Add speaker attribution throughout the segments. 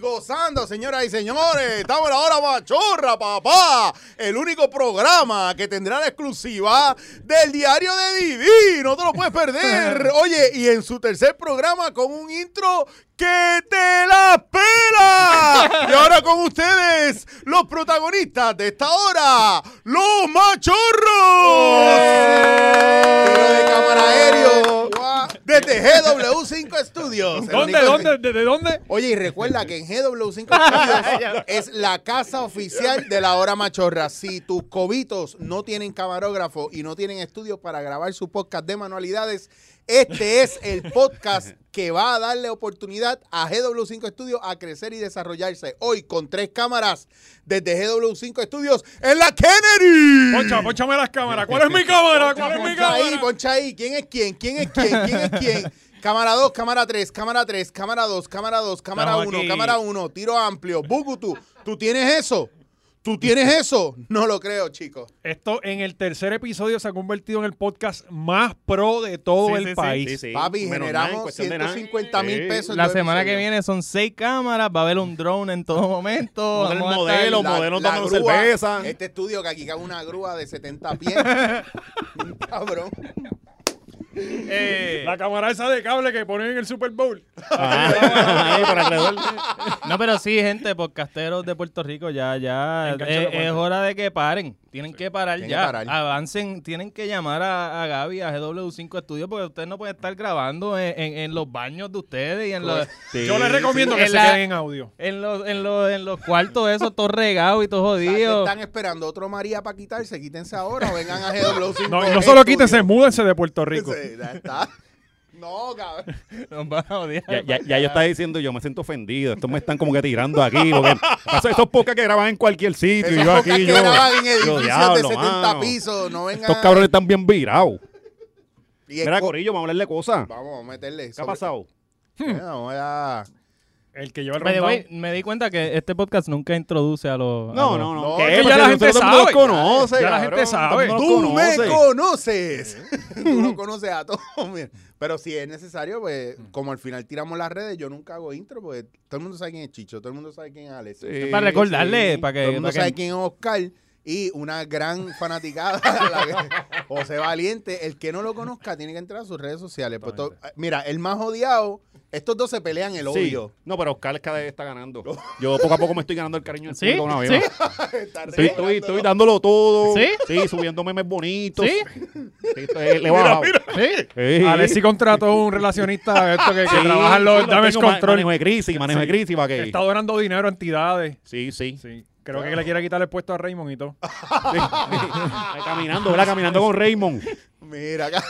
Speaker 1: gozando, señoras y señores. Estamos en la hora bachorra, papá. El único programa que tendrá la exclusiva del diario de Divi. No te lo puedes perder. Oye, y en su tercer programa con un intro que te la pela. Y ahora con ustedes, los protagonistas de esta hora, los
Speaker 2: ¡Eh!
Speaker 1: machorros. Tiro de cámara aéreo. Desde GW5 Studios. El
Speaker 2: ¿Dónde,
Speaker 1: único-
Speaker 2: dónde, desde dónde?
Speaker 1: Oye, y recuerda que en GW5 Studios es la casa oficial de la hora machorra. Si tus cobitos no tienen camarógrafo y no tienen estudios para grabar su podcast de manualidades, este es el podcast que va a darle oportunidad a GW5 Studios a crecer y desarrollarse. Hoy con tres cámaras desde GW5 Studios en la Kennedy.
Speaker 2: Poncha, ponchame las cámaras. ¿Cuál es mi cámara? ¿Cuál es mi
Speaker 1: Poncha ahí,
Speaker 2: cámara?
Speaker 1: poncha ahí. ¿Quién es quién? ¿Quién es quién? ¿Quién es quién? Cámara 2, cámara 3, cámara 3, cámara 2, cámara 2, cámara
Speaker 2: Estamos
Speaker 1: 1,
Speaker 2: aquí.
Speaker 1: cámara 1, tiro amplio. Bukutu, ¿tú tienes eso? ¿Tú tienes eso? No lo creo, chicos.
Speaker 2: Esto en el tercer episodio se ha convertido en el podcast más pro de todo
Speaker 3: Sí,
Speaker 2: el
Speaker 3: sí, sí,
Speaker 2: país.
Speaker 3: sí, sí.
Speaker 1: Papi,
Speaker 3: Menos nada, en
Speaker 1: generamos
Speaker 3: cuestión de nada.
Speaker 1: 150 mil
Speaker 3: Sí.
Speaker 1: pesos. en
Speaker 4: La
Speaker 1: dos
Speaker 4: semana que
Speaker 1: episodios.
Speaker 4: viene son seis cámaras, va a haber un drone en todo momento.
Speaker 3: Modelo,
Speaker 4: vamos a estar-
Speaker 3: modelo. los modelos tomando cerveza.
Speaker 1: Este estudio que aquí cabe una grúa de 70 pies. Cabrón.
Speaker 3: Eh,
Speaker 2: La cámara esa de cable que ponen en el Super Bowl.
Speaker 3: ah, ahí, para aclarar.
Speaker 4: No, pero sí, gente, podcasteros de Puerto Rico, ya, ya. eh,
Speaker 2: Engancha
Speaker 4: Es,
Speaker 2: los guantes.
Speaker 4: es hora de que paren. Tienen que parar
Speaker 1: Tienen que
Speaker 4: ya.
Speaker 1: parar.
Speaker 4: Avancen, tienen que llamar a, a Gaby, a GW5 Estudios, porque ustedes no pueden estar grabando en, en- en los baños de ustedes y en los.
Speaker 3: Sí,
Speaker 2: Yo les recomiendo
Speaker 4: sí.
Speaker 2: que
Speaker 4: En
Speaker 2: se
Speaker 4: la-
Speaker 2: queden en audio.
Speaker 4: En los, en los, en los cuartos esos, todos regados y todos
Speaker 1: O sea,
Speaker 4: jodidos.
Speaker 1: Están esperando otro María para quitarse. Quítense ahora o vengan a GW5.
Speaker 2: No, y no solo quítense,
Speaker 1: Studios.
Speaker 2: múdense de Puerto Rico.
Speaker 1: Sí, ya está. No, cabrón.
Speaker 4: Nos van a odiar.
Speaker 3: Ya, ya, ya yo estaba diciendo, yo me siento ofendido. Estos me están como que tirando aquí. Porque pasa, estos pocas que graban en cualquier sitio. y
Speaker 1: Esos
Speaker 3: yo
Speaker 1: podcasts
Speaker 3: aquí,
Speaker 1: que
Speaker 3: yo.
Speaker 1: graban en
Speaker 3: yo,
Speaker 1: edificios de
Speaker 3: diablo,
Speaker 1: 70
Speaker 3: mano.
Speaker 1: pisos, no vengan.
Speaker 3: Estos
Speaker 1: a-
Speaker 3: cabrones están bien virados.
Speaker 1: Y es
Speaker 3: Mira,
Speaker 1: co-
Speaker 3: Corillo, vamos a hablarle cosas. ¿Qué
Speaker 1: Vamos a meterle.
Speaker 3: ha pasado? Hmm.
Speaker 1: Vamos a...
Speaker 2: El que lleva el
Speaker 4: By the way,
Speaker 2: rundown.
Speaker 4: me di cuenta que este podcast nunca introduce a los. a
Speaker 3: No,
Speaker 4: los-
Speaker 3: no, no.
Speaker 1: No,
Speaker 3: ¿Qué?
Speaker 1: es
Speaker 2: que
Speaker 3: Pues
Speaker 2: ya la
Speaker 3: si
Speaker 2: gente
Speaker 3: nosotros todo el mundo
Speaker 2: sabe.
Speaker 3: los conoce,
Speaker 2: Ya la
Speaker 3: cabrón.
Speaker 2: gente sabe.
Speaker 3: Todo el
Speaker 1: Tú
Speaker 3: mundo los
Speaker 1: me
Speaker 3: conoce.
Speaker 1: conoces. Tú no conoces a todos. mira. Pero si es necesario, pues,
Speaker 3: Hmm.
Speaker 1: como al final tiramos las redes, yo nunca hago intro, porque todo el mundo sabe quién es Chicho, todo el mundo sabe quién es Alex.
Speaker 3: Sí,
Speaker 4: Para recordarle,
Speaker 3: sí.
Speaker 4: para
Speaker 1: todo el
Speaker 4: que.
Speaker 1: mundo
Speaker 4: para que-
Speaker 1: sabe quién es Oscar y una gran fanaticada, la que- José Valiente. El que no lo conozca tiene que entrar a sus redes sociales. Pues to- mira, el más odiado, estos dos se pelean el
Speaker 3: Sí.
Speaker 1: odio.
Speaker 3: No, pero Oscar es cada vez está ganando. Yo poco a poco me estoy ganando el cariño del
Speaker 4: ¿Sí?
Speaker 3: público una vez
Speaker 4: ¿Sí?
Speaker 3: más.
Speaker 1: Está
Speaker 3: Estoy, estoy, estoy dándolo todo.
Speaker 4: ¿Sí?
Speaker 3: subiendo memes bonitos.
Speaker 4: ¿Sí?
Speaker 3: Sí, estoy- le he bajado.
Speaker 4: ¿Sí?
Speaker 3: Sí.
Speaker 2: Alexi contrató un relacionista de esto que, que
Speaker 3: Sí,
Speaker 2: trabaja en los
Speaker 3: sí,
Speaker 2: damage
Speaker 3: tengo ma-
Speaker 2: control.
Speaker 3: Manejo de crisis, manejo de
Speaker 2: Sí.
Speaker 3: crisis para que.
Speaker 2: Está donando dinero a entidades.
Speaker 3: Sí, sí. sí.
Speaker 2: Sí. Creo que le quiere quitar el puesto a Raymond y todo.
Speaker 3: Caminando, ¿verdad? Caminando con Raymond.
Speaker 1: Mira acá.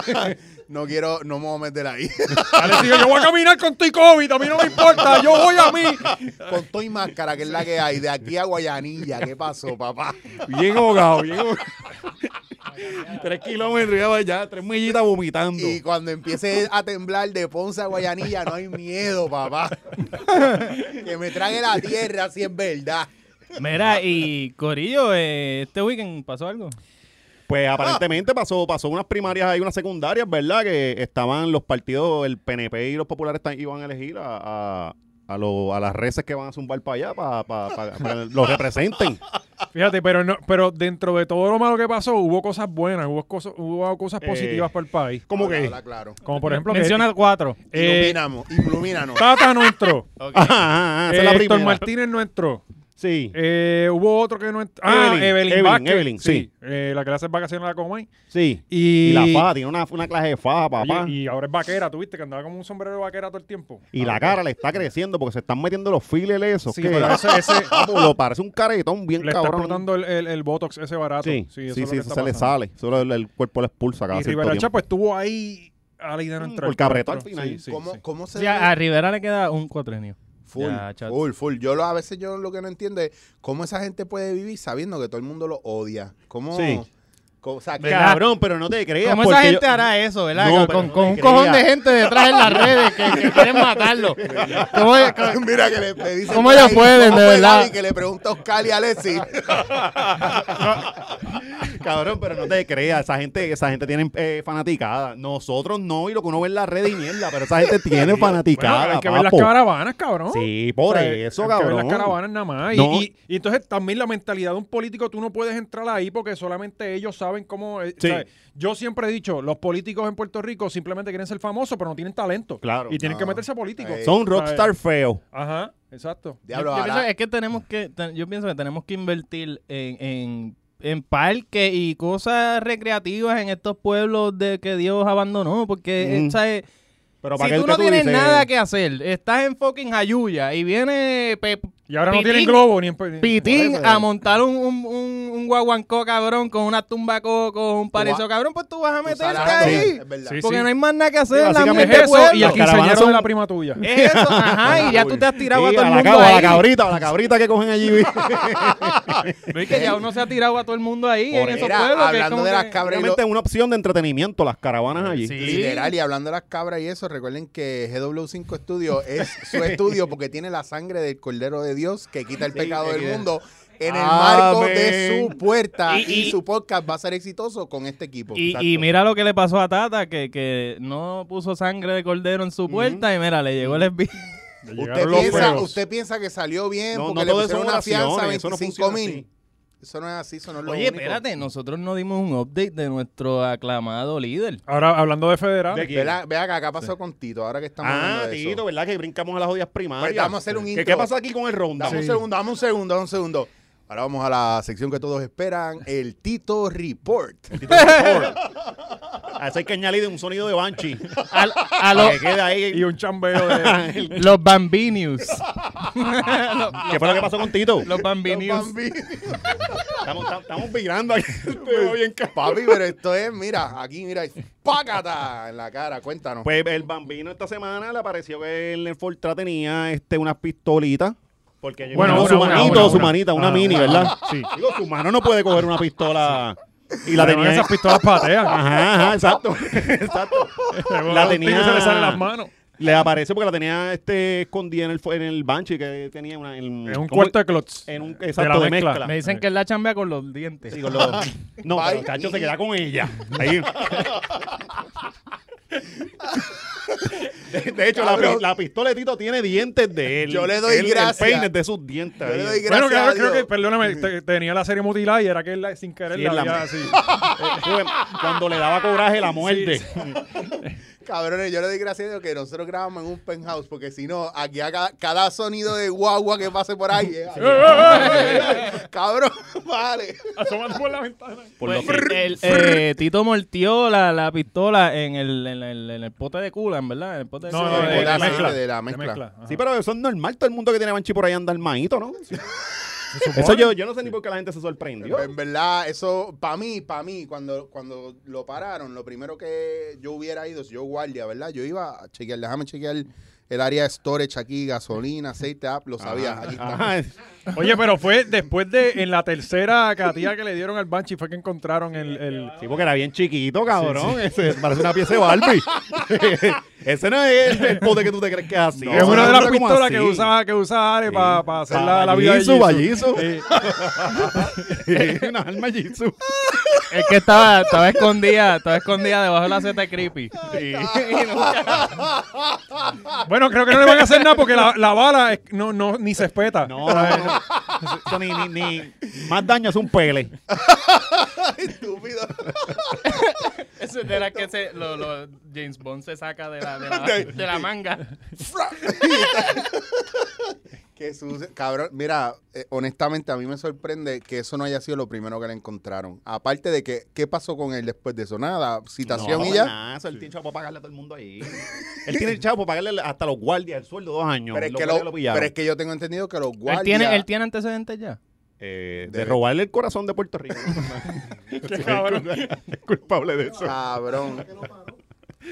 Speaker 1: no quiero, no me voy a meter ahí.
Speaker 2: Alex dijo, yo voy a caminar con tu y COVID, a mí no me importa, yo voy a mí.
Speaker 1: Con todo y máscara, que es la que hay, de aquí a Guayanilla. ¿Qué pasó, papá?
Speaker 3: Bien ahogado, bien ahogado. tres kilómetros ya allá, tres millitas vomitando.
Speaker 1: Y cuando empiece a temblar de Ponce a Guayanilla, no hay miedo, papá. que me trague la tierra, si es verdad.
Speaker 4: Mira, y Corillo, eh, este weekend pasó algo.
Speaker 3: Pues aparentemente pasó, pasó unas primarias ahí, unas secundarias, ¿verdad? Que estaban los partidos, el PNP y los populares están- iban a elegir a, a, a lo- a las reces que van a zumbar para allá, para, para, para- para que los representen.
Speaker 2: Fíjate, pero no, pero dentro de todo lo malo que pasó, hubo cosas buenas, hubo cosas, hubo cosas
Speaker 3: Eh,
Speaker 2: positivas para el país.
Speaker 3: ¿Cómo que?
Speaker 1: Habla claro.
Speaker 2: Como por ejemplo que
Speaker 4: Menciona cuatro.
Speaker 2: eh,
Speaker 1: Iluminamos, ilumínanos.
Speaker 2: Tata no entró.
Speaker 3: Ajá, ajá, ajá, esa es
Speaker 2: eh,
Speaker 3: la
Speaker 2: Héctor
Speaker 3: primera.
Speaker 2: Martínez no entró.
Speaker 3: Sí.
Speaker 2: Eh, hubo otro que no entró. Ah,
Speaker 3: Evelyn,
Speaker 2: Evelyn,
Speaker 3: Evelyn,
Speaker 2: Vázquez,
Speaker 3: Evelyn, sí.
Speaker 2: Eh, la que le hace vacaciones a la Comay.
Speaker 3: Sí.
Speaker 2: Y,
Speaker 3: Y, la faja, tiene una, una clase de faja, papá.
Speaker 2: Oye, y ahora es vaquera, ¿tú viste? Que andaba como un sombrero de vaquera todo el tiempo.
Speaker 3: y, la cara le está creciendo porque se están metiendo los files esos.
Speaker 2: Sí,
Speaker 3: que-
Speaker 2: pero ese- ese-
Speaker 3: Papo, lo parece un caretón bien
Speaker 2: Le está
Speaker 3: cabrón.
Speaker 2: explotando el, el, el botox ese barato.
Speaker 3: sí, sí,
Speaker 2: eso
Speaker 3: sí,
Speaker 2: es lo que
Speaker 3: eso
Speaker 2: está
Speaker 3: se le
Speaker 2: pasando.
Speaker 3: sale. Solo el, el cuerpo le expulsa cada
Speaker 2: Y
Speaker 3: cierto
Speaker 2: Rivera
Speaker 3: tiempo.
Speaker 2: Chapa estuvo ahí a la idea de no
Speaker 3: Mm,
Speaker 2: entrar.
Speaker 3: por cabretón
Speaker 2: Pero-
Speaker 3: al final.
Speaker 2: sí, sí,
Speaker 1: ¿Cómo,
Speaker 2: sí.
Speaker 1: cómo se
Speaker 4: O sea,
Speaker 1: debe-
Speaker 4: a Rivera le queda un cuatrenio.
Speaker 1: Full,
Speaker 4: Ya, chat.
Speaker 1: full, full. Yo lo, a veces yo lo que no entiendo es cómo esa gente puede vivir sabiendo que todo el mundo lo odia. ¿Cómo?
Speaker 3: Sí.
Speaker 1: co- o sea, que-
Speaker 3: Cabrón, pero no te creas.
Speaker 4: ¿Cómo esa
Speaker 3: porque
Speaker 4: gente
Speaker 3: yo-
Speaker 4: hará eso, verdad?
Speaker 3: No,
Speaker 4: Con-
Speaker 3: pero
Speaker 4: con
Speaker 3: no
Speaker 4: con
Speaker 3: me
Speaker 4: un
Speaker 3: crea.
Speaker 4: cojón de gente detrás en las redes que, que quieren matarlo. ¿Cómo es? Co-
Speaker 1: Mira que le, le dicen
Speaker 4: ¿Cómo
Speaker 1: por
Speaker 4: ellos
Speaker 1: ahí,
Speaker 4: pueden, de
Speaker 1: puede
Speaker 4: verdad?
Speaker 1: Gaby? que le pregunta a Oscar y a Alexis.
Speaker 3: Cabrón, pero no te creas, esa gente, esa gente tiene eh, fanaticada. Nosotros no, y lo que uno ve en la red y mierda, pero esa gente tiene
Speaker 2: Bueno,
Speaker 3: fanaticada.
Speaker 2: hay que ver las
Speaker 3: papo.
Speaker 2: caravanas, cabrón.
Speaker 3: Sí, por
Speaker 2: O sea,
Speaker 3: eso,
Speaker 2: hay Que
Speaker 3: cabrón.
Speaker 2: ver las caravanas nada más. Y-
Speaker 3: No.
Speaker 2: Y, y entonces también la mentalidad de un político, tú no puedes entrar ahí porque solamente ellos saben cómo. eh,
Speaker 3: Sí.
Speaker 2: ¿sabes? Yo siempre he dicho, los políticos en Puerto Rico simplemente quieren ser famosos, pero no tienen talento.
Speaker 3: Claro.
Speaker 2: Y tienen
Speaker 1: Ah.
Speaker 2: que meterse a políticos.
Speaker 1: Eh,
Speaker 3: Son rockstar feos.
Speaker 2: Ajá, exacto.
Speaker 1: Diablo,
Speaker 4: yo, yo
Speaker 1: ahora-
Speaker 4: pienso que es que tenemos que, ten- yo pienso que tenemos que invertir en, en, en parques y cosas recreativas en estos pueblos de que Dios abandonó, porque
Speaker 3: Mm.
Speaker 4: eh, ¿sabes?
Speaker 3: Pero para
Speaker 4: si
Speaker 3: que
Speaker 4: tú
Speaker 3: que
Speaker 4: no tienes
Speaker 3: dices-
Speaker 4: nada que hacer, estás en fucking Ayuya y viene Pe-
Speaker 2: Y ahora no
Speaker 4: Pitín-
Speaker 2: tienen globo ni en. pe-
Speaker 4: Pitín
Speaker 1: Bueno,
Speaker 4: a
Speaker 1: pues.
Speaker 4: montar un, un, un, un guaguancó cabrón con una tumba coco, un
Speaker 1: Tú
Speaker 4: parizo
Speaker 1: va-
Speaker 4: cabrón, pues tú vas a
Speaker 1: Tú
Speaker 4: meterte
Speaker 1: sabes,
Speaker 4: ahí.
Speaker 1: Es verdad.
Speaker 2: Sí,
Speaker 4: Porque
Speaker 2: sí.
Speaker 4: no hay más nada que
Speaker 3: Sí,
Speaker 4: hacer. la
Speaker 2: Es
Speaker 3: básicamente
Speaker 4: mierda de
Speaker 2: eso
Speaker 4: pueblo.
Speaker 2: y el
Speaker 3: Las este caravanas
Speaker 2: quinceañero de
Speaker 3: son- Eh.
Speaker 2: la prima tuya.
Speaker 4: Es eso, ajá, y ya tú te has tirado a
Speaker 3: Sí,
Speaker 4: todo
Speaker 3: a
Speaker 4: el
Speaker 3: la,
Speaker 4: mundo
Speaker 3: cabo- a la
Speaker 4: ahí.
Speaker 3: cabrita, a la cabrita que cogen allí.
Speaker 4: No es que ya uno se ha tirado a todo el mundo ahí
Speaker 3: Por
Speaker 4: en esos
Speaker 1: Mira,
Speaker 4: pueblos. que es
Speaker 1: hablando
Speaker 4: como
Speaker 1: de las
Speaker 4: que-
Speaker 1: cabras y lo-
Speaker 3: Realmente es una opción de entretenimiento las caravanas allí.
Speaker 4: Sí.
Speaker 1: Literal, y hablando de las cabras y eso, recuerden que GW5 Studio es su estudio porque tiene la sangre del Cordero de Dios que quita el pecado del mundo en el marco de
Speaker 3: Amén.
Speaker 1: su puerta.
Speaker 4: Y-
Speaker 1: Y,
Speaker 4: y-
Speaker 1: su podcast va a ser exitoso con este equipo.
Speaker 4: Y,
Speaker 1: Exacto.
Speaker 4: y mira lo que le pasó a Tata, que, que no puso sangre de cordero en su puerta y mira, le llegó el esbi.
Speaker 2: Le
Speaker 1: usted,
Speaker 2: llegaron los
Speaker 1: piensa,
Speaker 2: feos.
Speaker 1: usted piensa que salió bien
Speaker 3: No,
Speaker 1: porque
Speaker 3: no
Speaker 1: le
Speaker 3: todo eso
Speaker 1: pusieron
Speaker 3: son
Speaker 1: una fianza de
Speaker 3: oraciones, eso no
Speaker 1: 25
Speaker 3: funciona
Speaker 1: mil.
Speaker 3: así.
Speaker 1: Eso no es así, eso no es lo
Speaker 4: Oye,
Speaker 1: único.
Speaker 4: espérate, nosotros no dimos un update de nuestro aclamado líder.
Speaker 2: Ahora, hablando de federal.
Speaker 3: ¿De quién?
Speaker 1: Vea, vea que acá pasó con Tito, ahora que estamos
Speaker 3: Ah,
Speaker 1: hablando de eso.
Speaker 3: Tito, ¿verdad? Que brincamos a las odias primarias.
Speaker 1: Pues vamos a hacer un
Speaker 3: ¿Qué-
Speaker 1: intro.
Speaker 3: ¿Qué pasa aquí con el ronda?
Speaker 1: Dame un segundo, dame un segundo, dame un segundo. Ahora vamos a la sección que todos esperan, el Tito Report.
Speaker 3: A eso hay que añadirle un sonido de Banshee.
Speaker 4: A, a
Speaker 3: Para
Speaker 4: los,
Speaker 3: que quede ahí. Ah,
Speaker 2: Y un chambeo de.
Speaker 4: los Bambinius.
Speaker 3: ¿Qué fue lo que pasó con Tito?
Speaker 4: Los Bambinius.
Speaker 1: Bambi.
Speaker 3: Estamos, estamos- estamos virando aquí. Estuvo bien ca-
Speaker 1: Papi, pero esto es, mira, aquí, mira, ¡pácata! En la cara, cuéntanos.
Speaker 3: Pues el bambino esta semana le pareció que el Fortra tenía este, unas pistolitas. Porque yo-
Speaker 2: Bueno,
Speaker 3: no,
Speaker 2: una,
Speaker 3: su
Speaker 2: una,
Speaker 3: manito,
Speaker 2: una,
Speaker 3: su
Speaker 2: una.
Speaker 3: manita, una
Speaker 2: Ah,
Speaker 3: mini,
Speaker 2: ah,
Speaker 3: ¿verdad?
Speaker 2: sí.
Speaker 3: Digo, su mano no puede coger una pistola. Y la
Speaker 2: Pero
Speaker 3: tenía.
Speaker 2: esas pistolas patean.
Speaker 3: Ajá, ajá, exacto. exacto. La
Speaker 2: Un tiro
Speaker 3: tenía-
Speaker 2: Se le salen las manos.
Speaker 3: Le aparece porque la tenía este, escondida en el, fu- en el banshee que tenía una, en,
Speaker 2: Es un
Speaker 3: ¿cómo?
Speaker 2: cuarto de clots.
Speaker 3: en un exacto de mezcla.
Speaker 4: Me dicen que él la chambea con los dientes.
Speaker 3: Sí, con
Speaker 1: Ah.
Speaker 3: los- No, pero el cacho se queda con ella. Ahí. De, de hecho, la,
Speaker 1: Cabrón.
Speaker 3: pi- la pistola de Tito tiene dientes de él.
Speaker 1: Yo le doy
Speaker 3: Él-
Speaker 1: gracias.
Speaker 3: El peine es de sus dientes.
Speaker 1: Yo le
Speaker 3: ahí.
Speaker 1: doy gracias
Speaker 2: Bueno, claro,
Speaker 1: a
Speaker 2: creo
Speaker 1: Dios.
Speaker 2: que, perdóname, te- tenía la serie mutilada y era que él la- sin querer
Speaker 3: Sí,
Speaker 2: la
Speaker 3: la-
Speaker 2: había así.
Speaker 3: Eh, Cuando le daba coraje la muerte.
Speaker 1: Cabrones, yo le doy gracias a Dios que nosotros grabamos en un penthouse, porque si no, aquí a cada, cada sonido de guagua que pase por ahí. eh, Cabrón, vale.
Speaker 2: Asomando por la ventana.
Speaker 3: Por
Speaker 4: Pues,
Speaker 3: lo que-
Speaker 4: el, eh, Tito mortió la, la pistola en el, en, el, en el pote de culan, ¿verdad? En el pote de Eh,
Speaker 2: No,
Speaker 4: culan.
Speaker 2: no,
Speaker 1: de
Speaker 2: de,
Speaker 1: la
Speaker 2: la mezcla.
Speaker 1: de la mezcla.
Speaker 2: ajá.
Speaker 3: Sí, pero eso es normal. Todo el mundo que tiene banshee por ahí anda armadito, ¿no? Eso yo, yo no sé ni por qué la gente se sorprendió.
Speaker 1: En verdad, eso, para mí, para mí, cuando, cuando lo pararon, lo primero que yo hubiera ido, si yo guardia, ¿verdad? Yo iba a chequear, déjame chequear el área de storage aquí, gasolina, aceite, app, lo sabía. aquí está.
Speaker 3: Ajá.
Speaker 2: Oye, pero fue después de, en la tercera catía que le dieron al Banshee fue que encontraron el... el-
Speaker 3: Sí, porque era bien chiquito, cabrón. Ese parece una pieza de Barbie. Ese no es el, el pote que tú te crees que es así.
Speaker 2: es una de las
Speaker 3: como
Speaker 2: pistolas
Speaker 3: así.
Speaker 2: que usaba, que usaba Are para hacer
Speaker 3: Pa-
Speaker 2: la, la vida de
Speaker 3: Jisoo,
Speaker 2: Ah, Jisoo.
Speaker 3: pa' Jisoo.
Speaker 2: Sí.
Speaker 3: una alma Jitsu.
Speaker 4: Es que estaba, estaba escondida, estaba escondida debajo de la seta creepy.
Speaker 2: Bueno, creo que no le van a hacer nada porque la, la bala es- no, no, ni se espeta.
Speaker 3: No, no, no. Eso ni, ni, ni- Más daño es un pele.
Speaker 1: Estúpido.
Speaker 4: Eso es de la que se, lo, lo- James Bond se saca de la, de la, de la manga.
Speaker 1: que su- cabrón, mira, eh, honestamente a mí me sorprende que eso no haya sido lo primero que le encontraron. Aparte de que, ¿qué pasó con él después de eso? Nada, citación
Speaker 3: No,
Speaker 1: y ya.
Speaker 3: nada, eso él tiene chavo para pagarle a todo el mundo ahí. Él tiene chavo para pagarle hasta los guardias el sueldo dos años.
Speaker 1: Pero es,
Speaker 3: Los
Speaker 1: que
Speaker 3: guardias
Speaker 1: lo-
Speaker 3: pillaron.
Speaker 1: pero es que yo tengo entendido que los guardias...
Speaker 4: ¿Él tiene, él tiene antecedentes ya.
Speaker 3: Eh, de robarle el corazón de Puerto Rico.
Speaker 2: Qué cabrón.
Speaker 3: Es culpable de
Speaker 1: Ah,
Speaker 3: eso.
Speaker 1: Cabrón.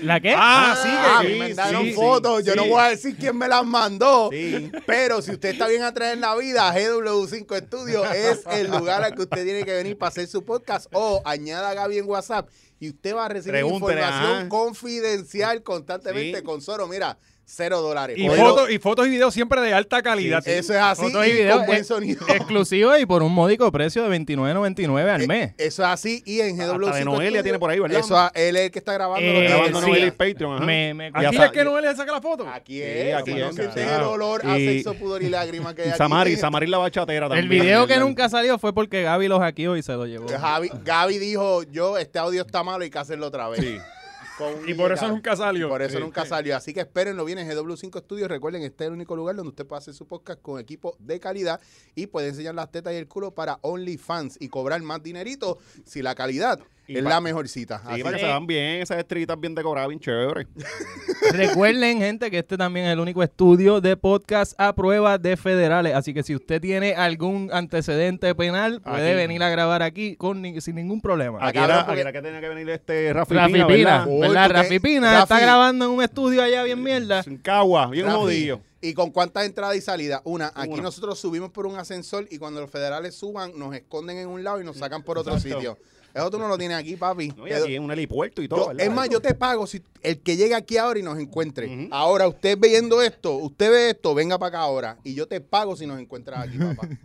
Speaker 4: ¿La qué?
Speaker 2: Ah, sí,
Speaker 1: Ah, a mí
Speaker 2: que-
Speaker 1: me
Speaker 2: sí,
Speaker 1: mandaron
Speaker 2: sí,
Speaker 1: fotos. yo
Speaker 2: sí.
Speaker 1: no voy a decir quién me las mandó.
Speaker 3: Sí.
Speaker 1: Pero si usted está bien atrás en la vida, GW5 Studio es el lugar al que usted tiene que venir para hacer su podcast. O añada a Gaby en WhatsApp y usted va a recibir
Speaker 3: Pregúntele,
Speaker 1: información
Speaker 3: ajá.
Speaker 1: confidencial constantemente
Speaker 3: Sí.
Speaker 1: con Soro. Mira, cero dólares.
Speaker 2: Y,
Speaker 1: Pero
Speaker 2: fotos, y fotos y videos siempre de alta calidad.
Speaker 1: Eso es así
Speaker 4: Fotos y
Speaker 1: y
Speaker 4: videos,
Speaker 1: con buen
Speaker 4: eh,
Speaker 1: sonido.
Speaker 4: Exclusiva y por un módico precio de 29.99
Speaker 1: Eh,
Speaker 4: al mes.
Speaker 1: Eso es así y en GW.
Speaker 3: Hasta de Noelia tiene por ahí, ¿verdad?
Speaker 1: Eso, ah, él es el que está grabando.
Speaker 4: Eh,
Speaker 1: lo que
Speaker 4: sí.
Speaker 3: grabando
Speaker 1: está
Speaker 3: novela y
Speaker 1: grabando.
Speaker 3: Patreon, ajá.
Speaker 4: Me- me-
Speaker 3: Y
Speaker 2: Aquí
Speaker 3: hasta-
Speaker 2: es que no le saca la foto.
Speaker 1: Aquí
Speaker 3: Sí,
Speaker 1: es.
Speaker 3: aquí
Speaker 1: Aquí
Speaker 3: es,
Speaker 1: el
Speaker 3: claro.
Speaker 1: olor a
Speaker 3: Y-
Speaker 1: sexo, pudor y lágrimas que hay
Speaker 3: Y
Speaker 1: aquí.
Speaker 3: Samari, Samari la bachatera también.
Speaker 4: El video que
Speaker 3: ¿verdad?
Speaker 4: nunca salió fue porque Gaby lo hackeó y se lo llevó.
Speaker 1: Javi, Gaby dijo, yo, este audio está malo, hay que hacerlo otra vez. Con un
Speaker 2: Y por eso
Speaker 1: guitarra.
Speaker 2: nunca salió.
Speaker 1: Por eso
Speaker 2: Sí.
Speaker 1: nunca salió. Así que espérenlo, viene GW5 Studios. Recuerden, este es el único lugar donde usted puede hacer su podcast con equipo de calidad y puede enseñar las tetas y el culo para OnlyFans y cobrar más dinerito si la calidad
Speaker 3: Y
Speaker 1: es
Speaker 3: pa-
Speaker 1: la mejorcita.
Speaker 3: Sí,
Speaker 1: Así
Speaker 3: para que
Speaker 1: que-
Speaker 3: se vean bien, esas estrellitas bien decoradas, bien chévere.
Speaker 4: Recuerden, gente, que este también es el único estudio de podcast a prueba de federales. Así que si usted tiene algún antecedente penal, puede
Speaker 3: Aquí. Ah,
Speaker 4: venir a grabar aquí con ni- sin ningún problema.
Speaker 3: Aquí
Speaker 1: Ah, cabrón,
Speaker 3: era,
Speaker 1: porque-
Speaker 3: aquí era que tenía que venir este Rafi,
Speaker 4: Rafi
Speaker 3: Pina,
Speaker 4: Pina,
Speaker 3: ¿verdad?
Speaker 1: Uy,
Speaker 4: ¿verdad?
Speaker 1: tú qué-
Speaker 4: Rafi Pina está
Speaker 1: Rafi.
Speaker 4: grabando en un estudio allá bien mierda.
Speaker 3: Sin cagua, bien
Speaker 1: Rafi,
Speaker 3: jodido.
Speaker 1: ¿Y con cuántas entradas y salidas? Una. Aquí
Speaker 3: Una.
Speaker 1: nosotros subimos por un ascensor y cuando los federales suban, nos esconden en un lado y nos sacan por otro sitio. Eso tú no lo tienes aquí, papi.
Speaker 3: No, y aquí en un helipuerto y todo,
Speaker 1: Yo-
Speaker 3: ¿verdad?
Speaker 1: es más, yo te pago si el que llegue aquí ahora y nos encuentre.
Speaker 3: Ujú.
Speaker 1: Ahora, usted viendo esto, usted ve esto, venga para acá ahora. Y yo te pago si nos encuentras aquí, papá.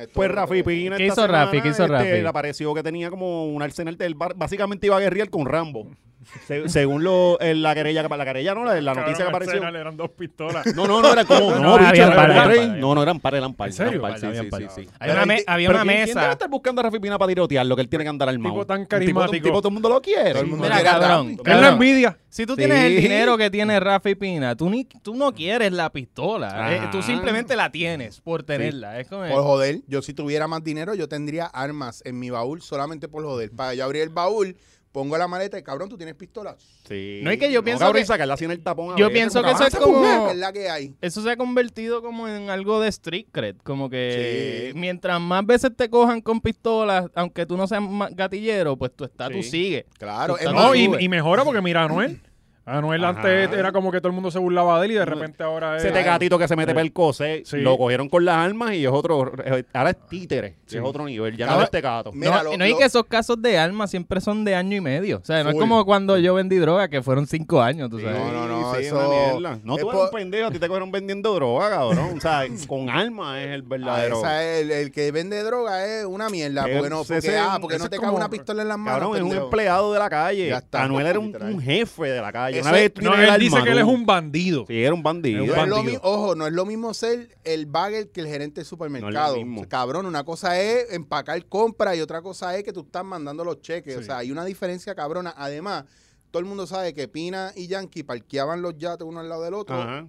Speaker 1: Esto
Speaker 3: Pues
Speaker 1: es lo que
Speaker 3: Rafi
Speaker 1: te-
Speaker 3: Pina
Speaker 4: ¿Qué
Speaker 3: esta
Speaker 4: hizo Rafi?
Speaker 3: semana, este,
Speaker 4: ¿Qué hizo Rafi?
Speaker 3: Le apareció que tenía como un arsenal del bar. Básicamente iba a guerrear con Rambo. Se- según lo, eh, la querella, que- la querella no, la, la
Speaker 2: Cabrón,
Speaker 3: noticia que
Speaker 2: al
Speaker 3: apareció.
Speaker 2: Senna le eran dos pistolas.
Speaker 3: No, no, no, era como.
Speaker 4: No,
Speaker 3: No,
Speaker 4: habían
Speaker 3: bicho, era
Speaker 4: par,
Speaker 3: como
Speaker 4: habían
Speaker 3: tres.
Speaker 4: par.
Speaker 3: No, no, eran par, eran par.
Speaker 2: ¿En serio?
Speaker 3: Eran par, sí,
Speaker 2: Habían
Speaker 3: sí,
Speaker 2: par.
Speaker 3: sí, sí.
Speaker 4: Hay una
Speaker 3: Pero
Speaker 4: me-
Speaker 3: ¿quién-
Speaker 4: había
Speaker 3: pero
Speaker 4: una
Speaker 3: ¿quién- ¿Quién debe
Speaker 4: mesa.
Speaker 3: estar buscando a Rafi Pina para tirotearlo? Que él tiene que andar armado.
Speaker 2: Tipo tan
Speaker 3: Un Un tipo,
Speaker 2: carismático.
Speaker 3: todo el mundo lo quiere.
Speaker 1: Todo el mundo
Speaker 4: Mira,
Speaker 1: quiere a Rafi.
Speaker 4: cabrón.
Speaker 2: Es la envidia.
Speaker 4: Si tú tienes el
Speaker 3: Sí.
Speaker 4: dinero que tiene Rafi Pina, tú, ni, tú no quieres la pistola.
Speaker 3: Ah.
Speaker 4: eh, tú simplemente la tienes por tenerla. Es
Speaker 3: eh.
Speaker 4: como-
Speaker 1: Por joder, yo si tuviera más dinero, yo tendría armas en mi baúl solamente por joder. Para yo abrir el baúl, pongo la maleta y cabrón, tú tienes pistolas.
Speaker 3: Sí.
Speaker 4: No, es que yo pienso
Speaker 3: cabrón,
Speaker 4: que-
Speaker 3: y sacarla así en el tapón. a
Speaker 4: Yo
Speaker 3: veces,
Speaker 4: pienso que
Speaker 3: porque
Speaker 4: eso es
Speaker 3: avanza,
Speaker 4: como-
Speaker 3: puñeta.
Speaker 1: Ah, Es la que hay.
Speaker 4: Eso se ha convertido como en algo de street cred, como que
Speaker 1: Sí.
Speaker 4: mientras más veces te cojan con pistolas, aunque tú no seas ma- gatillero, pues tu estatus
Speaker 3: Sí.
Speaker 4: sigue.
Speaker 1: Claro,
Speaker 4: Tú estás-
Speaker 1: más,
Speaker 2: No, y,
Speaker 4: sube.
Speaker 2: y mejora porque mira, Anuel. Anuel
Speaker 3: Ajá.
Speaker 2: antes era como que todo el mundo se burlaba de él y de repente ahora es.
Speaker 3: Ese te gatito que se mete para el cose,
Speaker 2: Sí.
Speaker 3: lo cogieron con las armas y es otro. Ahora es títere, es otro nivel. Ya no
Speaker 1: Cabrón,
Speaker 3: es este gato.
Speaker 1: Mira,
Speaker 4: no,
Speaker 1: lo-
Speaker 4: no, y
Speaker 1: lo-
Speaker 4: que esos casos de armas siempre son de año y medio. O sea, no es
Speaker 1: Full.
Speaker 4: como cuando yo vendí droga, que fueron cinco años, tú
Speaker 3: Sí,
Speaker 4: sabes.
Speaker 1: No, no, no,
Speaker 3: sí,
Speaker 1: eso-
Speaker 3: una mierda. No,
Speaker 1: es
Speaker 3: tú eres
Speaker 1: por-
Speaker 3: un pendejo, a ti te cogieron vendiendo droga, cabrón. O sea, con alma es el
Speaker 1: Ah,
Speaker 3: verdadero.
Speaker 1: esa es- el, el que vende droga es una mierda.
Speaker 3: El-
Speaker 1: Porque no, porque,
Speaker 3: ese-
Speaker 1: ah, porque
Speaker 2: ese
Speaker 1: no te
Speaker 2: es
Speaker 1: cae
Speaker 2: como-
Speaker 1: una pistola en las manos.
Speaker 3: Cabrón, es un
Speaker 1: pendejo.
Speaker 3: empleado de la calle.
Speaker 1: Ya está.
Speaker 3: Anuel era un,
Speaker 1: Literal.
Speaker 3: un jefe de la calle.
Speaker 1: Ese-
Speaker 3: Una vez
Speaker 2: No,
Speaker 3: tiene el
Speaker 2: él dice
Speaker 3: arma,
Speaker 2: que él es
Speaker 3: tú-
Speaker 2: un bandido.
Speaker 3: Sí, era un bandido.
Speaker 2: Es un
Speaker 1: No es lo mi-
Speaker 2: bandido.
Speaker 1: ojo, no es lo mismo ser el bagger que el gerente del
Speaker 3: No
Speaker 1: supermercado.
Speaker 3: es lo mismo.
Speaker 1: Cabrón, una cosa es empacar compra y otra cosa es que tú estás mandando los cheques. O sea, hay una diferencia cabrona. Además, todo el mundo sabe que Pina y Yankee parqueaban los yates uno al lado del otro.
Speaker 3: Ajá.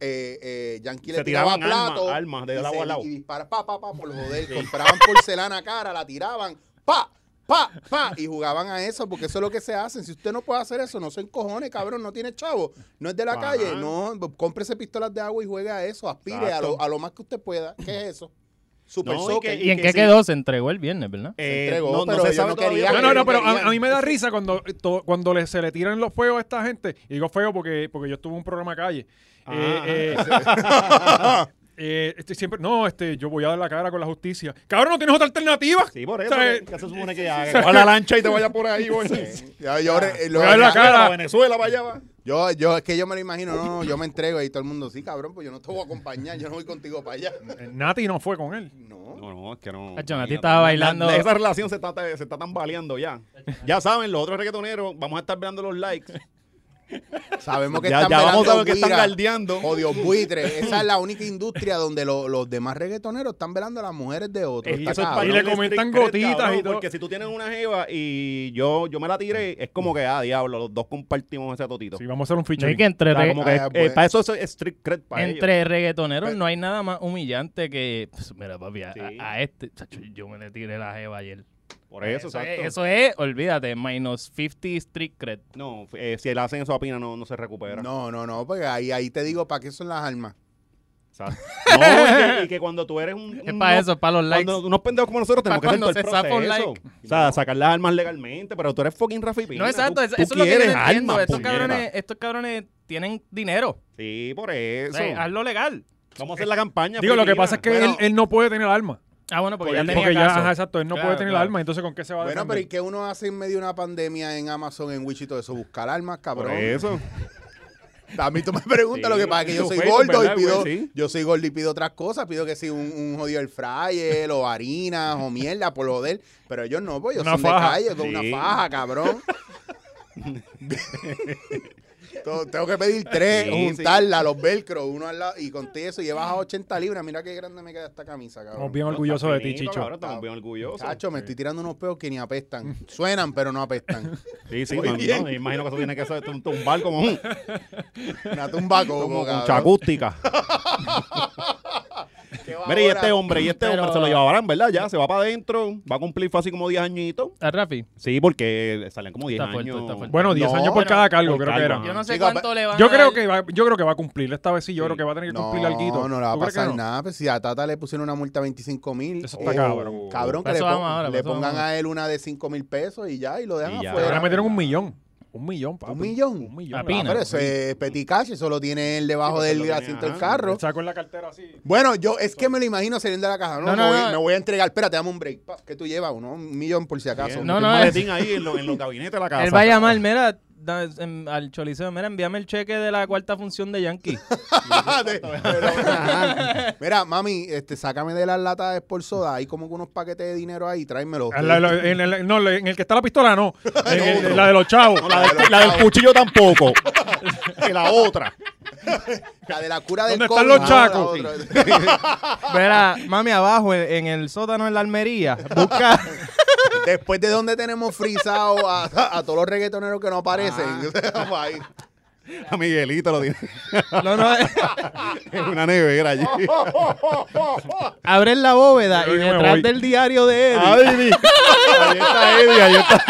Speaker 1: Eh, eh, Yankee
Speaker 3: Se
Speaker 1: le tiraba
Speaker 3: tiraban armas,
Speaker 1: plato.
Speaker 3: armas de
Speaker 1: y
Speaker 3: lado
Speaker 1: se-
Speaker 3: a lado.
Speaker 1: Y dispara, pa, pa, pa, por joder. Compraban porcelana cara, la tiraban, pa. Pa, pa, y jugaban a eso porque eso es lo que se hacen. Si usted no puede hacer eso, no se encojone, cabrón, no tiene chavo, no es de la
Speaker 3: Ajá.
Speaker 1: calle, no, cómprese pistolas de agua y juegue a eso, aspire a
Speaker 3: Exacto.
Speaker 1: lo, a lo más que usted pueda. ¿Qué es eso? Super
Speaker 3: No, y
Speaker 1: soccer.
Speaker 3: que-
Speaker 4: ¿Y en
Speaker 3: que
Speaker 4: qué
Speaker 3: sí.
Speaker 4: quedó? Se entregó el viernes, ¿verdad?
Speaker 3: Eh,
Speaker 1: entregó,
Speaker 3: no,
Speaker 1: pero
Speaker 3: no se
Speaker 1: yo
Speaker 3: sabe
Speaker 1: no
Speaker 3: todavía.
Speaker 1: quería
Speaker 2: No,
Speaker 1: que-
Speaker 2: no, no, pero a, a mí me da risa cuando, to- cuando le, se le tiran los feos a esta gente. Y digo feo porque, porque yo estuve en un programa calle.
Speaker 3: Ah.
Speaker 2: Eh, eh, eh, este, siempre, no, este, yo voy a dar la cara con la justicia. Cabrón, no tienes otra alternativa.
Speaker 3: Sí, por
Speaker 2: O
Speaker 3: eso.
Speaker 2: sea,
Speaker 3: ¿Qué
Speaker 2: eh,
Speaker 3: qué se supone que haga? Coja la lancha y te vaya por ahí, güey.
Speaker 1: Ya, yo, eh, lo-
Speaker 2: voy a dar la
Speaker 1: ya-
Speaker 2: cara.
Speaker 3: A Venezuela, vaya, va.
Speaker 1: Yo, yo, es que yo me lo imagino, no, no, yo me entrego y todo el mundo, sí, cabrón, pues yo no te voy a acompañar, yo no voy contigo para allá.
Speaker 2: eh, Nati no fue con él.
Speaker 1: No.
Speaker 3: No, no, es que no.
Speaker 4: Cacho, Nati estaba bailando.
Speaker 3: La- esa relación se está, se está tambaleando ya. Ya saben, los otros reggaetoneros, vamos a estar mirando los likes.
Speaker 1: Sabemos que
Speaker 3: Ya,
Speaker 1: están
Speaker 3: ya vamos a
Speaker 1: velando
Speaker 3: ver que están
Speaker 1: guira,
Speaker 3: galdeando.
Speaker 1: Jodidos buitres. Esa es la única industria donde lo- los demás reggaetoneros están velando a las mujeres de otros.
Speaker 2: Y
Speaker 1: Está
Speaker 2: eso es
Speaker 1: cabrón.
Speaker 2: pa- le comentan
Speaker 3: Street Cred,
Speaker 2: gotitas
Speaker 3: cabrón,
Speaker 2: y todo.
Speaker 3: Porque si tú tienes una jeva y yo, yo me la tiré, es como que, ah, diablo, los dos compartimos ese totito.
Speaker 2: Sí, vamos a hacer un
Speaker 4: No, y
Speaker 2: featuring.
Speaker 4: que entre,
Speaker 3: O sea,
Speaker 4: re-
Speaker 3: como que, eh,
Speaker 1: Ah, pues.
Speaker 3: para eso es street cred para ellos.
Speaker 4: entre reggaetoneros
Speaker 1: Pero-
Speaker 4: no hay nada más humillante que... pues, mira, papi, a,
Speaker 3: Pues Sí.
Speaker 4: a este... chacho, yo me le tiré la jeva ayer.
Speaker 3: Por eso,
Speaker 4: es,
Speaker 3: exacto.
Speaker 4: eso es, olvídate, minus 50 street cred.
Speaker 3: No, eh, si le hacen eso a Pina, no, no se recupera.
Speaker 1: No, no, no, porque ahí, ahí te digo para qué son las almas.
Speaker 3: Exacto. No, y que, y que cuando tú eres un...
Speaker 4: Es
Speaker 3: un-
Speaker 4: para eso, es para los likes.
Speaker 3: Cuando unos pendejos como nosotros
Speaker 4: Pa'
Speaker 3: tenemos que hacer todo
Speaker 4: cuando
Speaker 3: el
Speaker 4: se zapa un
Speaker 3: proceso.
Speaker 4: like.
Speaker 3: O sea, sacar las armas legalmente, pero tú eres fucking Rafi Pina.
Speaker 4: No, exacto,
Speaker 3: tú-
Speaker 4: eso,
Speaker 3: tú
Speaker 4: eso es lo que yo no
Speaker 3: quieres
Speaker 4: entiendo.
Speaker 3: armas,
Speaker 4: estos,
Speaker 3: puñeta.
Speaker 4: cabrones, estos cabrones tienen dinero.
Speaker 3: Sí, por
Speaker 4: O
Speaker 3: eso.
Speaker 4: sea, hazlo legal.
Speaker 3: Vamos a hacer la campaña.
Speaker 2: Digo, lo que
Speaker 3: Pina.
Speaker 2: pasa es que
Speaker 1: Bueno.
Speaker 2: él, él no puede tener alma.
Speaker 4: Ah, bueno, porque,
Speaker 2: Porque,
Speaker 4: ya tenía
Speaker 2: ya,
Speaker 4: caso.
Speaker 2: ajá, exacto, él no
Speaker 4: Claro,
Speaker 2: puede tener
Speaker 4: claro.
Speaker 2: alma. Entonces, ¿con qué se va a
Speaker 1: Bueno, pero ¿y
Speaker 2: defender?
Speaker 1: qué uno hace en medio de una pandemia en Amazon, en Wichito? Eso, buscar almas,
Speaker 3: Por
Speaker 1: cabrón.
Speaker 3: eso.
Speaker 1: A mí tú me preguntas
Speaker 3: Sí,
Speaker 1: lo que pasa es que yo
Speaker 3: tu
Speaker 1: soy
Speaker 3: Facebook,
Speaker 1: gordo
Speaker 3: ¿verdad,
Speaker 1: y pido,
Speaker 3: güey? Sí.
Speaker 1: yo soy gordo y pido otras cosas, pido que sí un, un jodido el fryer o harinas o mierda por lo de él, pero ellos no, pues yo
Speaker 2: Una
Speaker 1: son
Speaker 2: faja.
Speaker 1: de calle con
Speaker 3: Sí.
Speaker 1: una faja, cabrón. To- Tengo que pedir tres,
Speaker 3: Sí,
Speaker 1: juntarla, los velcro, uno al lado, y conté eso, y llevas a 80 libras. Mira qué grande me queda esta camisa, cabrón.
Speaker 2: Estamos bien orgullosos de ti,
Speaker 3: Estamos
Speaker 2: Chicho.
Speaker 3: Ahora estamos bien orgullosos.
Speaker 1: Chacho, me estoy tirando unos peos que ni apestan. Suenan, pero no apestan.
Speaker 3: Sí, sí,
Speaker 1: Muy
Speaker 3: no,
Speaker 1: bien.
Speaker 3: no, me imagino que eso tiene que ser un, un bar como un,
Speaker 1: Una tumba como,
Speaker 3: como
Speaker 1: cabrón.
Speaker 3: concha acústica.
Speaker 1: ¿Qué va
Speaker 3: Mira, y
Speaker 1: ahora?
Speaker 3: este hombre, y este
Speaker 4: Pero-
Speaker 3: hombre se lo llevarán, ¿verdad? Ya se va para adentro, va a cumplir fácil como 10 añitos.
Speaker 4: ¿A Ah, Rafi?
Speaker 3: Sí, porque salen como 10
Speaker 4: Está fuerte,
Speaker 3: años.
Speaker 4: está fuerte.
Speaker 2: Bueno, 10
Speaker 1: No,
Speaker 2: años por
Speaker 4: no,
Speaker 2: cada cargo,
Speaker 3: por
Speaker 2: creo que
Speaker 3: cargo,
Speaker 2: era.
Speaker 3: ajá.
Speaker 4: Yo no sé
Speaker 1: Chico,
Speaker 4: cuánto le van
Speaker 2: Yo
Speaker 4: a
Speaker 2: creo
Speaker 4: dar.
Speaker 2: que va, yo creo que va a cumplir. Esta vez sí, yo
Speaker 3: Sí.
Speaker 2: creo que va a tener que cumplir
Speaker 1: no,
Speaker 2: alguito.
Speaker 1: No, le va
Speaker 2: ¿Tú
Speaker 1: a
Speaker 2: crees que
Speaker 1: pasar
Speaker 2: no?
Speaker 1: nada. Pues si a Tata le pusieron una multa de 25 mil. oh,
Speaker 2: Eso está
Speaker 3: cabrón.
Speaker 1: Cabrón, que
Speaker 4: Para
Speaker 1: le,
Speaker 4: eso
Speaker 1: pon-
Speaker 4: vamos ahora, para
Speaker 1: le
Speaker 4: eso
Speaker 1: pongan
Speaker 4: vamos.
Speaker 1: a él una de 5 mil pesos y ya, y lo dejan
Speaker 3: Y ya.
Speaker 2: Pero
Speaker 1: afuera.
Speaker 2: ahora metieron un millón. Un millón, papi.
Speaker 1: ¿Un millón?
Speaker 2: Un millón.
Speaker 4: Ah,
Speaker 1: Ah,
Speaker 4: pina.
Speaker 1: pero eso es petit cash, eso lo tiene él debajo
Speaker 3: Sí,
Speaker 1: del
Speaker 3: porque lo tiene,
Speaker 1: asiento del
Speaker 3: ajá.
Speaker 2: ah,
Speaker 1: carro.
Speaker 2: Saco en la cartera así.
Speaker 1: Bueno, yo es que me lo imagino saliendo de la caja. No, me,
Speaker 4: No, no,
Speaker 1: voy,
Speaker 4: no.
Speaker 1: me voy a entregar. Espérate, dame un break. Pa, ¿Qué tú llevas? Uno, un millón por si acaso.
Speaker 3: Bien,
Speaker 4: No,
Speaker 3: un
Speaker 4: no,
Speaker 3: maletín ahí en, lo- en los gabinetes de la casa.
Speaker 4: Él va a llamar, mira, da- en- al Choliseo, mira, envíame el cheque de la cuarta función de Yankee.
Speaker 1: Espérate. Pero- Mira, mami, este, sácame de las latas de Sport Soda. Hay como que unos paquetes de dinero ahí. Tráemelo.
Speaker 2: En la- la- en el, no, la- en el que está la pistola, no. En el-
Speaker 3: otro.
Speaker 2: la de los chavos.
Speaker 3: No, la, de- la del cuchillo tampoco. que la otra.
Speaker 1: La de la cura del
Speaker 2: ¿Dónde están los chacos?
Speaker 1: Ah, la otra.
Speaker 4: Mira, mami, abajo, en, en el sótano, en la almería, busca...
Speaker 1: Después de donde tenemos frisado a, a todos los reggaetoneros que no aparecen. Vamos ahí.
Speaker 3: A Miguelito lo tiene.
Speaker 4: No, no,
Speaker 3: en una nevera allí.
Speaker 4: abres la bóveda
Speaker 2: Yo
Speaker 4: y
Speaker 2: me
Speaker 4: detrás
Speaker 2: voy.
Speaker 4: del diario de Eddie.
Speaker 3: Ay, mi. Ahí está Eddie, ahí está.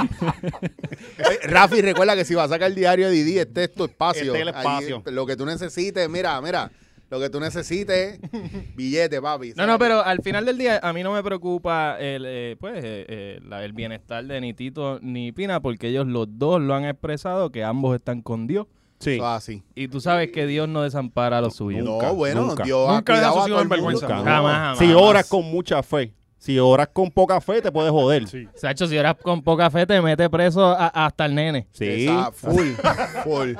Speaker 1: Oye, Eh, Rafi, recuerda que si vas a sacar el diario de Didi, este es tu espacio.
Speaker 3: Este es el espacio.
Speaker 1: Allí, lo que tú necesites, mira, mira. Lo que tú necesites, billete, papi.
Speaker 4: No, no, pero al final del día a mí no me preocupa el, eh, pues, eh, eh, la- el bienestar de ni Tito ni Pina porque ellos los dos lo han expresado que ambos están con Dios.
Speaker 3: Sí.
Speaker 1: Eso es así.
Speaker 4: Y tú sabes que Dios no desampara a los suyos.
Speaker 3: Nunca,
Speaker 1: Ah, no, bueno,
Speaker 3: nunca.
Speaker 1: Dios ha
Speaker 2: Nunca deja a
Speaker 1: cuidado
Speaker 2: sus
Speaker 1: a
Speaker 2: hijos
Speaker 1: todo
Speaker 2: en
Speaker 1: el mundo.
Speaker 2: vergüenza.
Speaker 1: cabrón.
Speaker 4: Jamás,
Speaker 2: Ah,
Speaker 4: jamás.
Speaker 3: Si oras con mucha fe, si oras con poca fe, te puedes joder. Sí.
Speaker 2: Sí.
Speaker 4: Sacho, si eras con poca fe, te mete preso a- hasta el nene.
Speaker 1: Esa- full, full,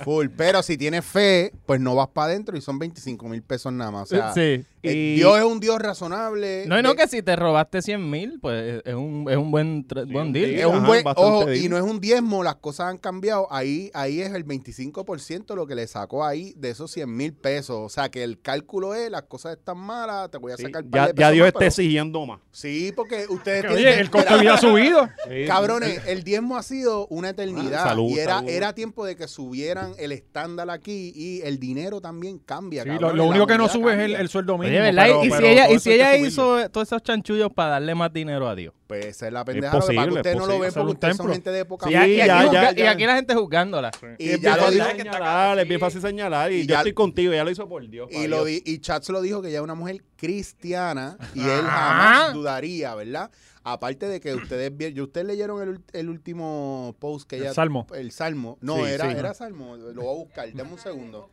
Speaker 1: full. Pero si tienes fe, pues no vas para adentro y son 25 mil pesos nada más. O sea,
Speaker 4: sí.
Speaker 1: eh,
Speaker 3: Y-
Speaker 1: Dios es un Dios razonable. Eh,
Speaker 4: No, y no
Speaker 1: De-
Speaker 4: que si te robaste 100 mil, pues es un, es un buen, tra- buen
Speaker 3: un
Speaker 4: deal.
Speaker 3: deal.
Speaker 1: es un
Speaker 3: Ajá,
Speaker 1: buen,
Speaker 3: bastante
Speaker 1: ojo,
Speaker 3: bien.
Speaker 1: y no es un diezmo, las cosas han cambiado. Ahí, ahí es el 25% lo que le sacó ahí de esos 100 mil pesos. O sea que el cálculo es, las cosas están malas, te voy a
Speaker 3: Sí.
Speaker 1: sacar un par
Speaker 3: Ya,
Speaker 1: de
Speaker 3: ya
Speaker 1: pesos
Speaker 3: Dios
Speaker 1: más,
Speaker 3: está
Speaker 1: pero-
Speaker 3: exigiendo más.
Speaker 1: Sí, porque ustedes
Speaker 2: Que,
Speaker 1: tienen
Speaker 2: Oye,
Speaker 1: que-
Speaker 2: el costo
Speaker 1: Mira,
Speaker 2: de vida ha subido.
Speaker 1: Cabrones, el diezmo ha sido una eternidad.
Speaker 3: Ah, salud,
Speaker 1: y era,
Speaker 3: salud.
Speaker 1: era tiempo de que subieran el estándar aquí y el dinero también cambia.
Speaker 2: Sí, lo,
Speaker 1: cabrones,
Speaker 2: lo
Speaker 1: la
Speaker 2: único que no
Speaker 1: moneda
Speaker 2: sube es el,
Speaker 1: cambia.
Speaker 2: el sueldo
Speaker 4: Oye,
Speaker 2: mínimo.
Speaker 4: ¿verdad?
Speaker 2: pero-
Speaker 4: y si
Speaker 2: pero
Speaker 4: ella,
Speaker 2: todo
Speaker 4: y
Speaker 2: eso
Speaker 4: si
Speaker 2: hay que
Speaker 4: ella
Speaker 2: subirlo.
Speaker 4: hizo todos esos chanchullos para darle más dinero a Dios.
Speaker 1: Pues esa es la pendeja.
Speaker 3: posible,
Speaker 1: lo que pasa es que ustedes
Speaker 3: es
Speaker 1: no lo ven porque
Speaker 2: Hacer
Speaker 3: posible.
Speaker 2: un
Speaker 1: ustedes son
Speaker 2: templo.
Speaker 1: gente de época.
Speaker 3: Sí,
Speaker 4: Y, aquí, y
Speaker 3: ya,
Speaker 4: aquí
Speaker 3: ya,
Speaker 4: juzga- y
Speaker 3: ya.
Speaker 4: aquí la gente juzgándola.
Speaker 1: Y
Speaker 3: es
Speaker 1: ya
Speaker 3: bien
Speaker 1: lo
Speaker 3: fácil
Speaker 1: dijo-
Speaker 3: señalar, es bien fácil señalar. Y,
Speaker 1: Y
Speaker 3: yo
Speaker 1: ya-
Speaker 3: estoy contigo, ella lo hizo por Dios.
Speaker 1: Y,
Speaker 3: para
Speaker 1: lo
Speaker 3: Dios.
Speaker 1: di- y Chats lo dijo que ella es una mujer cristiana y él jamás dudaría, ¿verdad? Aparte de que ustedes vieron, ustedes leyeron el, ul- el último post que
Speaker 2: El
Speaker 1: ella.
Speaker 2: Salmo.
Speaker 1: El salmo. No,
Speaker 3: Sí,
Speaker 1: era,
Speaker 3: sí.
Speaker 1: era salmo. Lo voy a buscar, dame un segundo.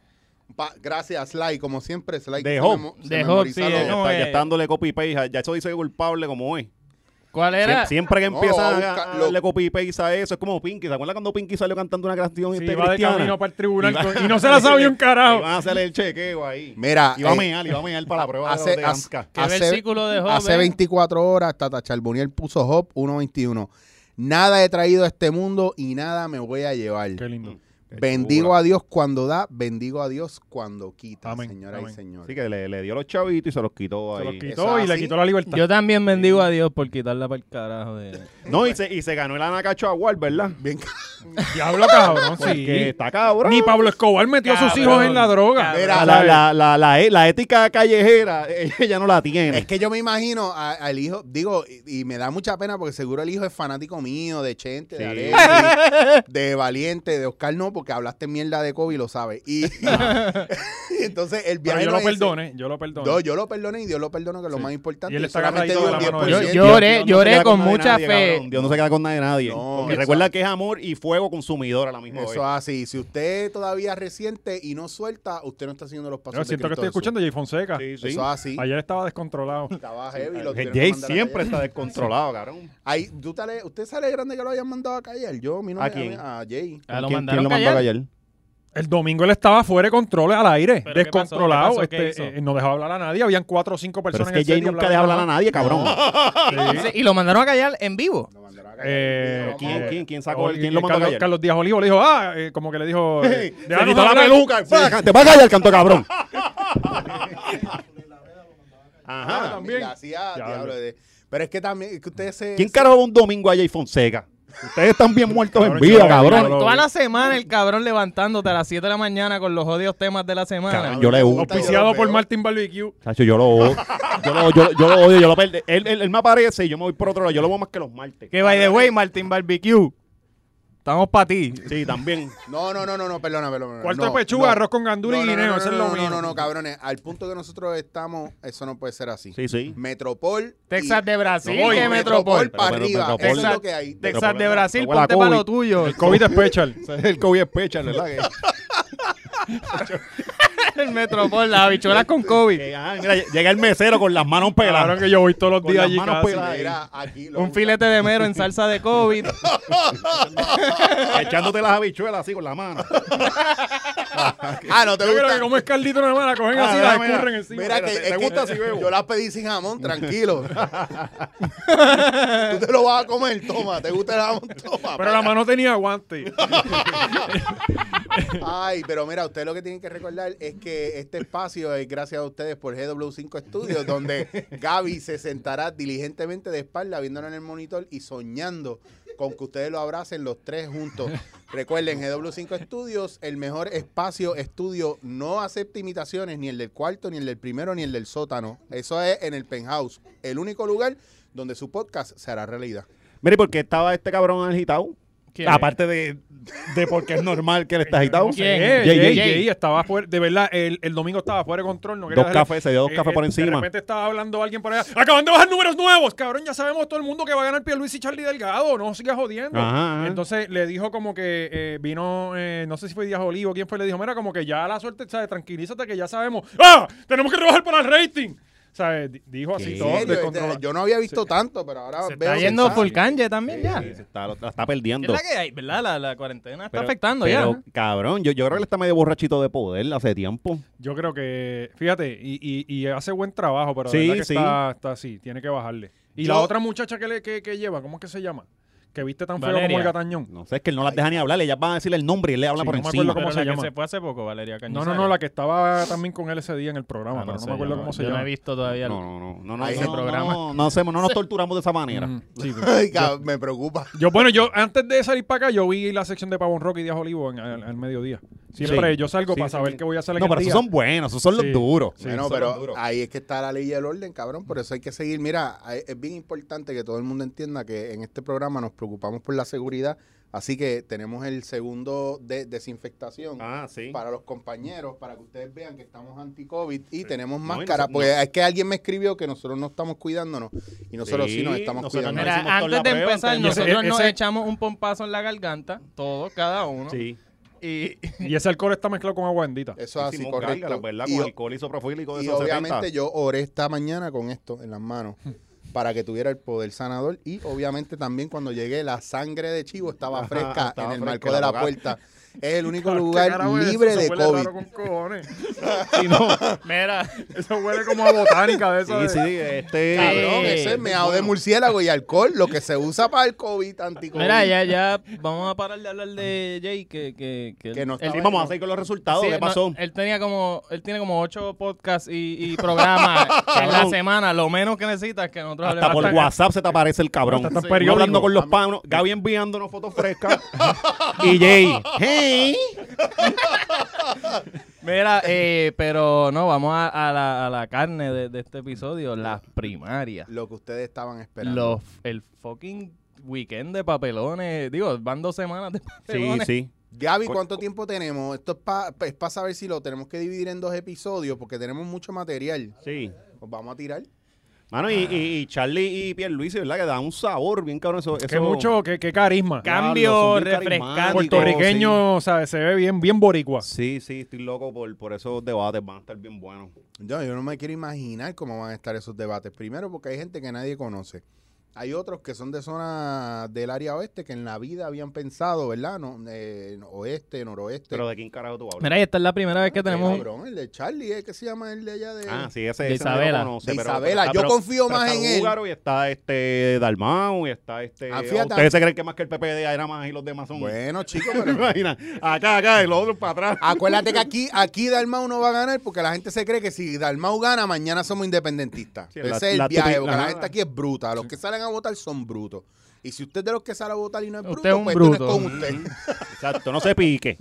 Speaker 1: Pa- gracias, Sly, como siempre, Sly. que
Speaker 3: De
Speaker 1: se
Speaker 3: Job.
Speaker 1: memo- se
Speaker 4: De Job,
Speaker 1: memoriza
Speaker 4: sí,
Speaker 1: los-
Speaker 3: Ya
Speaker 4: es como
Speaker 3: está,
Speaker 4: que-
Speaker 2: eh.
Speaker 3: ya está dándole copy paste. Ya eso dice culpable como es.
Speaker 4: ¿Cuál era?
Speaker 3: Siem- Siempre que
Speaker 1: No,
Speaker 3: empieza
Speaker 1: va a
Speaker 3: a,
Speaker 1: buscar-
Speaker 3: a
Speaker 1: lo-
Speaker 3: darle copy paste a eso, es como Pinky. ¿Se acuerdan cuando Pinky salió cantando una canción
Speaker 2: Sí,
Speaker 3: este
Speaker 2: iba de
Speaker 3: cristiana?
Speaker 2: camino para el tribunal con- y no se la sabía un
Speaker 3: Y
Speaker 2: carajo.
Speaker 3: van a hacerle el chequeo ahí.
Speaker 1: Mira,
Speaker 3: Y va a
Speaker 1: eh,
Speaker 3: mear, y va a mear para la prueba de-
Speaker 1: hace,
Speaker 3: de
Speaker 1: hace-
Speaker 3: AMCA.
Speaker 4: ¿Qué
Speaker 1: hace-
Speaker 4: versículo de Job
Speaker 1: hace
Speaker 4: es?
Speaker 1: 24 horas, Tata Charboniel puso Job 1.21. Nada he traído a este mundo y nada me voy a llevar.
Speaker 2: Qué lindo.
Speaker 1: Bendigo a Dios cuando da, bendigo a Dios cuando quita,
Speaker 2: Amén,
Speaker 1: señoras
Speaker 2: amén.
Speaker 1: y señores.
Speaker 3: Así que le, le dio los chavitos y se los quitó
Speaker 2: Se
Speaker 3: ahí.
Speaker 2: los
Speaker 1: Eso
Speaker 2: quitó
Speaker 1: es
Speaker 2: y le
Speaker 1: así.
Speaker 2: quitó la libertad.
Speaker 4: Yo también bendigo a Dios por quitarla para el carajo de...
Speaker 3: No, y se, y se ganó el Anacacho Award, ¿verdad?
Speaker 1: Bien,
Speaker 2: Diablo, cabrón, sí.
Speaker 3: Porque está cabrón.
Speaker 2: Ni Pablo Escobar metió a sus
Speaker 4: Cabrón,
Speaker 2: hijos en la droga.
Speaker 4: cabrón.
Speaker 1: Mira,
Speaker 3: la, la, la, la, la e- la ética callejera, ella no la tiene.
Speaker 1: es que yo me imagino a- al hijo, digo, y, y me da mucha pena porque seguro el hijo es fanático mío, de Chente, de
Speaker 3: Sí.
Speaker 1: Alexis, de Valiente, de Oscar, no, porque hablaste mierda de Kobe y lo sabe. Y, y entonces el
Speaker 2: Pero
Speaker 1: viaje
Speaker 2: yo lo
Speaker 1: dice-
Speaker 2: perdone, yo lo perdone.
Speaker 1: No, yo lo perdoné y Dios lo perdona, que es lo más importante.
Speaker 2: Y él está
Speaker 1: solamente
Speaker 2: agarradito
Speaker 1: dio
Speaker 2: de la mano de
Speaker 4: Yo,
Speaker 1: 10%.
Speaker 4: yo oré,
Speaker 3: Dios
Speaker 4: yo
Speaker 3: no se
Speaker 4: oré
Speaker 3: queda
Speaker 4: con
Speaker 3: nadie,
Speaker 4: mucha
Speaker 3: nadie,
Speaker 4: fe.
Speaker 3: cabrón. Dios no se queda con nadie. nadie.
Speaker 1: No,
Speaker 3: Porque
Speaker 1: eso-
Speaker 3: recuerda que es amor y fuego consumidor a la misma
Speaker 1: Eso
Speaker 3: vez.
Speaker 1: así. Si usted todavía resiente y no suelta, usted no está haciendo los pasos.
Speaker 2: Yo
Speaker 1: de
Speaker 2: siento que
Speaker 1: Cristo
Speaker 2: estoy escuchando a Jay Fonseca.
Speaker 3: Sí,
Speaker 1: Jesús.
Speaker 3: sí.
Speaker 1: Eso así.
Speaker 2: Ayer estaba descontrolado.
Speaker 1: Estaba heavy. lo tuvieron que
Speaker 3: Jay
Speaker 1: mandar a
Speaker 3: siempre
Speaker 1: callar.
Speaker 3: está descontrolado, cabrón.
Speaker 1: Ahí, tú te ale- usted sale grande que lo hayan mandado a callar. Yo, mi
Speaker 3: ¿A quién?
Speaker 1: A Jay.
Speaker 4: Ah, lo
Speaker 3: ¿Quién-
Speaker 4: mandaron
Speaker 3: quién lo
Speaker 4: callar,
Speaker 3: creo que ayer.
Speaker 2: El domingo él estaba fuera de control, al aire,
Speaker 4: ¿Pero qué pasó?
Speaker 2: descontrolado.
Speaker 4: ¿Qué pasó? ¿Qué
Speaker 2: este,
Speaker 4: hizo?
Speaker 2: eh, no dejaba hablar a nadie. Habían cuatro o cinco
Speaker 3: Pero
Speaker 2: personas
Speaker 3: es que
Speaker 2: en el
Speaker 3: Jay
Speaker 2: set y
Speaker 3: nunca deja hablar a nadie, cabrón.
Speaker 4: Ah, Sí, Y lo mandaron a callar en vivo.
Speaker 2: Eh,
Speaker 3: ¿Quién,
Speaker 2: eh,
Speaker 3: quién- quién sacó el-
Speaker 2: Oli-
Speaker 3: quién lo mandó a
Speaker 2: Carlos,
Speaker 3: callar?
Speaker 2: Carlos Díaz Olivo le dijo, ah, eh, como que le dijo. eh,
Speaker 3: Se
Speaker 2: "Déjanos
Speaker 3: quitó la
Speaker 2: hablar".
Speaker 3: peluca.
Speaker 2: Sí.
Speaker 3: ¡Fuera, Te va a callar, canto cabrón.
Speaker 1: Ah,
Speaker 3: Ajá.
Speaker 2: también.
Speaker 1: la hacía,
Speaker 2: Ya,
Speaker 1: diablo,
Speaker 2: hombre.
Speaker 1: de- Pero es que también, es que ustedes se...
Speaker 3: ¿Quién carajo va un domingo a Jay Fonseca? Ustedes están bien muertos en
Speaker 2: Cabrón,
Speaker 3: vida,
Speaker 2: yo-
Speaker 3: cabrón.
Speaker 2: Cabrón.
Speaker 4: Toda la semana el cabrón levantándote a las 7 de la mañana con los odios temas de la semana.
Speaker 3: Cabrón, yo le gusta.
Speaker 2: Auspiciado
Speaker 1: Yo lo
Speaker 2: por
Speaker 1: veo.
Speaker 2: Martin Barbecue.
Speaker 3: Chacho, yo lo odio. Yo lo, yo, yo lo odio, yo lo perdí. Él, él- él me aparece y yo me voy por otro lado. Yo lo veo más que los martes.
Speaker 4: Que by the way, Martín Barbecue. Estamos para ti.
Speaker 3: Sí, también.
Speaker 1: No, no, no, no, no, perdona, perdona.
Speaker 2: Cuarto
Speaker 1: no,
Speaker 2: de pechuga,
Speaker 1: no.
Speaker 2: arroz con gandula
Speaker 1: No,
Speaker 2: y
Speaker 1: no, no,
Speaker 2: guineo.
Speaker 1: no,
Speaker 2: Eso es
Speaker 1: no,
Speaker 2: lo
Speaker 1: no,
Speaker 2: mío.
Speaker 1: No, no, cabrones. Al punto que nosotros estamos, eso no puede ser así.
Speaker 3: Sí, sí.
Speaker 1: Metropol. y-
Speaker 4: Texas de Brasil,
Speaker 2: No voy.
Speaker 4: que Metropol.
Speaker 1: para
Speaker 3: Pero- pero
Speaker 1: arriba.
Speaker 3: Metropol-
Speaker 1: Eso es lo que hay.
Speaker 3: Texas
Speaker 4: Texas de Brasil,
Speaker 3: Huele a
Speaker 4: ponte para
Speaker 3: COVID.
Speaker 4: lo tuyo.
Speaker 2: El COVID special.
Speaker 3: El COVID es pecha, ¿verdad? Que-
Speaker 4: El Metropol, las habichuelas con COVID.
Speaker 3: que, ah, mira, llega el mesero con las manos
Speaker 2: Claro
Speaker 3: peladas.
Speaker 2: que yo voy todos los
Speaker 3: Con
Speaker 2: días
Speaker 3: las
Speaker 2: allí
Speaker 3: manos
Speaker 2: casi.
Speaker 3: peladas.
Speaker 1: Pues Mira, aquí lo
Speaker 4: Un
Speaker 1: gusta.
Speaker 4: filete de mero en salsa de COVID.
Speaker 3: Echándote las habichuelas así con la mano.
Speaker 1: Ah, no te
Speaker 2: Yo creo
Speaker 1: gusta.
Speaker 2: que como es Carlito nada más, la cogen
Speaker 3: Ah,
Speaker 2: así,
Speaker 3: mira,
Speaker 2: la
Speaker 3: mira.
Speaker 2: escurren encima.
Speaker 1: Mira que
Speaker 3: Espérate,
Speaker 1: es
Speaker 3: ¿te
Speaker 1: que
Speaker 3: gusta si bebo?
Speaker 1: yo las pedí sin jamón, tranquilo. Tú te lo vas a comer, toma. ¿Te gusta el jamón? Toma.
Speaker 2: Pero la mano tenía guante.
Speaker 1: Ay, pero mira, ustedes lo que tienen que recordar es que este espacio es gracias a ustedes por GW5 Studios, donde Gaby se sentará diligentemente de espalda viéndonos en el monitor y soñando con que ustedes lo abracen los tres juntos. Recuerden, GW5 Studios, el mejor espacio estudio, no acepta imitaciones, ni el del cuarto, ni el del primero, ni el del sótano. Eso es en el penthouse, el único lugar donde su podcast se hará realidad.
Speaker 3: Mire, ¿por qué estaba este cabrón agitado?
Speaker 4: ¿Quién?
Speaker 3: Aparte de, de porque es normal que él está agitado.
Speaker 2: No sé,
Speaker 4: ¿Quién?
Speaker 2: Jay,
Speaker 3: Jay,
Speaker 2: Jay,
Speaker 4: Jay.
Speaker 2: Jay estaba fuera, de verdad, el, el domingo estaba fuera de control. No eh,
Speaker 3: Dos cafés, se dio dos cafés por
Speaker 2: De
Speaker 3: encima.
Speaker 2: repente estaba hablando alguien por allá. Acaban de bajar números nuevos, cabrón. Ya sabemos todo el mundo que va a ganar Pierluis y Charlie Delgado. No sigas jodiendo.
Speaker 3: Ajá, ajá.
Speaker 2: Entonces le dijo como que eh, vino, eh, no sé si fue Díaz Olivo, quién fue, le dijo, mira, como que ya la suerte, ¿sabes? Tranquilízate que ya sabemos. ¡Ah! Tenemos que trabajar para el rating. ¿Sabes? D- Dijo así
Speaker 3: ¿Qué?
Speaker 2: todo.
Speaker 1: En serio,
Speaker 2: descontrolado.
Speaker 1: este, Yo no había visto tanto, pero ahora
Speaker 4: Se
Speaker 1: veo
Speaker 4: está yendo
Speaker 1: sensación.
Speaker 4: full canje también ya.
Speaker 3: Sí, se está, lo- la está
Speaker 4: Es
Speaker 3: perdiendo.
Speaker 4: la que hay, ¿verdad? La, la cuarentena está
Speaker 3: Pero-
Speaker 4: afectando
Speaker 3: pero,
Speaker 4: ya.
Speaker 3: cabrón, yo, yo creo que él está medio borrachito de poder hace tiempo.
Speaker 2: Yo creo que, fíjate, y, y- y hace buen trabajo, pero
Speaker 3: Sí,
Speaker 2: de verdad que
Speaker 3: sí.
Speaker 2: está, está así, tiene que bajarle. Y
Speaker 1: Yo-
Speaker 2: la otra muchacha que, le, que, que lleva, ¿cómo es que se llama? Que viste tan feo como
Speaker 4: Valeria.
Speaker 2: el gatañón.
Speaker 3: No sé, es que él no las deja ni hablar. Ellas van a decirle el nombre y él le habla
Speaker 2: Sí,
Speaker 3: por
Speaker 2: no me
Speaker 3: encima.
Speaker 2: acuerdo cómo
Speaker 4: Pero
Speaker 2: se
Speaker 4: la que
Speaker 2: llama?
Speaker 4: se fue hace poco, Valeria
Speaker 2: No,
Speaker 4: Cañizares.
Speaker 2: no, no, la que estaba también con él ese día en el programa,
Speaker 4: Ah,
Speaker 2: pero no,
Speaker 4: sé,
Speaker 2: me acuerdo
Speaker 4: yo
Speaker 2: cómo se
Speaker 4: yo
Speaker 2: llama.
Speaker 4: no he visto todavía. la-
Speaker 3: No, no, no, no, no,
Speaker 1: Ahí
Speaker 3: no,
Speaker 1: ese
Speaker 3: no,
Speaker 4: programa.
Speaker 3: no, no hacemos, no nos torturamos de esa manera.
Speaker 2: Mm, sí, pues.
Speaker 1: Ay, cab- me preocupa.
Speaker 2: yo, bueno, yo antes de salir para acá, yo vi la sección de Pavón Rock y Díaz Olivo en, al, al mediodía. Siempre
Speaker 3: Sí.
Speaker 2: yo salgo
Speaker 3: Sí,
Speaker 2: para
Speaker 3: sí,
Speaker 2: saber
Speaker 3: sí.
Speaker 2: qué voy a hacer en
Speaker 3: No,
Speaker 2: el
Speaker 3: pero
Speaker 2: día.
Speaker 3: esos son buenos, esos son
Speaker 2: Sí.
Speaker 3: los duros.
Speaker 2: Sí,
Speaker 1: bueno,
Speaker 2: son
Speaker 1: pero
Speaker 2: los duros.
Speaker 1: ahí es que está la ley y el orden, cabrón. Por eso hay que seguir. Mira, hay- es bien importante que todo el mundo entienda que en este programa nos preocupamos por la seguridad. Así que tenemos el segundo de desinfectación
Speaker 3: Ah, sí.
Speaker 1: para los compañeros, para que ustedes vean que estamos anti-COVID y tenemos
Speaker 3: No, y
Speaker 1: máscara.
Speaker 3: nosotros-
Speaker 1: porque es que alguien me escribió que nosotros no estamos cuidándonos y nosotros sí,
Speaker 3: Sí,
Speaker 1: nos estamos
Speaker 3: nosotros
Speaker 1: cuidando.
Speaker 3: no
Speaker 4: Mira,
Speaker 3: hicimos toda la
Speaker 4: antes de
Speaker 3: prueba,
Speaker 4: empezar,
Speaker 2: antes de-
Speaker 4: nosotros
Speaker 2: Ese-
Speaker 4: nos
Speaker 2: ese-
Speaker 4: echamos un pompazo en la garganta, todos, cada uno.
Speaker 3: Sí.
Speaker 4: Y
Speaker 2: Y ese alcohol está mezclado con agua bendita.
Speaker 1: Eso es así,
Speaker 3: Hicimos
Speaker 1: correcto.
Speaker 3: gárgaras, ¿verdad?
Speaker 1: Y-
Speaker 3: Con alcohol isopropílico de
Speaker 1: Y
Speaker 3: esos 70.
Speaker 1: obviamente yo oré esta mañana con esto en las manos para que tuviera el poder sanador y obviamente también cuando llegué la sangre de chivo estaba
Speaker 3: Ajá,
Speaker 1: fresca
Speaker 3: estaba
Speaker 1: en el
Speaker 3: fresca,
Speaker 1: marco de la
Speaker 3: la
Speaker 1: puerta. Es el único
Speaker 2: Claro, ¿qué
Speaker 1: lugar
Speaker 2: carajo es eso?
Speaker 1: libre
Speaker 2: Eso
Speaker 1: de
Speaker 2: huele
Speaker 1: COVID.
Speaker 2: raro con cojones.
Speaker 3: Sí, no.
Speaker 4: mira,
Speaker 2: Eso huele como a botánica de eso.
Speaker 3: Sí, sí, este.
Speaker 1: Cabrón,
Speaker 4: Eh,
Speaker 1: eso es meado de murciélago y alcohol, lo que se usa para el COVID, anticovid.
Speaker 4: mira, ya, ya, vamos a parar de hablar de Jay, que, que, que,
Speaker 1: Que no
Speaker 4: él-
Speaker 1: estaba-
Speaker 3: Sí, vamos a seguir con los resultados.
Speaker 4: Sí,
Speaker 3: ¿Qué
Speaker 4: no,
Speaker 3: pasó?
Speaker 4: él tenía como, él tiene como ocho podcasts y, y programas en la semana. Lo menos que necesitas es que nosotros
Speaker 3: Hasta
Speaker 4: hablemos
Speaker 3: por
Speaker 4: hasta-
Speaker 3: WhatsApp se te aparece el cabrón.
Speaker 2: Hasta tan
Speaker 3: Sí.
Speaker 2: periódico.
Speaker 3: Uno hablando con los
Speaker 1: A mí-
Speaker 3: panos, Gaby enviándonos fotos frescas. y Jay, hey.
Speaker 4: Mira, eh, pero no, vamos a, a la, a la carne de, de este episodio, las primarias.
Speaker 1: Lo que ustedes estaban esperando.
Speaker 4: Los, el fucking weekend de papelones. Digo, van dos semanas de
Speaker 3: Sí,
Speaker 4: papelones.
Speaker 3: sí.
Speaker 1: Gaby, ¿cuánto tiempo tenemos? Esto es para saber si lo tenemos que dividir en dos episodios porque tenemos mucho material.
Speaker 3: Sí.
Speaker 1: Pues vamos a tirar.
Speaker 3: Mano, y, y, y Charlie y Pierluisi, ¿verdad? Que da un sabor bien cabrón. Eso,
Speaker 2: Qué
Speaker 3: eso-
Speaker 2: mucho, qué, qué carisma.
Speaker 4: Cambio
Speaker 3: Diablo, son bien
Speaker 4: refrescante.
Speaker 3: carismáticos,
Speaker 2: Puertorriqueño, ¿sabes? Se ve bien, bien boricua.
Speaker 3: Sí, sí, estoy loco por, por esos debates. Van a estar bien buenos.
Speaker 1: Yo, yo no me quiero imaginar cómo van a estar esos debates. Primero, porque hay gente que nadie conoce. Hay otros que son de zona del área oeste que en la vida habían pensado, ¿verdad? No, eh, oeste, noroeste.
Speaker 3: Pero de quién carajo tú hablas.
Speaker 4: Mira, y esta es la primera vez que
Speaker 1: Qué
Speaker 4: tenemos.
Speaker 1: cabrón, el de Charlie, ¿eh? ¿qué se llama el de allá de...?
Speaker 3: Ah, sí, ese,
Speaker 4: De
Speaker 3: ese no lo
Speaker 4: Isabela.
Speaker 3: conoce,
Speaker 1: De
Speaker 3: pero-
Speaker 1: Isabela,
Speaker 3: pero-
Speaker 1: yo
Speaker 3: pero-
Speaker 1: confío
Speaker 3: pero
Speaker 1: más
Speaker 3: está
Speaker 1: en él.
Speaker 3: Búgaro Y está este Dalmau y está este.
Speaker 1: Ah, fíjate.
Speaker 3: ¿Ustedes se creen que más que el PPD era más y los demás son?
Speaker 1: Bueno, chicos,
Speaker 3: ¿Te
Speaker 1: pero...
Speaker 3: imaginas? Acá, acá, y los otros para atrás.
Speaker 1: Acuérdate que aquí, aquí Dalmau no va a ganar porque la gente se cree que si Dalmau gana, mañana somos independentistas.
Speaker 3: Sí,
Speaker 1: Ese
Speaker 3: la-
Speaker 1: es el
Speaker 3: la
Speaker 1: viaje,
Speaker 3: típica-
Speaker 1: porque la
Speaker 3: la-
Speaker 1: gente aquí es bruta. Los que salen a votar son brutos. Y si usted es de los que sale a votar y no es bruto,
Speaker 4: Usted es un
Speaker 1: pues esto no
Speaker 4: bruto.
Speaker 1: es
Speaker 3: Mm.
Speaker 1: con usted.
Speaker 3: Exacto, no se pique.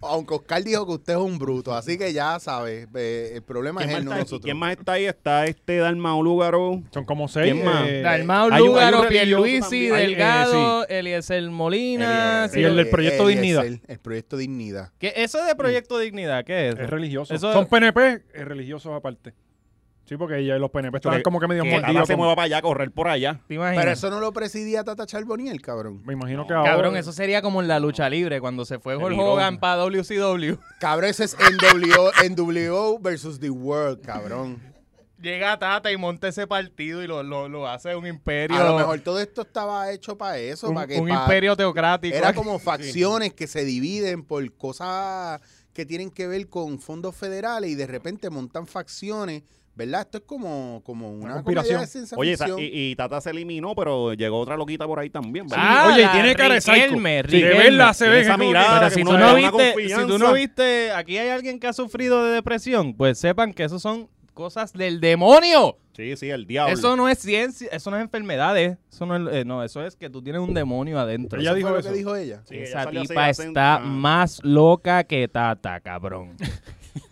Speaker 1: Aunque Oscar dijo que usted es un bruto, así que ya sabes, eh, el problema
Speaker 3: ¿Quién
Speaker 1: es
Speaker 3: más,
Speaker 1: él, no
Speaker 3: está aquí?
Speaker 1: nosotros.
Speaker 3: ¿Quién más está ahí? Está este Dalmau Lúgaro.
Speaker 2: Son como seis.
Speaker 3: ¿Quién más?
Speaker 2: eh,
Speaker 4: Dalmau,
Speaker 3: hay un- hay un
Speaker 4: Lúgaro,
Speaker 3: religioso
Speaker 4: Pierluisi,
Speaker 3: también.
Speaker 2: Hay- eh,
Speaker 4: Delgado, Eliezer Molina.
Speaker 3: Eliezer.
Speaker 4: Ah, sí,
Speaker 2: Y el del
Speaker 1: Eh,
Speaker 2: Proyecto
Speaker 1: Eliezer,
Speaker 2: Dignidad.
Speaker 1: El proyecto Dignidad.
Speaker 4: ¿Qué- ¿Eso de Proyecto Dignidad? ¿Qué es?
Speaker 2: Es
Speaker 4: eso?
Speaker 2: religioso.
Speaker 4: Eso-
Speaker 2: Son PNP eh, religiosos aparte. Sí, porque ya los PNP están como que medio
Speaker 3: Que Tata
Speaker 2: mordidos.
Speaker 3: se
Speaker 2: con-
Speaker 3: mueva para allá, correr por allá.
Speaker 4: ¿Te imaginas?
Speaker 1: Pero eso no lo presidía Tata Charboniel, cabrón.
Speaker 2: Me imagino que ahora.
Speaker 4: Cabrón, eso sería como en la lucha libre, cuando se fue Hulk
Speaker 2: Peligroso.
Speaker 4: Hogan para WCW.
Speaker 1: Cabrón, ese es NWO, NWO versus The World, cabrón.
Speaker 4: Llega Tata y monta ese partido y lo, lo, lo hace un imperio.
Speaker 1: A lo mejor todo esto estaba hecho para eso,
Speaker 4: un,
Speaker 1: para que
Speaker 4: un
Speaker 1: pa-
Speaker 4: imperio teocrático.
Speaker 1: Era como facciones que se dividen por cosas que tienen que ver con fondos federales y de repente montan facciones, ¿verdad? Esto es como, como una,
Speaker 2: conspiración.
Speaker 1: comedia de ciencia
Speaker 3: Oye, ta-
Speaker 1: ficción.
Speaker 3: y, y Tata se eliminó, pero llegó otra loquita por ahí también. ¿verdad?
Speaker 4: Ah,
Speaker 2: Oye, y
Speaker 4: la
Speaker 2: tiene cara de psycho.
Speaker 4: Riquelme,
Speaker 2: Sí, de
Speaker 4: Riquelme.
Speaker 2: verla se
Speaker 3: Tiene
Speaker 2: ve.
Speaker 3: esa
Speaker 2: que como que-
Speaker 3: mirada
Speaker 4: Pero
Speaker 3: Ahora
Speaker 4: si
Speaker 3: que
Speaker 4: tú,
Speaker 3: uno le
Speaker 4: no
Speaker 3: da una
Speaker 4: viste, si tú
Speaker 3: confianza.
Speaker 4: no viste, aquí hay alguien que ha sufrido de depresión, pues sepan que eso son cosas del demonio.
Speaker 3: Sí, sí, el diablo.
Speaker 4: Eso no es ciencia, eso no es enfermedades, eso no es, eh, no, eso es que tú tienes un demonio adentro.
Speaker 2: Ella
Speaker 1: ¿Eso
Speaker 2: dijo
Speaker 1: fue lo
Speaker 2: eso.
Speaker 1: que dijo ella.
Speaker 3: Sí, ella
Speaker 4: Esa
Speaker 3: salió así
Speaker 4: tipa
Speaker 3: acento-
Speaker 4: está
Speaker 3: ah,
Speaker 4: más loca que Tata, cabrón.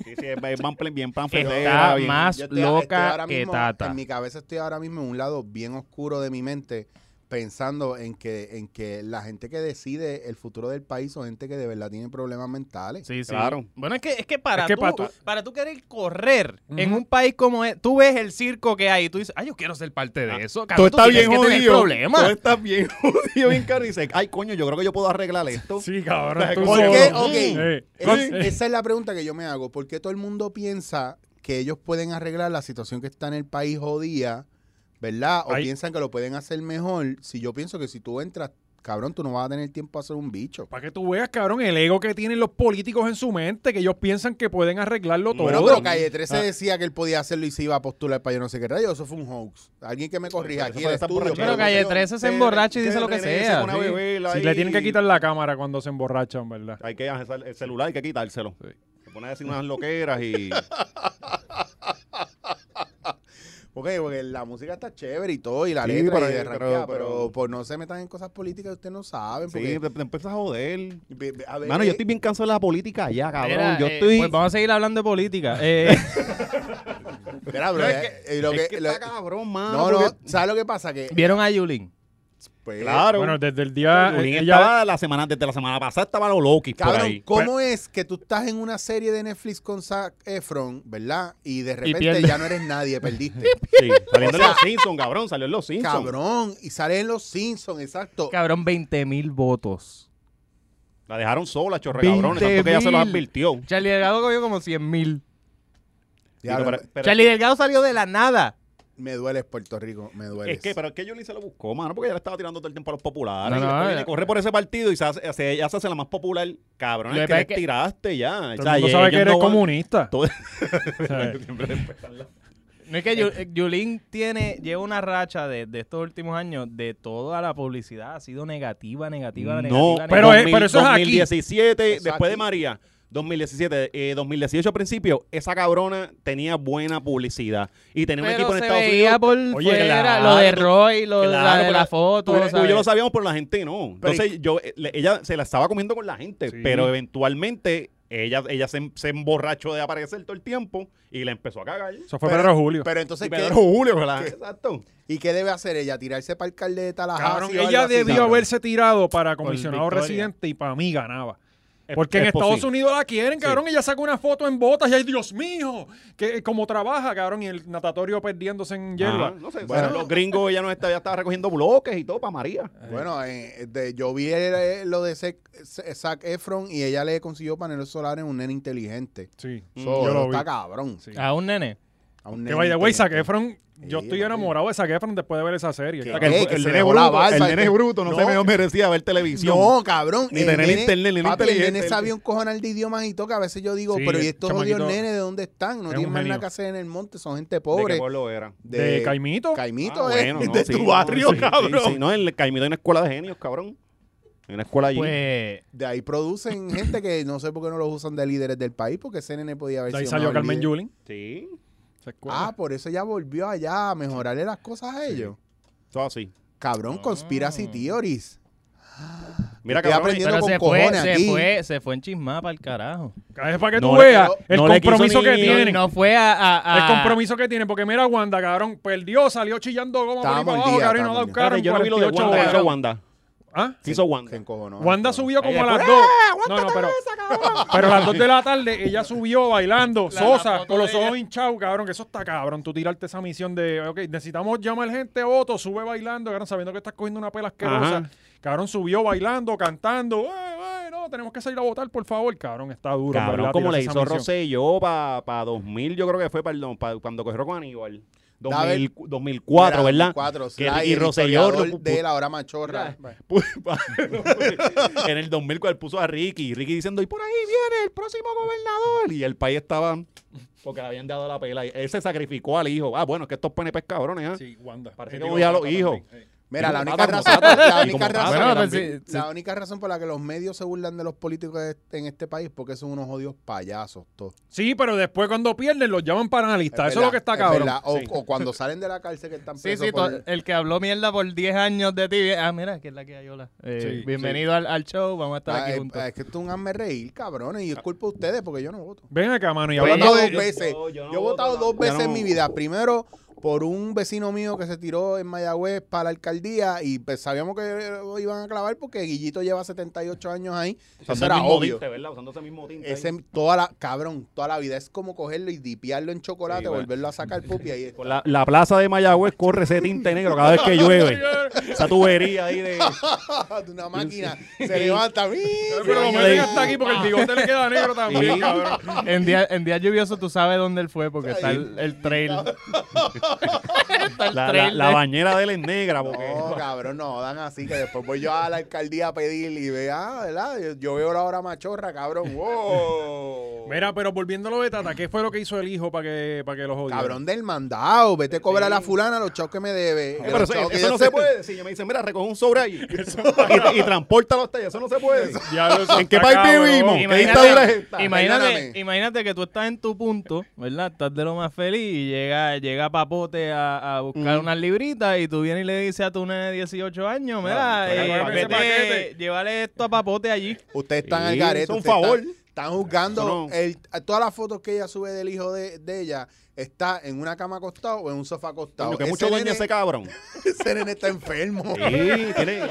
Speaker 3: Sí, sí, es van pl- bien plan
Speaker 4: Está
Speaker 3: federal, bien-
Speaker 4: más
Speaker 1: Yo estoy- estoy
Speaker 4: loca
Speaker 1: ahora
Speaker 4: que
Speaker 1: mismo-
Speaker 4: Tata.
Speaker 1: En mi cabeza estoy ahora mismo en un lado bien oscuro de mi mente pensando en que, en que la gente que decide el futuro del país son gente que de verdad tiene problemas mentales.
Speaker 4: Sí, sí.
Speaker 3: Claro.
Speaker 4: Bueno, es que, es que, para,
Speaker 2: Es que
Speaker 4: tú, para
Speaker 2: para
Speaker 4: tú
Speaker 2: tú-
Speaker 4: querer correr en
Speaker 2: Ujú.
Speaker 4: un país como es, tú ves el circo que hay y tú dices, ay, yo quiero ser parte de eso.
Speaker 3: Todo
Speaker 4: cabrón,
Speaker 3: está
Speaker 4: tienes
Speaker 3: bien
Speaker 4: que tener
Speaker 3: jodido.
Speaker 4: problemas.
Speaker 3: Todo está bien jodido, bien caro. Y dice, ay, coño, yo creo que yo puedo arreglar esto.
Speaker 2: Sí, cabrón.
Speaker 3: ¿Por
Speaker 2: tú
Speaker 1: ¿Por
Speaker 2: solo.
Speaker 1: qué?
Speaker 2: Mm.
Speaker 1: Ok.
Speaker 2: Eh,
Speaker 1: Es-
Speaker 2: eh,
Speaker 1: esa es la pregunta que yo me hago. ¿Por qué todo el mundo piensa que ellos pueden arreglar la situación que está en el país jodida, verdad? O
Speaker 2: Ay.
Speaker 1: piensan que lo pueden hacer mejor. Si yo pienso que si tú entras, cabrón, tú no vas a tener tiempo a hacer un bicho.
Speaker 2: Para que tú veas, cabrón, el ego que tienen los políticos en su mente, que ellos piensan que pueden arreglarlo todo.
Speaker 3: Bueno,
Speaker 1: Bueno, pero Calle 13
Speaker 2: Ah.
Speaker 1: decía que él podía hacerlo y se iba a postular para yo no sé qué rayo. Eso fue un hoax. Alguien que me corrija
Speaker 3: Eso
Speaker 1: aquí
Speaker 3: fue
Speaker 1: en el
Speaker 3: esa
Speaker 1: estudio.
Speaker 3: borrachera.
Speaker 4: Pero Calle
Speaker 1: Pero-
Speaker 4: 13 se
Speaker 3: Que-
Speaker 4: emborracha y dice lo que
Speaker 3: regrese
Speaker 4: sea,
Speaker 3: con
Speaker 1: Ah,
Speaker 3: una
Speaker 4: sí.
Speaker 3: bebela
Speaker 2: Si
Speaker 3: ahí.
Speaker 2: le tienen que quitar la cámara cuando se emborrachan, ¿verdad?
Speaker 3: Hay que ajá, el celular, hay que quitárselo.
Speaker 2: Sí.
Speaker 3: Se pone a decir unas loqueras y...
Speaker 1: Ok, porque la música está chévere y todo, y la
Speaker 3: Sí,
Speaker 1: letra
Speaker 3: pero-
Speaker 1: y de
Speaker 3: pero-
Speaker 1: ranquea, pero,
Speaker 3: pero-
Speaker 1: pues no se metan en cosas políticas que ustedes no saben.
Speaker 3: Sí,
Speaker 1: Porque,
Speaker 3: te, te empiezas a joder.
Speaker 1: Ve- ve- a ver,
Speaker 3: Mano, yo
Speaker 1: eh,
Speaker 3: estoy bien cansado de la política ya, cabrón.
Speaker 4: Mira,
Speaker 3: yo
Speaker 4: eh,
Speaker 3: estoy...
Speaker 4: Pues vamos a seguir hablando de política. Eh,
Speaker 1: espera, bro, eh, eh, lo
Speaker 3: es
Speaker 1: que-
Speaker 3: que
Speaker 1: lo-
Speaker 3: está cabrón, mano.
Speaker 1: No, no,
Speaker 3: porque-
Speaker 1: ¿sabes lo que pasa? Que,
Speaker 4: ¿Vieron a Yulín?
Speaker 1: pues,
Speaker 3: Claro.
Speaker 2: Bueno, desde el
Speaker 4: Ah,
Speaker 2: día.
Speaker 3: Yulín
Speaker 4: eh,
Speaker 2: ella-
Speaker 3: estaba la semana, desde la semana pasada estaba lo Loki por
Speaker 1: Cabrón,
Speaker 3: ahí.
Speaker 1: ¿cómo es que tú estás en una serie de Netflix con Zac Efron, verdad? Y de repente
Speaker 4: pierdes.
Speaker 1: ya no eres nadie, perdiste.
Speaker 3: Sí, saliendo en los Simpsons, cabrón, salió en los Simpsons.
Speaker 1: Cabrón, y sales en Los Simpsons, exacto.
Speaker 4: Cabrón, 20 mil votos.
Speaker 3: La dejaron sola, chorre,
Speaker 4: 20
Speaker 3: cabrón. Tanto que ya se los
Speaker 4: mil.
Speaker 3: advirtió.
Speaker 4: Charlie Delgado cogió como 100 mil.
Speaker 1: Diablo,
Speaker 3: Pero- pero-
Speaker 4: Charlie Delgado salió de la nada.
Speaker 1: me dueles Puerto Rico, me dueles.
Speaker 3: es que, pero es que Yuli se lo buscó, mano, porque ella le estaba tirando todo el tiempo a los populares.
Speaker 4: No,
Speaker 3: y
Speaker 4: no,
Speaker 3: después
Speaker 4: eh.
Speaker 3: viene, corre por ese partido y se hace, se- ella se hace la más popular. Cabrón,
Speaker 4: Lo
Speaker 3: es
Speaker 4: que
Speaker 3: que
Speaker 4: pasa
Speaker 3: le
Speaker 4: es que-
Speaker 3: tiraste ya.
Speaker 2: Todo el mundo sabe que eres comunista.
Speaker 3: Todo-
Speaker 2: O sea,
Speaker 4: No es que Yu- eh, Yulín tiene, lleva una racha de, de estos últimos años de toda la publicidad. Ha sido negativa, negativa,
Speaker 3: No,
Speaker 4: negativa.
Speaker 2: pero
Speaker 4: negativa.
Speaker 2: es- pero eso es aquí.
Speaker 3: 2017,
Speaker 1: Eso
Speaker 3: después de
Speaker 1: aquí.
Speaker 3: María, 2017, eh, 2018 al principio, esa cabrona tenía buena publicidad. Y tenía un
Speaker 4: Pero
Speaker 3: equipo en
Speaker 4: se
Speaker 3: Estados
Speaker 4: veía
Speaker 3: Unidos.
Speaker 4: por
Speaker 3: Oye,
Speaker 4: fuera,
Speaker 3: claro,
Speaker 4: lo de
Speaker 3: tú-
Speaker 4: Roy, lo de la-
Speaker 3: Claro,
Speaker 4: de la
Speaker 3: pero
Speaker 4: foto.
Speaker 3: tú- tú y
Speaker 4: ¿sabes?
Speaker 3: yo lo sabíamos, pero la gente no.
Speaker 1: Pero-
Speaker 3: Entonces, yo, eh, le- ella se la estaba comiendo con la gente,
Speaker 2: Sí.
Speaker 3: pero eventualmente ella, ella se, se emborrachó de aparecer todo el tiempo y la empezó a cagar.
Speaker 2: Eso fue Pedro Julio.
Speaker 1: Pero entonces,
Speaker 3: Y
Speaker 1: ¿qué-
Speaker 3: Pedro Julio, ¿verdad?
Speaker 1: ¿Qué?
Speaker 3: Exacto.
Speaker 1: ¿y qué debe hacer ella? ¿Tirarse para alcalde de Tallahassee?
Speaker 2: Cabrón,
Speaker 1: o algo
Speaker 2: ella
Speaker 1: así,
Speaker 2: debió
Speaker 1: cabrón?
Speaker 2: haberse tirado para comisionado
Speaker 4: Victoria.
Speaker 2: residente y para mí ganaba.
Speaker 3: Es-
Speaker 2: Porque en
Speaker 3: es
Speaker 2: Estados
Speaker 3: posible.
Speaker 2: Unidos la quieren, cabrón. Ella saca una foto en botas y ay, Dios mío, que como trabaja, cabrón, y el natatorio perdiéndose en hierba.
Speaker 3: Ajá, Ah, no sé,
Speaker 1: Bueno.
Speaker 3: o sea, los gringos ya no está, ya estaba recogiendo bloques y todo para María.
Speaker 1: Bueno, eh, de- yo vi eh, lo de Zac, Zac Efron y ella
Speaker 3: Mm.
Speaker 1: le consiguió paneles solares a un nene inteligente.
Speaker 2: Sí,
Speaker 1: So,
Speaker 2: yo lo vi.
Speaker 1: está cabrón.
Speaker 2: Sí.
Speaker 4: A un nene.
Speaker 1: A un
Speaker 2: Que by the way,
Speaker 1: nenito.
Speaker 2: Zac Efron, yo
Speaker 1: Sí,
Speaker 2: estoy
Speaker 1: papi.
Speaker 2: enamorado de Zac Efron después de ver esa serie.
Speaker 1: ¿Qué?
Speaker 3: O sea, que el,
Speaker 1: Eh, que
Speaker 3: el
Speaker 1: se
Speaker 3: nene es
Speaker 1: dejó la
Speaker 3: bruto,
Speaker 1: balsa,
Speaker 3: el nene es
Speaker 1: que-
Speaker 3: bruto, no,
Speaker 1: No.
Speaker 3: se me merecía ver televisión.
Speaker 1: No, cabrón.
Speaker 3: Ni
Speaker 1: el
Speaker 3: tener
Speaker 1: nene-
Speaker 3: internet, ni
Speaker 1: papi, el nene
Speaker 3: inteligente.
Speaker 1: sabía un cojonal de idiomas y toca. A veces yo digo,
Speaker 2: Sí,
Speaker 1: pero ¿y
Speaker 2: el
Speaker 1: estos odios
Speaker 2: chamaquito
Speaker 1: nenes de dónde están? No
Speaker 2: es
Speaker 1: tienen
Speaker 2: un
Speaker 1: más
Speaker 2: genio.
Speaker 1: nada que hacer en el monte, son gente
Speaker 3: ¿De
Speaker 1: pobre.
Speaker 3: qué pueblo era?
Speaker 2: ¿De Caimito?
Speaker 1: Caimito,
Speaker 3: Ah,
Speaker 1: eh,
Speaker 3: bueno, no,
Speaker 1: de
Speaker 3: sí,
Speaker 1: tu
Speaker 3: no,
Speaker 1: barrio,
Speaker 3: sí, sí,
Speaker 1: cabrón.
Speaker 3: sí, no, en el Caimito hay una escuela de genios, cabrón. Hay una escuela allí.
Speaker 4: Pues,
Speaker 1: De ahí producen gente que no sé por qué no los usan de líderes del país, porque ese nene podía haber
Speaker 2: De ahí
Speaker 1: sido
Speaker 2: salió
Speaker 1: mejor
Speaker 2: Carmen
Speaker 1: líder.
Speaker 2: Yulín.
Speaker 3: sí,
Speaker 2: esa escuela.
Speaker 1: Ah, por eso ya volvió allá a mejorarle las cosas a ellos.
Speaker 3: todo así.
Speaker 1: Cabrón,
Speaker 2: Ah.
Speaker 1: conspiracy theories.
Speaker 3: Mira,
Speaker 1: Estoy
Speaker 3: cabrón,
Speaker 1: aprendiendo
Speaker 4: pero
Speaker 1: con
Speaker 4: se fue,
Speaker 1: cojones
Speaker 4: se
Speaker 1: aquí.
Speaker 4: fue, se fue en chismá para el carajo.
Speaker 2: Es para que
Speaker 3: No
Speaker 2: tú
Speaker 3: le-
Speaker 2: veas
Speaker 3: no-
Speaker 2: el
Speaker 3: no le quiso
Speaker 2: compromiso
Speaker 3: ni-
Speaker 2: que
Speaker 3: no- ah.
Speaker 2: tienen.
Speaker 4: No fue a... a- a-
Speaker 2: El compromiso que tienen. Porque mira, Wanda, cabrón, perdió, salió chillando como por ahí
Speaker 1: Estaba
Speaker 2: para abajo,
Speaker 1: mordida,
Speaker 2: cabrón, y no
Speaker 1: estaba
Speaker 2: da un
Speaker 1: mordida.
Speaker 2: carro.
Speaker 3: Espérate, yo no vi lo de
Speaker 2: 48 horas.
Speaker 3: Wanda. ¿Qué hizo Wanda?
Speaker 2: ¿Ah,
Speaker 3: ¿Qué hizo
Speaker 1: Se
Speaker 3: Wanda?
Speaker 1: encojonó.
Speaker 2: Wanda subió como
Speaker 3: Ella
Speaker 2: a las
Speaker 3: fue,
Speaker 2: 2. No, no, pero, pero a las 2 de la tarde ella subió bailando,
Speaker 4: La- la
Speaker 2: sosa,
Speaker 4: foto
Speaker 2: con los
Speaker 4: de ella.
Speaker 2: ojos hinchados, cabrón, que eso está cabrón. Tú tirarte esa misión de, ok, necesitamos llamar gente voto, sube bailando, cabrón, sabiendo que estás cogiendo una pela asquerosa.
Speaker 3: Ajá.
Speaker 2: Cabrón, subió bailando, cantando. "Eh, eh, no, tenemos que salir a votar, por favor, cabrón, está duro. en
Speaker 3: Cabrón,
Speaker 2: verdad,
Speaker 3: como le
Speaker 2: tirarse esa
Speaker 3: hizo
Speaker 2: misión.
Speaker 3: Rosselló para pa 2000, yo creo que fue, perdón, pa- cuando corrió con Aníbal.
Speaker 1: Da
Speaker 3: 2000 2004,
Speaker 1: Era
Speaker 3: ¿verdad?
Speaker 1: 2004,
Speaker 3: Que
Speaker 1: Sly,
Speaker 3: Ricky
Speaker 1: el
Speaker 3: Rosselló
Speaker 1: historiador
Speaker 3: lo-
Speaker 1: de la hora machorra.
Speaker 3: en el 2004 puso a Ricky, Ricky diciendo, y por ahí viene el próximo gobernador. Y el país estaba, porque le habían dado la pela. Y Él se sacrificó al hijo. Ah, bueno, es que estos PNP cabrones, ¿ah?
Speaker 2: Sí, Wanda.
Speaker 3: Parece
Speaker 2: Le
Speaker 3: que
Speaker 2: tiró
Speaker 3: odia a
Speaker 2: la
Speaker 3: los
Speaker 2: pata
Speaker 3: hijos.
Speaker 2: también. Eh.
Speaker 1: Mira,
Speaker 3: Y
Speaker 1: la
Speaker 3: como
Speaker 1: única
Speaker 3: pata,
Speaker 1: razón,
Speaker 3: como pata.
Speaker 1: la
Speaker 3: Y
Speaker 1: única
Speaker 3: como pata
Speaker 1: razón,
Speaker 4: Bueno,
Speaker 3: también.
Speaker 4: pues sí, sí.
Speaker 1: la única razón por la que los medios se burlan de los políticos est- en este país porque son unos odios payasos todos.
Speaker 2: Sí, pero después cuando pierden los llaman para analistas.
Speaker 1: Es
Speaker 2: Eso es lo
Speaker 1: verdad,
Speaker 2: que está
Speaker 1: es
Speaker 2: cabrón.
Speaker 1: verdad. O,
Speaker 2: Sí.
Speaker 1: o cuando salen de la cárcel que están
Speaker 4: Sí,
Speaker 1: presos.
Speaker 4: sí,
Speaker 1: por-
Speaker 4: to- el que habló mierda por 10 años de ti. Ah, mira, que es la que hay, hola. Eh,
Speaker 2: Sí,
Speaker 4: bienvenido Al, al show, vamos a estar
Speaker 1: Ah,
Speaker 4: aquí
Speaker 1: eh,
Speaker 4: juntos.
Speaker 1: es que esto es un hazme reír, cabrones, y
Speaker 3: Ah.
Speaker 1: es culpa de ustedes porque yo no voto.
Speaker 2: Ven acá, mano, y
Speaker 1: Yo he
Speaker 2: hablando
Speaker 1: votado
Speaker 2: de...
Speaker 1: dos veces. Yo,
Speaker 3: yo- yo no
Speaker 1: he votado
Speaker 3: voto
Speaker 1: dos
Speaker 3: nada.
Speaker 1: veces
Speaker 3: Yo
Speaker 1: en
Speaker 3: no-
Speaker 1: mi vida. Primero, por un vecino mío que se tiró en Mayagüez para la alcaldía y pues, sabíamos que lo iban a clavar porque Guillito lleva 78 años ahí.
Speaker 3: Usando
Speaker 1: Eso
Speaker 3: el
Speaker 1: era
Speaker 3: mismo
Speaker 1: obvio.
Speaker 3: tinte, ¿verdad? Usando ese mismo tinte ahí.
Speaker 1: Ese, toda la, cabrón, toda la vida es como cogerlo y dipiarlo en chocolate,
Speaker 3: Sí, bueno.
Speaker 1: volverlo a sacar pupi ahí está.
Speaker 3: Por la, la plaza de Mayagüez corre ese tinte negro cada vez que llueve. Esa tubería ahí
Speaker 1: De
Speaker 3: de...
Speaker 1: una máquina se levanta. ¡mí!
Speaker 2: Pero lo meten hasta aquí porque el bigote le queda negro también,
Speaker 3: Sí.
Speaker 2: cabrón.
Speaker 4: En día, en día lluvioso tú sabes dónde él fue porque está el, el trail. está el
Speaker 3: La, la-
Speaker 4: trail.
Speaker 3: la
Speaker 4: de-
Speaker 3: bañera de él es negra porque...
Speaker 1: No, cabrón, no, dan así que después voy yo a la alcaldía a pedir y vea, ¿verdad? Yo, yo veo la hora machorra, cabrón. ¡Wow!
Speaker 2: Mira, pero volviendo a lo de Tata, ¿qué fue lo que hizo el hijo para que, para que los odie?
Speaker 1: Cabrón del mandado, vete a cobrar a la fulana los chavos que me debe. que
Speaker 3: Pero
Speaker 1: los
Speaker 3: eso,
Speaker 1: chavos que
Speaker 3: eso
Speaker 1: yo
Speaker 3: no
Speaker 1: sé-
Speaker 3: se puede decir. Yo me dicen, mira, recoge un sobre ahí y, y transportalo hasta allá. Eso no se puede.
Speaker 2: Diablo, eso
Speaker 3: ¿En qué
Speaker 2: está
Speaker 3: país
Speaker 2: cabrón.
Speaker 3: vivimos? ¿Qué dictadura es
Speaker 4: Imagínate,
Speaker 3: esta?
Speaker 1: Perdóname.
Speaker 4: imagínate, imagínate que tú estás en tu punto, ¿verdad? Estás de lo más feliz y llega, llega Papote a, a buscar unas libritas y tú vienes y le dices a tu nene de 18 años, mira,
Speaker 3: tú eres
Speaker 4: eh,
Speaker 3: el paquete.
Speaker 4: vete, llévale esto a Papote allí.
Speaker 1: Ustedes están
Speaker 3: Sí,
Speaker 1: al garete.
Speaker 3: es un
Speaker 1: ustedes
Speaker 3: favor.
Speaker 1: Están, están juzgando.
Speaker 3: Eso no.
Speaker 1: el- a todas las fotos que ella sube del hijo de, de ella está en una cama acostado o en un sofá acostado.
Speaker 3: Coño, que
Speaker 1: Ese
Speaker 3: mucho daño
Speaker 1: nene-
Speaker 3: ese cabrón.
Speaker 1: ese nene está enfermo.
Speaker 3: Sí, tiene...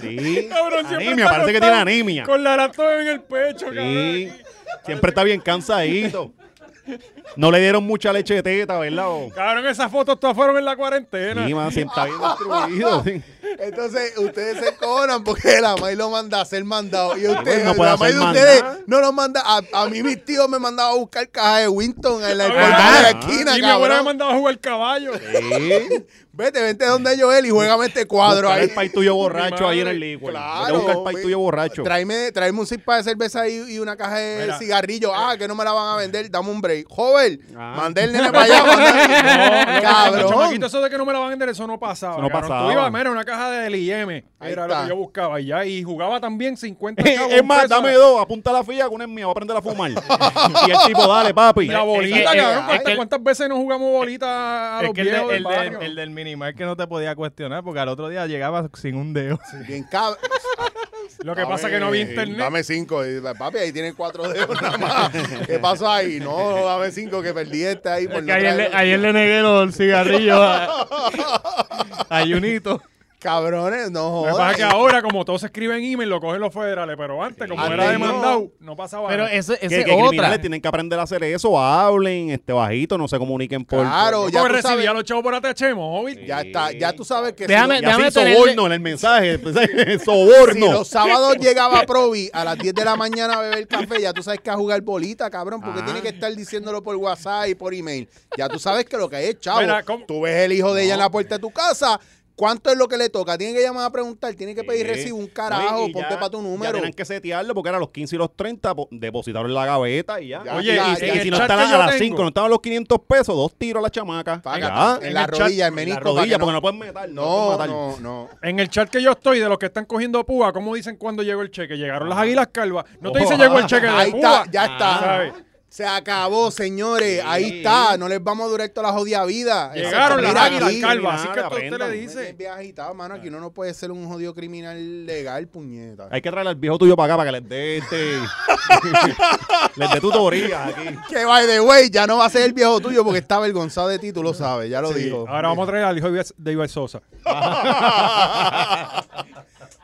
Speaker 3: Sí.
Speaker 2: Cabrón, siempre está
Speaker 3: anemia, parece que
Speaker 2: acostado
Speaker 3: tiene anemia.
Speaker 2: Con la laptop en el pecho,
Speaker 3: Sí.
Speaker 2: cabrón.
Speaker 3: Siempre está bien cansadito. No le dieron mucha leche de teta, ¿verdad? O-
Speaker 2: Cabrón, esas fotos todas fueron en la cuarentena.
Speaker 3: Sí, man, sí, está bien destruido. sí.
Speaker 1: Entonces, ustedes se conan porque la May lo manda a ser mandado. Y ustedes,
Speaker 3: no puede
Speaker 1: la May
Speaker 3: hacer
Speaker 1: de ustedes
Speaker 3: mandado.
Speaker 1: no lo manda. A, a mí mis tíos me mandaban a buscar caja de Winton en la,
Speaker 2: Ah,
Speaker 1: esquina de la
Speaker 2: y
Speaker 1: esquina,
Speaker 2: mi abuela me
Speaker 1: cabrón.
Speaker 2: mandaba a jugar caballo.
Speaker 3: Sí.
Speaker 1: Vete, vente donde yo él y juégame este cuadro
Speaker 3: Buscar
Speaker 1: ahí.
Speaker 3: el país tuyo borracho ahí en el licor.
Speaker 1: Claro,
Speaker 3: Busca el país
Speaker 1: ve-
Speaker 3: tuyo borracho.
Speaker 1: Tráeme, tráeme un cipa de cerveza y, y una caja de
Speaker 2: Mira.
Speaker 1: cigarrillos. Ah, que no me la van a vender. Dame un break. Joven,
Speaker 3: Ah.
Speaker 1: mandé el nene para allá. mandé-
Speaker 2: No,
Speaker 1: Cabrón.
Speaker 2: chamaquito, eso de que no me la van a vender, eso no pasaba.
Speaker 3: Eso no
Speaker 2: cabrón.
Speaker 3: pasaba.
Speaker 2: Tú ibas, mira, una caja de LIM.
Speaker 1: Ahí
Speaker 2: Era lo
Speaker 1: está.
Speaker 2: que yo buscaba y ya. Y jugaba también 50 chavos.
Speaker 3: Es
Speaker 2: un
Speaker 3: más,
Speaker 2: peso.
Speaker 3: dame dos, apunta la filla que una es mía, voy a aprender a fumar. y el tipo, dale, papi.
Speaker 2: La bolita,
Speaker 4: Es que-
Speaker 2: cabrón.
Speaker 1: es que-
Speaker 2: ¿cuántas, cuántas veces no jugamos bolita a
Speaker 4: Es
Speaker 2: los
Speaker 4: que el, de-
Speaker 2: viejos del
Speaker 4: el de-
Speaker 2: barrio?
Speaker 4: el del minimar que no te podía cuestionar porque al otro día llegaba sin un dedo.
Speaker 1: Bien cabrón.
Speaker 2: Lo que pasa es que no había internet.
Speaker 1: Dame cinco. Y, Papi, ahí tienen cuatro dedos nada más. ¿Qué pasó ahí? No, dame cinco, que perdí este ahí. Por no
Speaker 4: ayer,
Speaker 1: traer-
Speaker 3: ah.
Speaker 4: le, ayer le negué los cigarrillos a, a Junito.
Speaker 1: Cabrones, no
Speaker 2: Lo que pasa es que
Speaker 1: jodas.
Speaker 2: ahora, como todo se escribe en email, lo cogen los federales, pero antes, como
Speaker 1: Antes
Speaker 2: era
Speaker 1: no.
Speaker 2: demandado, no pasaba
Speaker 4: Pero
Speaker 2: nada.
Speaker 4: eso,
Speaker 3: Que,
Speaker 4: esa es
Speaker 3: que
Speaker 4: otra.
Speaker 3: criminales tienen que aprender a hacer eso, hablen este bajito, no se comuniquen por.
Speaker 1: Claro,
Speaker 2: ¿Cómo
Speaker 1: ya tú
Speaker 2: recibía
Speaker 1: sabes-
Speaker 2: a los chavos por ATH móvil?
Speaker 1: Ya está, ya tú sabes que si
Speaker 4: Déjame-
Speaker 3: Y
Speaker 1: lo-
Speaker 3: así
Speaker 4: Déjame tener-
Speaker 3: soborno en el mensaje, pues,
Speaker 1: si
Speaker 3: soborno.
Speaker 1: los sábados llegaba Provi a las 10 de la mañana a beber café, ya tú sabes que a jugar bolita, cabrón, porque
Speaker 3: Ah.
Speaker 1: tiene que estar diciéndolo por WhatsApp y por email. Ya tú sabes que lo que hay es chavo.
Speaker 2: Mira, ¿cómo?
Speaker 1: Tú ves el hijo de ella en la puerta de tu casa. ¿Cuánto es lo que le toca? Tiene que llamar a preguntar, tiene que pedir
Speaker 3: Sí.
Speaker 1: recibo, un
Speaker 3: No,
Speaker 1: carajo,
Speaker 3: y- y
Speaker 1: ponte
Speaker 3: ya-
Speaker 1: para tu
Speaker 3: Ya
Speaker 1: número.
Speaker 3: tenían que setearlo porque era a los 15 y los 30, po- depositaron en la gaveta y ya.
Speaker 1: Ya,
Speaker 2: Oye,
Speaker 1: ya,
Speaker 2: y
Speaker 3: Y si-
Speaker 1: en
Speaker 3: y
Speaker 2: el
Speaker 3: si no
Speaker 2: chat
Speaker 3: estaban
Speaker 2: que
Speaker 3: a
Speaker 2: yo
Speaker 3: las 5,
Speaker 2: tengo-
Speaker 3: no estaban los 500 pesos, dos tiros a la chamaca.
Speaker 1: Págata,
Speaker 3: Ya.
Speaker 1: en la
Speaker 2: En el chat,
Speaker 1: rodilla, el
Speaker 3: En la
Speaker 1: menisco. para
Speaker 3: rodilla,
Speaker 1: que
Speaker 3: porque no pueden meter.
Speaker 1: no,
Speaker 3: pueden matar.
Speaker 1: no, no.
Speaker 2: En el chat que yo estoy, de los que están cogiendo púa, ¿cómo dicen cuando llegó el cheque? Llegaron las águilas calvas. No te dice
Speaker 3: Oh.
Speaker 2: llegó el cheque
Speaker 1: Ahí
Speaker 2: de
Speaker 1: está,
Speaker 2: púa.
Speaker 1: ya
Speaker 2: Ah. ¿Sabes?
Speaker 1: está. Se acabó, señores. Ahí está. No les vamos a durar toda la jodida vida.
Speaker 2: Llegaron las
Speaker 1: Mira
Speaker 2: águilas
Speaker 1: aquí.
Speaker 2: calvas. Así que
Speaker 3: criminales,
Speaker 2: esto usted le
Speaker 3: aprendan.
Speaker 1: Dice. Ah.
Speaker 2: dice.
Speaker 1: Bien agitado, mano. Aquí uno no puede ser un jodido criminal legal, puñeta.
Speaker 3: Hay que traer al viejo tuyo para acá para que les dé este. les dé tutorías aquí.
Speaker 1: Que by the way, ya no va a ser el viejo tuyo porque está avergonzado de ti, tú lo sabes, ya lo digo.
Speaker 2: Ahora vamos a traer al hijo de Ibar- de Ibar Sosa.
Speaker 1: Ah.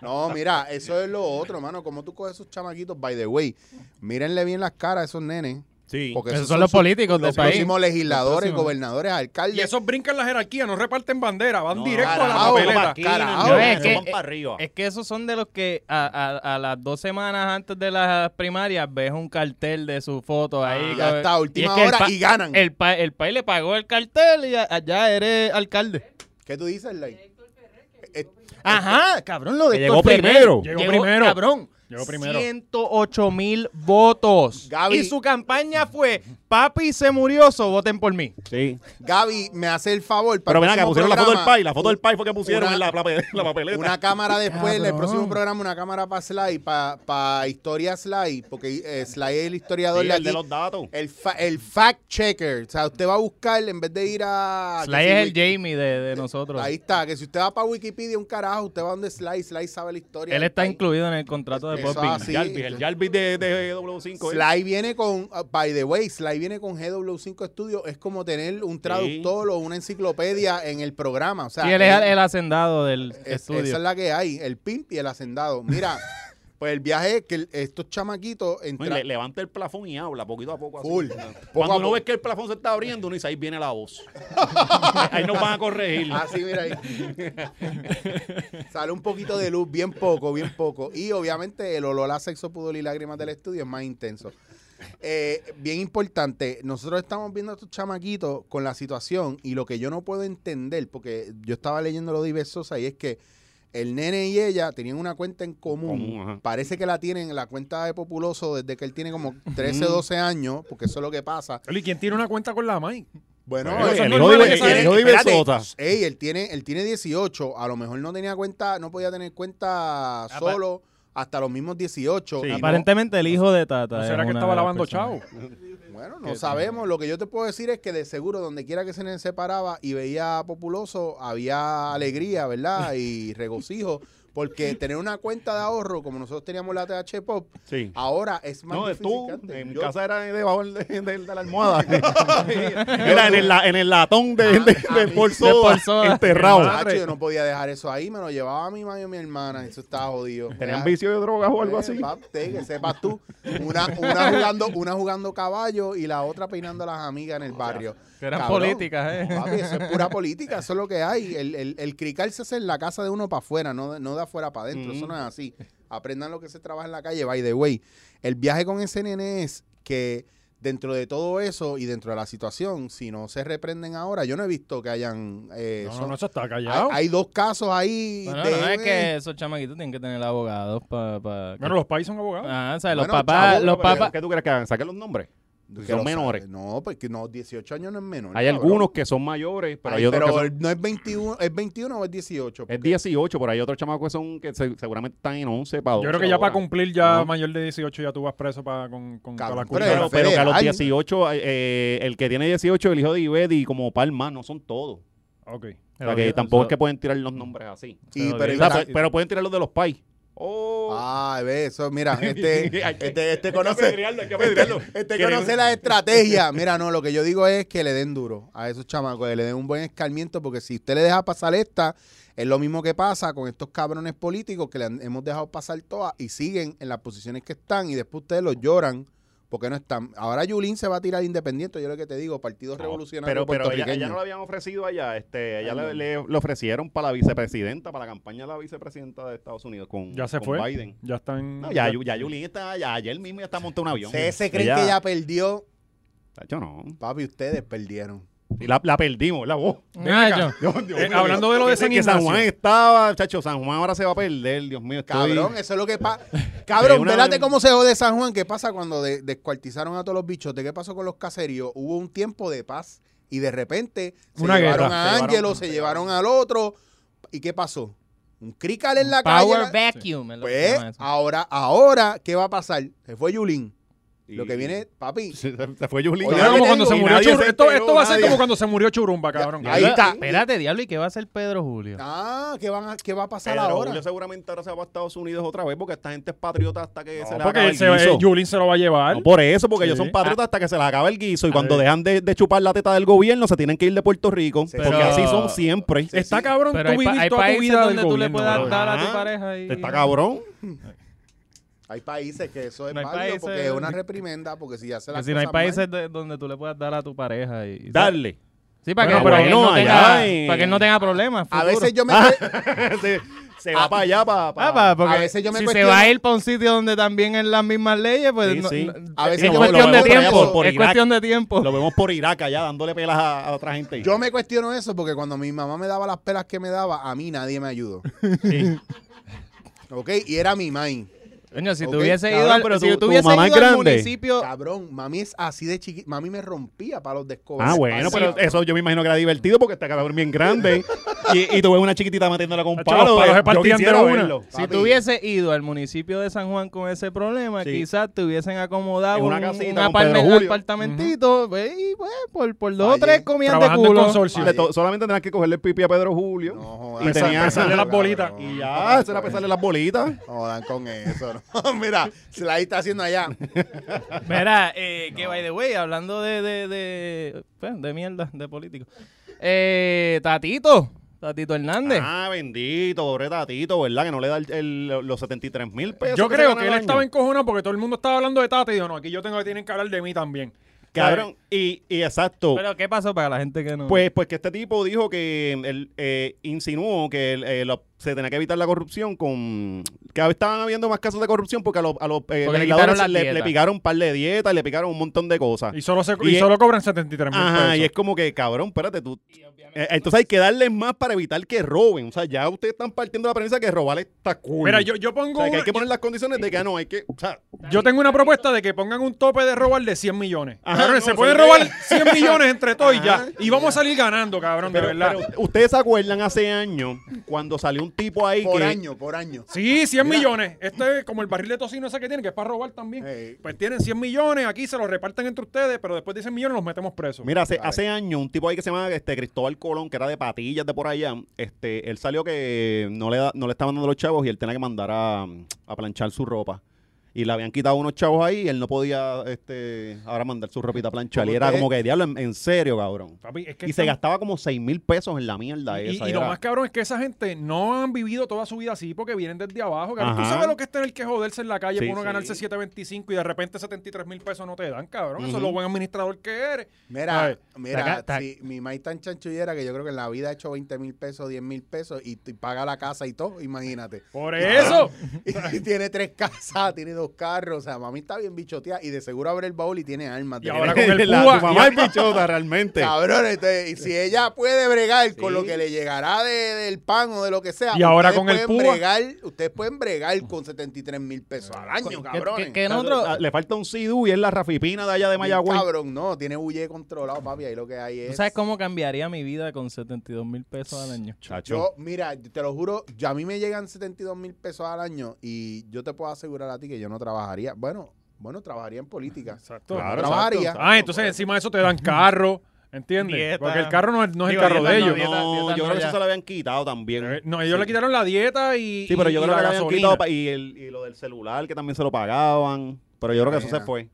Speaker 1: No, mira, eso es lo otro, mano. Como tú coges esos chamaquitos, by the way, mírenle bien las caras a esos nenes.
Speaker 3: Sí.
Speaker 1: Porque
Speaker 4: Esos son los políticos
Speaker 1: Los
Speaker 4: del país.
Speaker 1: próximos legisladores,
Speaker 4: Los próximos.
Speaker 1: gobernadores, alcaldes.
Speaker 2: Y esos brincan la jerarquía, no reparten bandera, van
Speaker 3: No,
Speaker 2: directo a la
Speaker 1: carajo,
Speaker 2: papeleta.
Speaker 1: papá. carajo.
Speaker 4: No, es que-
Speaker 3: van para arriba.
Speaker 1: eh,
Speaker 4: Es que esos son de los que a, a- a las dos semanas antes de las primarias ves un cartel de su foto ahí.
Speaker 1: ya
Speaker 4: con-
Speaker 1: está, última
Speaker 4: es que el
Speaker 1: hora
Speaker 4: pa-
Speaker 1: y ganan.
Speaker 4: El, pa- el país le pagó el cartel y a- allá eres alcalde.
Speaker 1: ¿Qué tú dices, Ley?
Speaker 4: Ajá, cabrón, lo de
Speaker 3: Que llegó
Speaker 4: Héctor Ferrer.
Speaker 3: primero.
Speaker 2: Llegó primero.
Speaker 4: Cabrón.
Speaker 2: Llegó primero.
Speaker 4: 108 mil votos.
Speaker 1: Gaby.
Speaker 4: Y su campaña fue, papi se murió, so voten por mí.
Speaker 3: Sí.
Speaker 1: Gaby, me hace el favor. para
Speaker 3: Pero
Speaker 1: el
Speaker 3: ven acá,
Speaker 1: próximo
Speaker 3: pusieron la foto del
Speaker 1: programa,
Speaker 3: país. La foto del país fue que pusieron
Speaker 1: una-
Speaker 3: en la, pape- la papeleta.
Speaker 1: Una cámara después, en el
Speaker 4: Cabrón.
Speaker 1: próximo programa, una cámara para Sly, para Historia Sly, porque eh, Sly es el
Speaker 3: Sí,
Speaker 1: historiador de
Speaker 3: el de
Speaker 1: aquí.
Speaker 3: los datos.
Speaker 1: El, fa- el fact checker. O sea, usted va a buscar, en vez de ir a.
Speaker 4: Sly
Speaker 1: que si
Speaker 4: es el
Speaker 1: Wiki-
Speaker 4: Jamie de,
Speaker 1: Eh,
Speaker 4: de nosotros.
Speaker 1: Ahí está, que si usted va para Wikipedia, un carajo, usted va donde Sly, Sly sabe la historia.
Speaker 4: Él
Speaker 1: del
Speaker 4: está
Speaker 1: país.
Speaker 4: incluido en el contrato
Speaker 1: Eso es
Speaker 3: Ah,
Speaker 4: de Popping.
Speaker 1: así.
Speaker 3: Jarvis, el Jarvis de, de W5. ¿eh?
Speaker 1: Sly viene con, uh, by the way, Sly viene con GW5 Studio, es como tener un traductor o una enciclopedia en el programa. O sea,
Speaker 4: Y él es
Speaker 1: él-
Speaker 4: el, el hacendado del
Speaker 1: Es-
Speaker 4: estudio.
Speaker 1: Esa es la que hay, el pimp y el hacendado. Mira, pues el viaje es que el- estos chamaquitos
Speaker 3: Oye,
Speaker 1: entran.
Speaker 3: le- levanta el plafón y habla poquito a poco. Así.
Speaker 1: Full. Poco
Speaker 3: Cuando
Speaker 1: a
Speaker 3: uno
Speaker 1: poco.
Speaker 3: ves que el plafón se está abriendo, uno dice, ahí viene la voz. ahí nos van a corregir.
Speaker 1: Así, Ah, mira ahí. Sale un poquito de luz, bien poco, bien poco. Y obviamente el olor a sexo, pudor y lágrimas del estudio es más intenso. Eh, bien importante, nosotros estamos viendo a estos chamaquitos con la situación y lo que yo no puedo entender, porque yo estaba leyendo lo de Iber Sosa y es que el nene y ella tenían una cuenta en común.
Speaker 3: Común, ajá.
Speaker 1: Parece que la tienen, la cuenta de Populoso, desde que él tiene como 13, 12 años, porque eso es lo que pasa.
Speaker 2: Oye, ¿quién tiene una cuenta con la MAI?
Speaker 1: Bueno,
Speaker 3: Bueno,
Speaker 1: eso
Speaker 3: eh, el
Speaker 1: no
Speaker 3: hijo
Speaker 1: es
Speaker 3: de-
Speaker 1: normal,
Speaker 3: el
Speaker 1: esa
Speaker 3: hijo de
Speaker 1: gente- espérate.
Speaker 3: Ibersota.
Speaker 1: Ey, él tiene, él tiene 18. A lo mejor no tenía cuenta, no podía tener cuenta
Speaker 4: pa-
Speaker 1: solo hasta los mismos Ah, 18.
Speaker 3: Ah, Sí.
Speaker 1: y no-
Speaker 4: Aparentemente el hijo de Tata.
Speaker 2: ¿No
Speaker 4: es
Speaker 2: será que
Speaker 4: una
Speaker 2: estaba
Speaker 4: de las
Speaker 2: lavando
Speaker 4: personas.
Speaker 2: chavo?
Speaker 1: bueno, no sabemos. Lo que yo te puedo decir es que de seguro, donde quiera que se le separaba y veía a populoso, había alegría, ¿verdad? Y regocijo. Porque tener una cuenta de ahorro, como nosotros teníamos la TH Pop,
Speaker 3: Sí.
Speaker 1: ahora es más
Speaker 3: No, de
Speaker 1: difícil
Speaker 3: tú,
Speaker 1: que antes.
Speaker 3: en mi
Speaker 1: Yo-
Speaker 3: casa era debajo del- de, de- de la almohada. era en el, la- en el latón de, de, de Paul Ah, Soda,
Speaker 4: Paul Soda.
Speaker 3: enterrado.
Speaker 1: Chacho, yo no podía dejar eso ahí, me lo llevaba mi mamá y mi hermana, eso estaba jodido.
Speaker 3: ¿Tenían
Speaker 1: Era-
Speaker 3: vicio de drogas o algo
Speaker 1: Eh,
Speaker 3: así?
Speaker 1: pap, te- que sepas tú. Una, una jugando, una jugando caballo y la otra peinando a las amigas en el barrio.
Speaker 4: que eran
Speaker 1: Cabrón.
Speaker 4: políticas, ¿eh?
Speaker 1: Papi, eso es pura política, eso es lo que hay. El, el, el crical se hace en la casa de uno para afuera, no, de- no de afuera para adentro.
Speaker 4: Mm.
Speaker 1: Eso no es así. Aprendan lo que se trabaja en la calle, by the way. El viaje con ese nene es que dentro de todo eso y dentro de la situación, si no se reprenden ahora, yo no he visto que hayan... eh,
Speaker 2: No, no,
Speaker 1: son-
Speaker 2: no, eso está
Speaker 1: hay,
Speaker 2: callado.
Speaker 1: hay dos casos ahí.
Speaker 4: Bueno,
Speaker 1: de-
Speaker 4: no, es que esos chamaquitos tienen que tener abogados para...
Speaker 2: Bueno, los países son abogados.
Speaker 4: Ah, o sea, los
Speaker 1: Bueno,
Speaker 4: papás,
Speaker 1: chavos,
Speaker 4: los
Speaker 1: pero-
Speaker 4: papás,
Speaker 3: ¿Qué tú crees que hagan? Saquen los nombres.
Speaker 1: que
Speaker 3: Son
Speaker 1: lo sabe.
Speaker 3: menores.
Speaker 1: No, porque no, 18 años no es menor.
Speaker 3: Pues Hay
Speaker 1: cabrón.
Speaker 3: algunos que son mayores, pero
Speaker 1: Ay,
Speaker 3: hay otros
Speaker 1: pero
Speaker 3: que son-
Speaker 1: no es 21, es 21 o es 18.
Speaker 3: Es 18, pero hay otros chamacos que son que se- seguramente están en 11 para
Speaker 2: Yo creo que ya para
Speaker 3: cumplir
Speaker 2: cumplir ya
Speaker 3: No.
Speaker 2: mayor de 18 ya tú vas preso para con, con toda
Speaker 1: Cabrón,
Speaker 2: la
Speaker 1: pero
Speaker 2: culpa.
Speaker 1: era
Speaker 3: Pero, pero que a los
Speaker 1: federal.
Speaker 3: 18, eh, el que tiene 18, el hijo de Ibedi y como Palma, no son todos.
Speaker 2: Ok.
Speaker 3: O sea, que tampoco es que pueden tirar los nombres así.
Speaker 1: Y-
Speaker 4: Pero
Speaker 1: pero,
Speaker 3: O sea, pe- pero pueden tirar los de los pais. Oh.
Speaker 1: Ah, ve, eso, mira, este,
Speaker 3: Hay
Speaker 1: este,
Speaker 3: que-
Speaker 1: este
Speaker 3: Hay que
Speaker 1: conoce.
Speaker 3: apedrearlo, hay que apedrearlo.
Speaker 1: Este
Speaker 3: Queremos-
Speaker 1: conoce la estrategia. Mira, no, lo que yo digo es que le den duro a esos chamacos, que le den un buen escarmiento, porque si usted le deja pasar esta, es lo mismo que pasa con estos cabrones políticos que le han- hemos dejado pasar todas y siguen en las posiciones que están y después ustedes los lloran porque no están. Ahora Yulín se va a tirar independiente, yo lo que te digo, Partido
Speaker 3: No,
Speaker 1: Revolucionario
Speaker 3: Pero, pero ella,
Speaker 1: Puertorriqueño.
Speaker 3: ella no la habían ofrecido allá. Este, ella
Speaker 1: Ay,
Speaker 3: le,
Speaker 1: no.
Speaker 3: le- le ofrecieron para la vicepresidenta, para la campaña de la vicepresidenta de Estados Unidos con,
Speaker 2: Ya se
Speaker 3: con
Speaker 2: fue.
Speaker 3: Biden.
Speaker 2: Ya están.
Speaker 3: No, ya, Yu- ya Yulín está, ya ayer mismo ya está montando un avión.
Speaker 1: Ustedes Mm, se creen que ya perdió.
Speaker 3: Tacho, no.
Speaker 1: Papi, ustedes perdieron.
Speaker 3: Y la, la perdimos, la voz.
Speaker 4: Nacho,
Speaker 3: Dios, Dios
Speaker 2: Eh,
Speaker 3: mío.
Speaker 2: hablando de lo de
Speaker 3: Dicen
Speaker 2: San
Speaker 3: que San
Speaker 2: Ignacio.
Speaker 3: Juan estaba, chacho, San Juan ahora se va a perder, Dios mío. estoy-
Speaker 1: Cabrón, eso es lo que pasa. Cabrón,
Speaker 3: una-
Speaker 1: velate cómo se jode San Juan. ¿Qué pasa cuando de- descuartizaron a todos los bichos? ¿De qué pasó con los caseríos? Hubo un tiempo de paz y de repente se
Speaker 2: Una
Speaker 1: llevaron
Speaker 2: guerra.
Speaker 1: a
Speaker 3: Se
Speaker 1: Ángelo,
Speaker 3: llevaron-
Speaker 1: se llevaron al otro. ¿Y qué pasó? Un crical en la
Speaker 4: Power
Speaker 1: calle.
Speaker 4: Vacuum. es lo que se
Speaker 1: Pues
Speaker 4: llama eso.
Speaker 1: ahora, ahora, ¿qué va a pasar? Se fue Yulín. Lo que viene, papi.
Speaker 3: Se, se fue Yulín.
Speaker 1: Oye,
Speaker 2: Era
Speaker 1: Yo
Speaker 2: como
Speaker 1: le
Speaker 2: cuando
Speaker 1: digo,
Speaker 2: se
Speaker 1: y
Speaker 2: murió
Speaker 3: nadie
Speaker 2: Churumba.
Speaker 3: se
Speaker 2: Esto,
Speaker 3: enteró,
Speaker 2: esto va a ser
Speaker 3: nadie.
Speaker 2: como cuando se murió Churumba, cabrón.
Speaker 1: ahí
Speaker 4: Pero,
Speaker 1: está.
Speaker 4: Espérate, diablo, ¿y qué va a hacer Pedro Julio?
Speaker 1: Ah, ¿qué, van a- qué va a pasar
Speaker 3: Pedro
Speaker 1: ahora?
Speaker 3: Julio seguramente ahora se va a Estados Unidos otra vez porque esta gente es patriota hasta que se le
Speaker 2: porque
Speaker 3: acabe
Speaker 2: él
Speaker 3: el
Speaker 2: se, va-
Speaker 3: guiso.
Speaker 2: eh, Yulín se lo va a llevar.
Speaker 3: No, por eso, porque
Speaker 2: Sí.
Speaker 3: ellos son patriotas hasta que se les acaba el guiso y
Speaker 2: A
Speaker 3: cuando
Speaker 2: ver.
Speaker 3: dejan de, de chupar la teta del gobierno se tienen que ir de Puerto Rico,
Speaker 1: Sí,
Speaker 3: porque
Speaker 4: pero-
Speaker 3: así son siempre.
Speaker 2: Está cabrón
Speaker 4: Pero
Speaker 2: tú
Speaker 4: hay, pa-
Speaker 2: vivir
Speaker 4: hay
Speaker 2: toda tu
Speaker 4: países
Speaker 2: vida del
Speaker 4: donde tú le
Speaker 2: gobierno,
Speaker 4: puedas
Speaker 2: cabrón.
Speaker 4: dar a
Speaker 1: Ah,
Speaker 4: tu
Speaker 3: Ajá.
Speaker 4: pareja y...
Speaker 3: Está cabrón.
Speaker 1: Hay países que eso es
Speaker 4: No hay
Speaker 1: válido
Speaker 4: países-
Speaker 1: porque es una reprimenda, porque si ya se
Speaker 4: Que
Speaker 1: las
Speaker 4: si no hay
Speaker 1: cosas mal-
Speaker 4: países de- donde tú le puedas dar a tu pareja y... y-
Speaker 3: Dale.
Speaker 4: Sí, para,
Speaker 2: Bueno,
Speaker 4: que, para
Speaker 2: bueno,
Speaker 4: que él no
Speaker 3: allá
Speaker 4: tenga,
Speaker 3: en-
Speaker 4: para que él no tenga problemas.
Speaker 1: A
Speaker 4: futuro.
Speaker 1: veces yo me...
Speaker 3: se, se va para allá, para...
Speaker 4: Ah, pa- porque
Speaker 1: a veces yo me
Speaker 4: si
Speaker 1: cuestiono-
Speaker 4: se va a ir para un sitio donde también es las mismas leyes, pues
Speaker 3: Sí,
Speaker 4: no-
Speaker 3: sí.
Speaker 4: no-
Speaker 1: A veces yo
Speaker 4: es
Speaker 1: me
Speaker 4: cuestión
Speaker 1: lo
Speaker 4: de
Speaker 1: veo por allá
Speaker 4: tiempo.
Speaker 1: por-
Speaker 3: por
Speaker 4: es
Speaker 3: Irak.
Speaker 4: cuestión de tiempo.
Speaker 3: Lo vemos por Irak allá dándole pelas a, a otra gente.
Speaker 1: Yo me cuestiono eso porque cuando mi mamá me daba las pelas que me daba, a mí nadie me ayudó.
Speaker 3: Sí.
Speaker 1: ¿Ok? Y era mi mami.
Speaker 4: Coño, si
Speaker 1: Ok,
Speaker 4: tú hubieses
Speaker 3: cabrón,
Speaker 4: ido al,
Speaker 3: pero
Speaker 4: si
Speaker 3: tu-
Speaker 4: tú
Speaker 3: tu
Speaker 4: hubieses
Speaker 3: mamá es
Speaker 4: ido al
Speaker 3: grande.
Speaker 4: municipio,
Speaker 1: Cabrón, mami es así de chiquita. Mami me rompía para los descobres.
Speaker 3: Ah, bueno, pero eso yo me imagino que era divertido porque está cabrón bien grande y, y tú ves una chiquitita metiéndola con un
Speaker 2: Hacho, los
Speaker 3: palo.
Speaker 2: palos
Speaker 3: eh,
Speaker 2: se
Speaker 3: yo
Speaker 2: partían de
Speaker 3: quisiera
Speaker 2: una.
Speaker 3: verlo.
Speaker 4: si
Speaker 1: Papi.
Speaker 4: tú hubieses ido al municipio de San Juan con ese problema,
Speaker 3: Sí.
Speaker 4: quizás te hubiesen acomodado
Speaker 3: En una
Speaker 4: un-
Speaker 3: casita
Speaker 4: un
Speaker 3: con
Speaker 4: aparme-
Speaker 3: Pedro Julio.
Speaker 4: apartamentito pues, y pues, por, por dos
Speaker 1: Allí,
Speaker 4: o tres comían de
Speaker 2: Trabajando en
Speaker 4: culo.
Speaker 2: consorcio.
Speaker 3: Le to- solamente tenías que cogerle el pipi a Pedro Julio.
Speaker 1: No,
Speaker 3: Y
Speaker 1: jodan,
Speaker 3: tenía-
Speaker 2: pesarle las bolitas.
Speaker 1: cabrón.
Speaker 3: Y ya, eso era pesarle las bolitas.
Speaker 1: Jodan con eso. ¿no? Mira, se la está haciendo allá.
Speaker 4: Mira, eh, que by the way, hablando de, de, de, pues, de mierda, de político. Eh, tatito, Tatito Hernández.
Speaker 3: Ah, bendito, pobre tatito, ¿verdad? Que no le da el- el- los 73 mil pesos.
Speaker 2: Yo
Speaker 3: se
Speaker 2: creo
Speaker 3: gana
Speaker 2: que
Speaker 3: al
Speaker 2: él
Speaker 3: año.
Speaker 2: estaba encojonado porque todo el mundo estaba hablando de Tata y dijo, no, aquí yo tengo que tienen que hablar de mí también.
Speaker 3: Cabrón, y, y exacto.
Speaker 4: Pero ¿qué pasó para la gente que no?
Speaker 3: Pues, pues que este tipo dijo que él eh, insinuó que el- eh, lo- se tenía que evitar la corrupción con que estaban habiendo más casos de corrupción porque a los, a los eh,
Speaker 4: Porque le
Speaker 3: legisladores
Speaker 4: quitaron las
Speaker 3: le,
Speaker 4: dietas.
Speaker 3: le picaron un par de dietas, le picaron un montón de cosas.
Speaker 2: Y solo, se,
Speaker 3: Ah. Y
Speaker 2: y
Speaker 3: es-
Speaker 2: solo cobran 73 mil pesos.
Speaker 3: Ajá, y es como que, cabrón, espérate, tú. Eh, entonces hay que darles más para evitar que roben. O sea, ya ustedes están partiendo de la premisa que robar está cool.
Speaker 2: Mira, yo, yo
Speaker 3: O
Speaker 2: pongo
Speaker 3: sea, que hay
Speaker 2: una-
Speaker 3: que poner las condiciones de que ah, no, hay que. O sea,
Speaker 2: Yo tengo una propuesta de que pongan un tope de robar de 100 millones.
Speaker 3: Ajá,
Speaker 2: Cabrón,
Speaker 3: no,
Speaker 2: se
Speaker 3: eso
Speaker 2: pueden
Speaker 3: no es.
Speaker 2: robar 100 millones entre todos y ya. Y vamos a salir ganando, cabrón,
Speaker 3: pero-
Speaker 2: de verdad.
Speaker 3: pero ustedes se acuerdan hace años cuando salió un tipo ahí
Speaker 1: Por
Speaker 3: que.
Speaker 1: año, por año.
Speaker 2: Sí, 100 millones. Este es como el barril de tocino ese que tienen, que es para robar también.
Speaker 1: Ey.
Speaker 2: Pues tienen 100 millones, aquí se los reparten entre ustedes, pero después de 100 millones los metemos presos.
Speaker 3: Mira, hace,
Speaker 1: Vale.
Speaker 3: hace años un tipo ahí que se llama este, Cristóbal Colón, que era de patillas de por allá, este, él salió que no le, da- no le estaban dando los chavos y él tenía que mandar a, a planchar su ropa. Y le habían quitado unos chavos ahí y él no podía este, ahora mandar su ropita a planchar. Y
Speaker 1: Como
Speaker 3: era
Speaker 1: ustedes-
Speaker 3: como que, diablo, en, en serio, cabrón.
Speaker 2: Papi, es que
Speaker 3: Y se
Speaker 2: están-
Speaker 3: gastaba como 6 mil pesos en la mierda
Speaker 2: Y,
Speaker 3: esa.
Speaker 2: y
Speaker 3: y
Speaker 2: lo
Speaker 3: era-
Speaker 2: más cabrón es que esa gente no han vivido toda su vida así porque vienen desde abajo. cabrón. Tú
Speaker 3: Ajá.
Speaker 2: sabes lo que es tener que joderse en la calle
Speaker 3: Sí,
Speaker 2: por uno
Speaker 3: sí.
Speaker 2: ganarse 7.25 y de repente 73 mil pesos no te dan, cabrón. Eso es
Speaker 3: Ujú.
Speaker 2: lo buen administrador que eres.
Speaker 1: Mira,
Speaker 2: Ay,
Speaker 1: mira,
Speaker 4: taca, taca.
Speaker 1: si mi maíz tan chanchullera que yo creo que en la vida ha hecho 20 mil pesos, 10 mil pesos y, y paga la casa y todo, imagínate.
Speaker 2: Por eso.
Speaker 1: Y tiene tres casas, tiene dos carros. O sea, mami está bien bichoteada y de seguro abre el baúl y tiene armas.
Speaker 2: Y
Speaker 1: de
Speaker 2: ahora
Speaker 1: verdad.
Speaker 2: con el
Speaker 3: La-
Speaker 2: púa-
Speaker 3: tu mamá
Speaker 2: y-
Speaker 3: es bichota, realmente.
Speaker 1: Cabrón, entonces, y si ella puede bregar con
Speaker 3: Sí.
Speaker 1: lo que le llegará de- del pan o de lo que sea,
Speaker 2: Y ahora
Speaker 1: ustedes
Speaker 2: con el
Speaker 1: pueden
Speaker 2: púa.
Speaker 1: bregar, ustedes pueden bregar con 73 mil pesos al año,
Speaker 4: que,
Speaker 1: cabrón.
Speaker 4: que- que nosotros-
Speaker 3: Ah, Le falta un sidú y es la rafipina de allá de Mayagüez.
Speaker 1: Cabrón, no, tiene huye controlado, papi. Ahí lo que hay es.
Speaker 4: ¿Tú sabes cómo cambiaría mi vida con 72 mil pesos al año?
Speaker 3: Chacho.
Speaker 1: Yo, mira, te lo juro, yo- a mí me llegan 72 mil pesos al año y yo te puedo asegurar a ti que yo no trabajaría. Bueno, bueno, trabajaría en política.
Speaker 2: Exacto.
Speaker 3: Claro,
Speaker 1: trabajaría.
Speaker 3: exacto.
Speaker 2: Ah, entonces encima de eso te dan carro, ¿Entiendes?
Speaker 4: Pues, Dieta.
Speaker 2: Porque el carro no es, no es
Speaker 4: Digo,
Speaker 2: el carro
Speaker 4: dieta
Speaker 2: de
Speaker 4: no,
Speaker 2: ellos.
Speaker 4: dieta.
Speaker 3: No, yo creo
Speaker 4: no,
Speaker 3: que
Speaker 4: ya.
Speaker 3: eso se lo habían quitado también.
Speaker 2: Eh, No, ellos
Speaker 3: Sí.
Speaker 2: le quitaron la dieta y.
Speaker 3: Sí, pero yo
Speaker 2: y la
Speaker 3: creo que lo habían
Speaker 2: gasolina.
Speaker 3: quitado pa- y, el, y lo del celular que también se lo pagaban. Pero yo creo que eso se
Speaker 1: Mira.
Speaker 3: fue.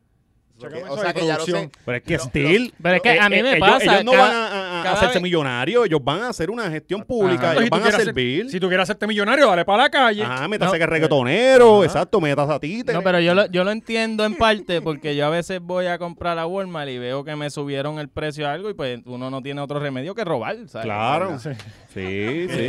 Speaker 2: Checame
Speaker 1: Ok,
Speaker 2: eso
Speaker 1: o sea
Speaker 2: de
Speaker 1: que ya lo
Speaker 2: producción.
Speaker 1: sé.
Speaker 3: Pero es que
Speaker 1: Lo-
Speaker 3: still.
Speaker 4: Pero es que a mí
Speaker 3: eh,
Speaker 4: me
Speaker 3: ellos-
Speaker 4: pasa,
Speaker 3: Ellos no
Speaker 4: cada-
Speaker 3: van a- a, a
Speaker 4: cada
Speaker 3: hacerse
Speaker 4: vez-
Speaker 3: millonarios. Ellos van a hacer una gestión pública.
Speaker 2: Entonces,
Speaker 3: Ellos
Speaker 4: Ajá.
Speaker 2: si tú
Speaker 3: van a
Speaker 2: quieres ser-
Speaker 3: servir. Ah,
Speaker 2: si tú quieres hacerte millonario, dale para la calle.
Speaker 3: Ajá, metas
Speaker 4: No.
Speaker 3: que reggaetonero.
Speaker 2: Ajá.
Speaker 3: Exacto, metas a ti.
Speaker 4: No, pero yo lo, yo lo entiendo en parte porque yo a veces voy a comprar a Walmart y veo que me subieron el precio a algo y pues uno no tiene otro remedio que robar, ¿sabes?
Speaker 3: Claro. Sí, sí.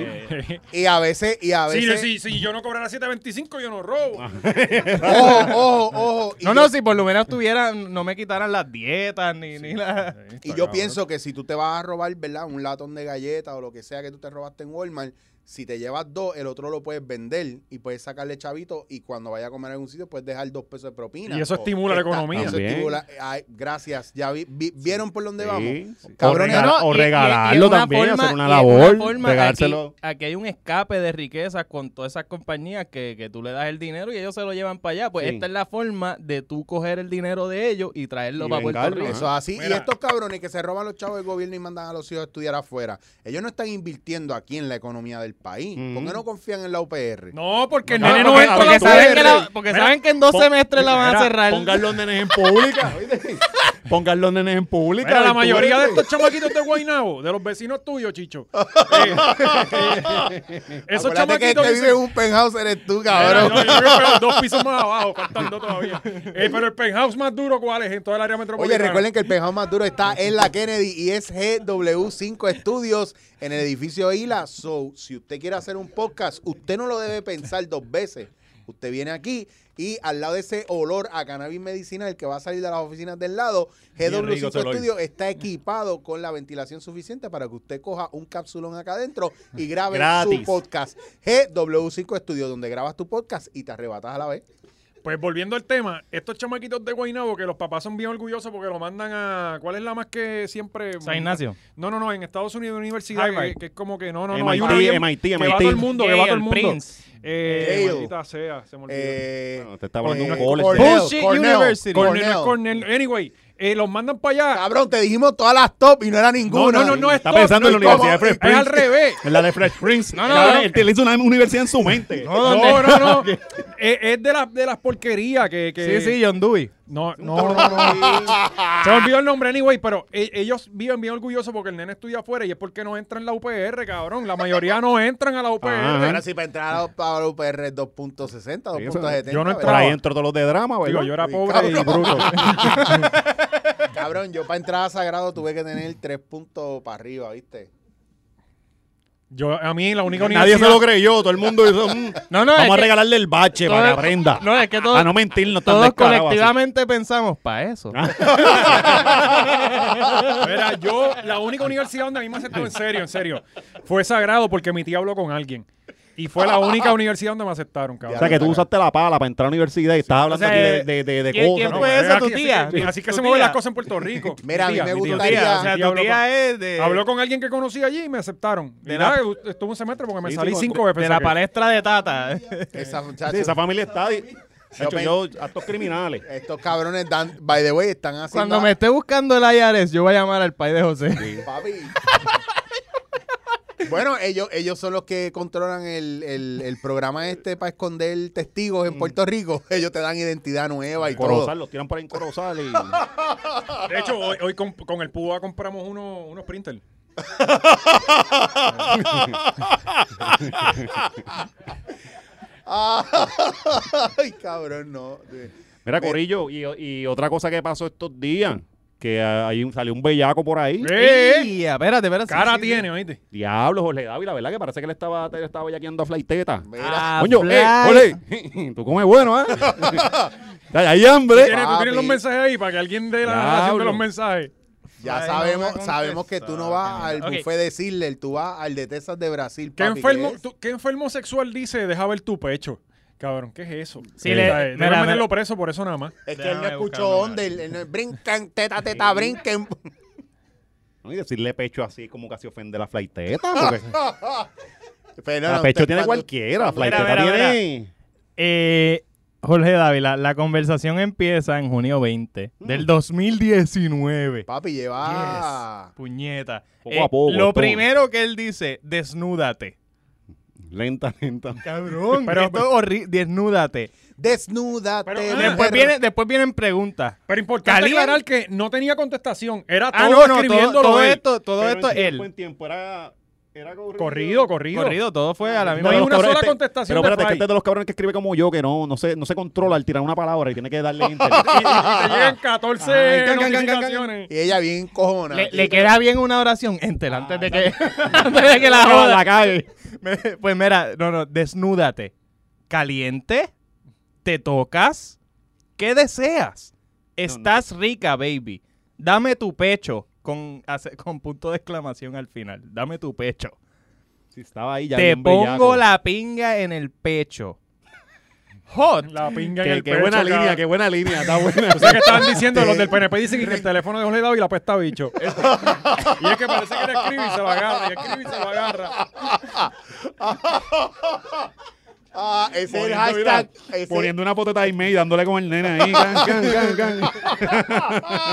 Speaker 1: Y a veces, y a
Speaker 2: Si,
Speaker 1: veces.
Speaker 2: si, si yo no cobrara 7.25, yo no robo.
Speaker 1: Ojo, ojo, ojo. Y
Speaker 4: No,
Speaker 1: yo-
Speaker 4: no, si por lo menos tuvieran, no me quitaran las dietas ni, ni la...
Speaker 1: Y yo pienso que si tú te vas a robar, ¿verdad? Un latón de galletas o lo que sea que tú te robaste en Walmart, si te llevas dos, el otro lo puedes vender y puedes sacarle chavito y cuando vaya a comer en algún sitio puedes dejar dos pesos de propina.
Speaker 2: Y eso
Speaker 1: O-
Speaker 2: estimula la
Speaker 1: está-
Speaker 2: economía.
Speaker 1: eso
Speaker 3: También.
Speaker 1: estimula- ay, gracias. Ya vi- vi- vieron por dónde vamos.
Speaker 3: Sí.
Speaker 1: Cabrones,
Speaker 3: O, regala-
Speaker 4: No,
Speaker 3: o
Speaker 4: y- y- y
Speaker 3: regalarlo
Speaker 4: una
Speaker 3: también,
Speaker 4: forma-
Speaker 3: hacer una
Speaker 4: y es
Speaker 3: labor,
Speaker 4: forma,
Speaker 3: regárselo.
Speaker 4: Aquí, aquí hay un escape de riquezas con todas esas compañías que, que tú le das el dinero y ellos se lo llevan para allá. Pues
Speaker 3: Sí.
Speaker 4: esta es la forma de tú coger el dinero de ellos y traerlo
Speaker 3: Y
Speaker 4: para Puerto
Speaker 3: vengarlo,
Speaker 4: Rico.
Speaker 1: Eso es
Speaker 3: Ajá.
Speaker 1: así. Y
Speaker 2: Mira.
Speaker 1: estos cabrones que se roban los chavos del gobierno y mandan a los hijos a estudiar afuera, ellos no están invirtiendo aquí en la economía del país. ¿Por qué
Speaker 3: Ujú.
Speaker 1: no confían en la UPR?
Speaker 2: No, porque el
Speaker 3: No,
Speaker 2: nene no,
Speaker 3: porque-
Speaker 2: entra a
Speaker 4: porque
Speaker 2: la
Speaker 3: porque
Speaker 4: saben,
Speaker 2: UPR.
Speaker 4: que la- porque
Speaker 2: Mira,
Speaker 4: saben que en dos
Speaker 3: pon-
Speaker 4: semestres la van a
Speaker 2: mira,
Speaker 4: cerrar.
Speaker 3: Pongan los nenes en pública. Pongan los nenes en pública.
Speaker 2: Mira, la
Speaker 3: Tú
Speaker 2: mayoría de
Speaker 3: eres-
Speaker 2: estos chamaquitos de Guaynabo, de los vecinos tuyos, Chicho. eh, eh, esos
Speaker 1: Acuérdate que el
Speaker 2: chamaquitos
Speaker 1: que
Speaker 2: se-
Speaker 1: vive en un penthouse eres tú,
Speaker 2: Mira,
Speaker 1: cabrón.
Speaker 2: yo- yo vivo, pero dos pisos más abajo, faltando todavía. Eh, pero el penthouse más duro, ¿cuál es? En toda el área
Speaker 1: Oye,
Speaker 2: metropolitana.
Speaker 1: recuerden que el pejado más duro está en la Kennedy y es GW5 Estudios en el edificio ILA. So, si usted quiere hacer un podcast, usted no lo debe pensar dos veces. Usted viene aquí y al lado de ese olor a cannabis medicinal que va a salir de las oficinas del lado,
Speaker 3: rico ese
Speaker 1: GW5
Speaker 3: olor.
Speaker 1: Estudios está equipado con la ventilación suficiente para que usted coja un capsulón acá adentro y grabe
Speaker 3: Gratis.
Speaker 1: su podcast. GW5 Estudios, donde grabas tu podcast y te arrebatas a la vez.
Speaker 2: Pues volviendo al tema, estos chamaquitos de Guaynabo, que los papás son bien orgullosos porque lo mandan a... ¿Cuál es la más que siempre...
Speaker 4: San Ignacio.
Speaker 2: No, no, no, en Estados Unidos hay universidad
Speaker 4: Harvard.
Speaker 2: que, que es como que no, no, no,
Speaker 3: MIT,
Speaker 2: hay una bien-
Speaker 3: MIT,
Speaker 2: que va
Speaker 3: MIT.
Speaker 2: todo el mundo, que va todo el
Speaker 4: Yale,
Speaker 2: mundo.
Speaker 4: Prince.
Speaker 2: Eh,
Speaker 1: Yale.
Speaker 2: maldita sea, se me olvidó.
Speaker 1: Eh,
Speaker 3: Bueno, te está hablando
Speaker 4: Pues,
Speaker 1: eh,
Speaker 3: un este college.
Speaker 1: Cornell,
Speaker 4: Bullshit
Speaker 1: Cornell,
Speaker 4: University.
Speaker 2: Cornell, no es Cornell. Anyway, eh, los mandan para allá.
Speaker 1: Cabrón, te dijimos todas las top y no era
Speaker 2: No,
Speaker 1: ninguna.
Speaker 2: no, no, no es
Speaker 3: Está
Speaker 2: top,
Speaker 3: pensando
Speaker 2: no
Speaker 3: en
Speaker 2: es
Speaker 3: la Universidad
Speaker 2: top,
Speaker 3: de
Speaker 2: Es
Speaker 3: Fresh
Speaker 2: al
Speaker 3: Prince.
Speaker 2: revés.
Speaker 3: En la de Fresh Prince.
Speaker 4: No, no,
Speaker 3: Cabrón,
Speaker 4: no.
Speaker 3: Él él hizo una universidad en su mente.
Speaker 2: No, no, no. Eh, es de las de las porquerías que, que-
Speaker 4: Sí, sí, John Dewey.
Speaker 2: No, no, no, no. Se me olvidó el nombre, anyway, pero e- ellos viven bien orgullosos porque el nene estudia afuera y es porque no entran en la UPR, cabrón. La mayoría no entran a la UPR.
Speaker 3: Ajá.
Speaker 1: Ahora sí, para entrar a para la UPR es 2.60,
Speaker 3: Sí,
Speaker 1: 2.70.
Speaker 2: yo no
Speaker 3: Por
Speaker 2: entraba.
Speaker 1: ¿verdad?
Speaker 3: ahí entró todos los de drama, güey.
Speaker 2: Digo, yo era
Speaker 1: Uy,
Speaker 2: pobre y
Speaker 1: cabrón.
Speaker 2: bruto.
Speaker 1: Cabrón, yo para entrar a Sagrado tuve que tener 3 puntos para arriba, ¿viste?
Speaker 2: Yo, a mí, la única
Speaker 3: Nadie
Speaker 2: universidad...
Speaker 3: se lo creyó, todo el mundo hizo. mm,
Speaker 4: No, no, es
Speaker 3: vamos a
Speaker 4: que-
Speaker 3: regalarle el bache
Speaker 4: todo-
Speaker 3: para que aprenda.
Speaker 4: No, es que todos,
Speaker 3: a no mentir, no tan
Speaker 4: todos
Speaker 3: descarado así. Ah,
Speaker 4: colectivamente pensamos para eso.
Speaker 2: Mira, yo, la única universidad donde a mí me aceptaron en serio, en serio, fue Sagrado porque mi tía habló con alguien. Y fue la única universidad donde me aceptaron, cabrón.
Speaker 3: O sea, que tú usaste la pala para entrar a la universidad y estás hablando
Speaker 4: sea, eh,
Speaker 3: aquí de, de, de, de
Speaker 4: ¿quién-
Speaker 3: cosas.
Speaker 4: quién
Speaker 3: ¿no?
Speaker 4: fue?
Speaker 2: pero
Speaker 4: esa
Speaker 2: así-
Speaker 4: tu tía?
Speaker 2: Así, que- así que
Speaker 4: ¿Tu
Speaker 2: se mueven
Speaker 4: tía?
Speaker 2: las cosas en Puerto Rico.
Speaker 1: Mira, a mí me
Speaker 2: mi
Speaker 1: gusta-
Speaker 2: tía.
Speaker 4: Tía, o sea,
Speaker 2: Tía
Speaker 4: tu
Speaker 2: habló con-
Speaker 4: tía es de...
Speaker 2: Habló con alguien que conocí allí y me aceptaron. Y
Speaker 4: De
Speaker 2: nada,
Speaker 4: la-
Speaker 2: estu- estuve un semestre porque me
Speaker 3: Sí,
Speaker 2: salí
Speaker 3: sí,
Speaker 2: cinco veces.
Speaker 4: de la
Speaker 2: saqué.
Speaker 4: palestra de Tata.
Speaker 1: Esa muchacha-
Speaker 3: Sí, esa familia está. de hecho,
Speaker 1: pen-
Speaker 3: yo, actos criminales.
Speaker 1: Estos cabrones dan, by the way, están haciendo.
Speaker 4: Cuando me esté buscando el IRS, yo voy a llamar al país de José.
Speaker 1: Papi. Bueno, ellos, ellos son los que controlan el, el, el programa este para esconder testigos
Speaker 2: Mm.
Speaker 1: en Puerto Rico. Ellos te dan identidad nueva y todo.
Speaker 3: Corozal, los tiran para en Corozal y.
Speaker 2: De hecho, hoy, hoy con, con el PUA compramos uno- unos printers.
Speaker 1: Ay, cabrón, no.
Speaker 3: Mira, Corillo, y, y otra cosa que pasó estos días, que ah, hay un- salió un bellaco por ahí.
Speaker 2: ¡Eh!
Speaker 4: Y, espérate, espérate. sí,
Speaker 2: Cara
Speaker 4: sí, sí.
Speaker 2: tiene, oíste.
Speaker 3: Diablo, Jorge Dávila, ¿verdad? Que parece que le estaba, le estaba bellaqueando a Flaiteta.
Speaker 1: Mira.
Speaker 4: Ah,
Speaker 3: Coño, eh,
Speaker 4: Fly.
Speaker 3: Jorge, tú comes bueno, ¿eh? hay hambre.
Speaker 2: Tiene- tú tienes los
Speaker 1: Papi.
Speaker 2: mensajes ahí para que alguien dé la
Speaker 3: Diablo.
Speaker 2: narración de los mensajes.
Speaker 1: Ya
Speaker 4: Ay, no
Speaker 1: sabemos,
Speaker 4: me ha
Speaker 1: sabemos que tú no vas al
Speaker 4: Ok.
Speaker 1: buffet de Sidler, tú vas al de Texas de Brasil.
Speaker 2: ¿Qué
Speaker 1: papi,
Speaker 2: enfermo,
Speaker 1: que es-
Speaker 2: tú- qué enfermo sexual dice deja ver tu pecho? Cabrón, ¿qué es eso?
Speaker 4: Sí, le-
Speaker 2: ¿Sabes?
Speaker 4: mira,
Speaker 2: Deben
Speaker 4: mira.
Speaker 2: meterlo preso por eso nada más.
Speaker 1: Es que él no
Speaker 4: Déjame
Speaker 1: escuchó
Speaker 4: buscarlo,
Speaker 1: onda. él- él no- Brincan, teta, teta, brinquen.
Speaker 3: No, y decirle pecho así como casi ofende a la Flaiteta. Porque
Speaker 1: Pero
Speaker 3: la
Speaker 1: no,
Speaker 3: pecho
Speaker 1: usted cuando-
Speaker 3: tiene cualquiera.
Speaker 4: Mira,
Speaker 3: Flaiteta
Speaker 4: mira,
Speaker 3: tiene.
Speaker 4: Eh, Jorge Dávila, la conversación empieza en junio 20 del 2019.
Speaker 1: Papi, lleva.
Speaker 4: Puñeta. Eh,
Speaker 3: Poco a poco,
Speaker 4: lo
Speaker 3: todo.
Speaker 4: primero que él dice, desnúdate. pues-
Speaker 3: Lenta, lenta.
Speaker 4: Cabrón,
Speaker 2: Pero-
Speaker 4: esto es horri- desnúdate.
Speaker 1: Desnúdate.
Speaker 2: Pero,
Speaker 1: mujer.
Speaker 2: ah,
Speaker 4: Después, pues viene, después vienen preguntas.
Speaker 2: Pero importante
Speaker 4: Caliente.
Speaker 2: aclarar que no tenía contestación. Era todo
Speaker 4: Ah, no, no, todo,
Speaker 2: escribiéndolo
Speaker 4: todo
Speaker 2: él.
Speaker 4: esto, todo
Speaker 3: Pero
Speaker 4: esto
Speaker 3: en tiempo,
Speaker 4: él.
Speaker 3: En tiempo era, era corrido.
Speaker 2: Corrido, corrido.
Speaker 4: Corrido, todo fue a la
Speaker 2: No
Speaker 4: misma
Speaker 2: hay
Speaker 3: Pero
Speaker 2: una
Speaker 3: cabrón,
Speaker 2: sola
Speaker 3: este-
Speaker 2: contestación
Speaker 3: Pero
Speaker 2: de
Speaker 3: espérate, que
Speaker 2: Fry.
Speaker 3: este es de los cabrones que escribe como yo, que no, no, se, no se controla al tirar una palabra y tiene que darle enter.
Speaker 2: Y, y te llegan 14
Speaker 1: Ay, can, can, can, can, can.
Speaker 2: notificaciones.
Speaker 1: Y ella bien cojona.
Speaker 4: Le, le queda bien una oración enter antes de que, antes de que la
Speaker 3: Ah,
Speaker 4: joda.
Speaker 3: la cague.
Speaker 4: Me- Pues mira, no, no, desnúdate. Caliente, te tocas, ¿qué deseas? Estás rica, baby. Dame tu pecho. Con, ace- con punto de exclamación al final. Dame tu pecho.
Speaker 3: Si estaba ahí ya
Speaker 4: te
Speaker 3: bien
Speaker 4: pongo
Speaker 3: bellaco.
Speaker 4: la pinga en el pecho. Hot.
Speaker 2: La pinga en
Speaker 3: Qué,
Speaker 2: el
Speaker 3: qué
Speaker 2: pecho,
Speaker 3: buena línea,
Speaker 2: cabrón.
Speaker 3: qué buena línea, está buena.
Speaker 2: O sea, que estaban diciendo los del PNP dicen que el teléfono de Jorge Dávila pues está bicho. y es que parece que él escribe y se lo agarra, y escribe y se lo agarra.
Speaker 1: Ah, ese es el
Speaker 3: Poniendo, mira,
Speaker 1: hashtag. ese-
Speaker 3: Poniendo una foto de Taime y dándole con el nene ahí. can, can, can, can.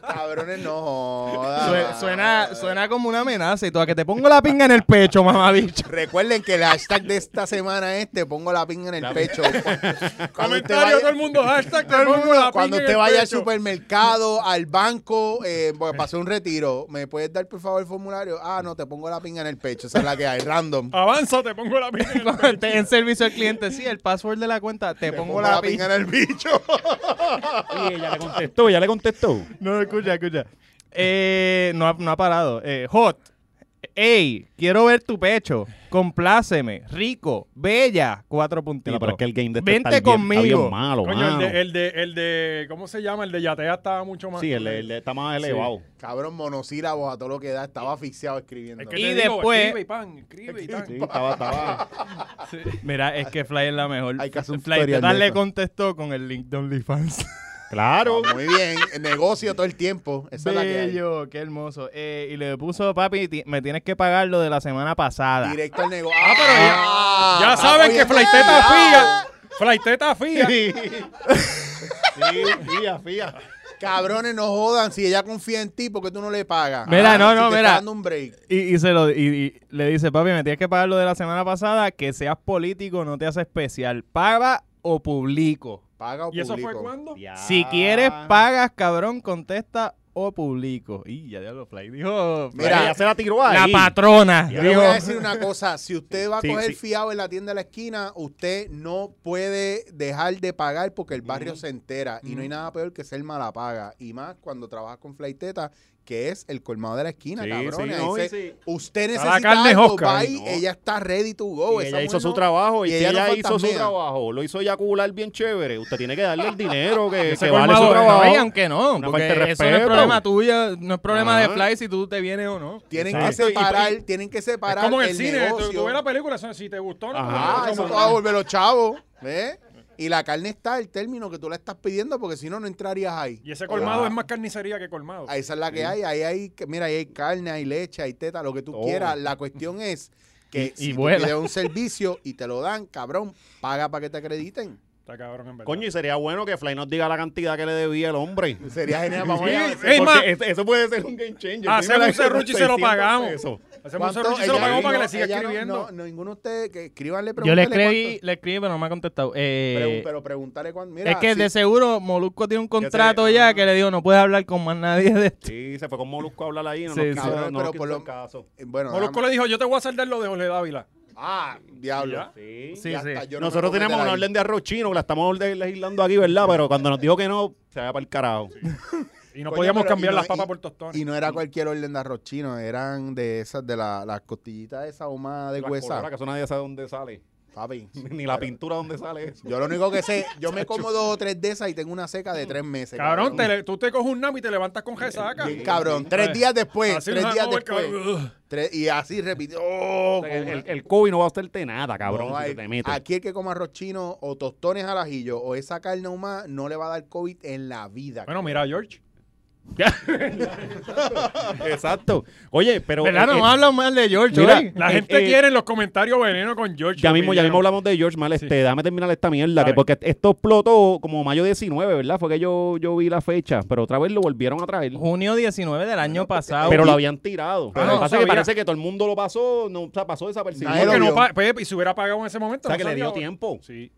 Speaker 1: Ah. Cabrones, no
Speaker 3: Ah.
Speaker 4: Sue-
Speaker 1: jodas.
Speaker 4: Suena, suena como una amenaza y toda que te pongo la pinga en el pecho, mamá bicho.
Speaker 1: Recuerden que el hashtag de esta semana es te pongo la pinga en el pecho. Cuando usted
Speaker 2: Comentario
Speaker 1: vaya-
Speaker 2: todo el mundo, hashtag todo el mundo. la
Speaker 1: Cuando
Speaker 2: pinga en
Speaker 1: usted
Speaker 2: el
Speaker 1: vaya al
Speaker 2: pecho.
Speaker 1: supermercado, al banco, eh, voy a pasar un retiro, ¿me puedes dar por favor el formulario? Ah, no, te pongo la pinga en el pecho. Esa es la que hay, random.
Speaker 2: Avanza, te pongo la pinga en el pecho.
Speaker 4: Te- en servicio al cliente, sí, el password de la cuenta, te, pongo, la, pinga.
Speaker 1: en el bicho.
Speaker 3: Y ella le contestó, ella le contestó.
Speaker 4: No, escucha, escucha. Eh, no, ha, no ha parado. Eh, hot. Ey, quiero ver tu pecho. Compláceme. Rico. Bella. Cuatro puntitos.
Speaker 3: Pero, pero es que el game de este está
Speaker 4: Vente
Speaker 3: bien- está
Speaker 4: conmigo.
Speaker 3: bien malo,
Speaker 2: Coño, el
Speaker 3: mano.
Speaker 2: de, el, de, el de, ¿cómo se llama? El de Yatea estaba mucho más.
Speaker 3: Sí, el, el está más
Speaker 2: Sí.
Speaker 3: elevado.
Speaker 1: Cabrón, monosílabos a todo lo que da. Estaba asfixiado escribiendo.
Speaker 2: Es que
Speaker 4: Y
Speaker 2: te
Speaker 4: después-
Speaker 2: Escribe y pan, escribe y tan.
Speaker 3: Sí, estaba, estaba.
Speaker 4: Mira, es que Fly es la mejor.
Speaker 1: Hay que hacer un
Speaker 4: Fly
Speaker 1: tutorial
Speaker 4: Tetas
Speaker 1: de
Speaker 4: le
Speaker 1: eso.
Speaker 4: contestó con el link de OnlyFans.
Speaker 3: Claro.
Speaker 1: Ah, Muy bien, el negocio todo el tiempo. Esa es la
Speaker 4: Bello, qué hermoso. Eh, y le puso, papi, ti- me tienes que pagar lo de la semana
Speaker 1: que hay.
Speaker 4: pasada.
Speaker 1: Directo al negocio. Ah,
Speaker 2: Ah, pero ya- ya saben que Flaiteta fía. Flaiteta fía.
Speaker 3: Sí, fía, fía.
Speaker 1: Cabrones, no jodan. Si ella confía en ti, ¿por qué tú no le pagas? Ah,
Speaker 4: Mira, no,
Speaker 1: si
Speaker 4: no,
Speaker 1: te
Speaker 4: mira.
Speaker 1: está dando un break.
Speaker 4: Y, y se lo, y, y le dice, papi, me tienes que pagar lo de la semana pasada. Que seas político no te hace especial. Paga o publico.
Speaker 1: Paga o
Speaker 2: ¿Y eso fue
Speaker 1: publico.
Speaker 2: cuándo?
Speaker 4: Si quieres, pagas, cabrón, contesta o publico. Y ya, ya lo fly. Dijo,
Speaker 1: Mira,
Speaker 3: Mira, ya se la tiró ahí.
Speaker 4: la patrona.
Speaker 1: Yo le
Speaker 4: dijo.
Speaker 1: voy a decir una cosa, si usted va a
Speaker 3: Sí,
Speaker 1: coger
Speaker 3: sí.
Speaker 1: fiado en la tienda de la esquina, usted no puede dejar de pagar porque el barrio se entera y no hay nada peor que ser mala paga y más cuando trabajas con flaiteta que es el colmado de la esquina,
Speaker 3: Sí,
Speaker 1: cabrones.
Speaker 3: sí,
Speaker 1: Ahí
Speaker 3: no, y
Speaker 1: se-
Speaker 3: sí.
Speaker 1: Usted
Speaker 2: la
Speaker 1: necesita
Speaker 2: carne
Speaker 1: algo,
Speaker 2: hosca,
Speaker 1: va
Speaker 2: ahí,
Speaker 1: ahí,
Speaker 3: no.
Speaker 1: ella está ready to go.
Speaker 3: Y
Speaker 1: Oh, esa
Speaker 3: ella hizo
Speaker 1: mujer
Speaker 3: su
Speaker 1: no-
Speaker 3: trabajo y,
Speaker 1: y
Speaker 3: si
Speaker 1: ella
Speaker 3: ella,
Speaker 1: no
Speaker 3: hizo su
Speaker 1: fantasmea.
Speaker 3: trabajo. Lo hizo yacular bien chévere. Usted tiene que darle el dinero que,
Speaker 2: Ese
Speaker 3: que vale su
Speaker 2: colmado,
Speaker 3: trabajo.
Speaker 4: No, y aunque no,
Speaker 3: Una
Speaker 4: porque
Speaker 3: falta de
Speaker 4: eso no es
Speaker 3: respeto.
Speaker 4: problema tuyo, no es problema de
Speaker 3: Ah.
Speaker 4: Fly si tú te vienes o no.
Speaker 1: Tienen
Speaker 3: Exacto.
Speaker 1: que
Speaker 3: Y- pues, y-
Speaker 1: separar, tienen que
Speaker 2: Es
Speaker 1: separar
Speaker 2: como
Speaker 1: el,
Speaker 2: en el cine. Tú,
Speaker 1: negocio.
Speaker 2: tú ves la película, eso, si te gustó, no.
Speaker 3: Ajá,
Speaker 1: Ah,
Speaker 2: no,
Speaker 1: eso
Speaker 2: no,
Speaker 1: te va a volver los chavos, ¿ves? Y la carne está, el término que tú la estás pidiendo porque si no, no entrarías ahí.
Speaker 2: Y ese colmado
Speaker 1: Ah.
Speaker 2: es más carnicería que colmado.
Speaker 1: Ah, Esa es la que hay. Ahí hay, que- mira, ahí hay carne, hay leche, hay teta, lo que tú
Speaker 3: Todo.
Speaker 1: quieras. La cuestión es que
Speaker 4: Y- y
Speaker 1: si tú
Speaker 4: vuela.
Speaker 1: pides un servicio y te lo dan, cabrón, paga para que te acrediten.
Speaker 2: Está cabrón, en verdad.
Speaker 3: Coño, y sería bueno que Fly nos diga la cantidad que le debía el hombre.
Speaker 1: Sería genial. Vamos
Speaker 2: Sí,
Speaker 1: allá.
Speaker 2: ey, ma,
Speaker 3: Porque es- eso puede ser un game changer.
Speaker 2: hacemos un serrucho
Speaker 3: serrucho
Speaker 2: y se lo pagamos.
Speaker 3: Eso.
Speaker 2: Hacemos un
Speaker 1: ¿Cuánto?
Speaker 2: serrucho y se lo
Speaker 1: Ella
Speaker 2: pagamos para que
Speaker 1: no-
Speaker 2: le siga
Speaker 1: ella no-
Speaker 2: escribiendo.
Speaker 1: No, no, ninguno de ustedes, que escríbanle,
Speaker 4: Yo le
Speaker 1: pregúntale
Speaker 4: escribí,
Speaker 1: cuánto-
Speaker 4: le escribí, pero no me ha contestado. Eh,
Speaker 1: Pregun- pero pregúntale cuánto. Mira,
Speaker 4: es que
Speaker 1: si- ah.
Speaker 4: de seguro Molusco tiene un contrato
Speaker 3: sé.
Speaker 4: ya que le dijo, no puedes hablar con más nadie de esto.
Speaker 3: Sí, se fue con Molusco a hablar ahí. No
Speaker 4: Sí,
Speaker 3: nos
Speaker 4: sí.
Speaker 3: quiso-
Speaker 1: Cabrón,
Speaker 3: no
Speaker 1: pero
Speaker 3: nos
Speaker 1: por
Speaker 3: quiso
Speaker 1: lo-
Speaker 3: el caso.
Speaker 1: eh, bueno,
Speaker 2: Molusco le
Speaker 1: dame-
Speaker 2: dijo, yo te voy a saldar lo de Jorge Dávila.
Speaker 1: Ah, diablo.
Speaker 3: Sí.
Speaker 4: Sí,
Speaker 1: Ya
Speaker 4: sí.
Speaker 1: está, yo no me
Speaker 3: Nosotros
Speaker 1: puedo meter
Speaker 3: tenemos una
Speaker 1: ahí.
Speaker 3: orden de arroz chino que la estamos orde- legislando aquí, ¿verdad? Pero cuando nos dijo que no, se vaya para el carajo.
Speaker 2: Y no
Speaker 1: Coño,
Speaker 2: podíamos
Speaker 1: pero-
Speaker 2: cambiar
Speaker 1: y no-
Speaker 2: las papas
Speaker 1: y-
Speaker 2: por tostones.
Speaker 1: Y no era cualquier orden de arroz chino, eran de esas, de la- las costillitas de esa ahumada de
Speaker 3: Las coronas,
Speaker 1: huesa.
Speaker 3: que eso nadie sabe dónde sale.
Speaker 1: Papi.
Speaker 3: Ni la pintura dónde sale eso.
Speaker 1: Yo lo único que sé, yo me como dos o tres de esas y tengo una seca de tres meses.
Speaker 2: Cabrón, te le- tú te coges un nami y te levantas con resaca.
Speaker 1: Bien, cabrón, tres días después,
Speaker 2: Así
Speaker 1: tres
Speaker 2: nos
Speaker 1: días
Speaker 2: vamos,
Speaker 1: después.
Speaker 2: cabrón.
Speaker 1: Tres- y así repitió.
Speaker 3: O sea, el, el- el COVID no va a hacerte nada, cabrón.
Speaker 1: No,
Speaker 3: si
Speaker 1: hay-
Speaker 3: se te mete.
Speaker 1: aquí el que coma arroz chino o tostones al ajillo o esa carne ahumada no le va a dar COVID en la vida.
Speaker 2: Bueno, mira, George.
Speaker 3: Exacto. Oye, pero.
Speaker 4: ¿Verdad?
Speaker 3: eh,
Speaker 4: No
Speaker 3: eh,
Speaker 4: hablan mal de George.
Speaker 3: Mira,
Speaker 4: hoy.
Speaker 2: La
Speaker 3: Eh,
Speaker 2: gente
Speaker 3: eh,
Speaker 2: quiere en los comentarios veneno con George.
Speaker 3: ya mismo, ya
Speaker 2: Millán.
Speaker 3: mismo hablamos de George Mal, este, dame terminar esta mierda,
Speaker 2: Dale.
Speaker 3: que porque esto explotó como mayo 19, ¿verdad? Fue que yo, yo vi la fecha, pero otra vez lo volvieron a traer.
Speaker 4: Junio 19 del año pasado.
Speaker 3: Pero lo habían tirado.
Speaker 2: Ah,
Speaker 3: Lo
Speaker 2: no
Speaker 3: que pasa es que
Speaker 2: sabía.
Speaker 3: parece que todo el mundo lo pasó, no, o sea, pasó desapercibido.
Speaker 1: Nadie lo
Speaker 2: No, que no
Speaker 1: vio.
Speaker 2: pa- pues, y se hubiera pagado en ese momento.
Speaker 3: O sea,
Speaker 2: no
Speaker 3: que le dio
Speaker 2: sabía.
Speaker 3: tiempo.
Speaker 2: Sí.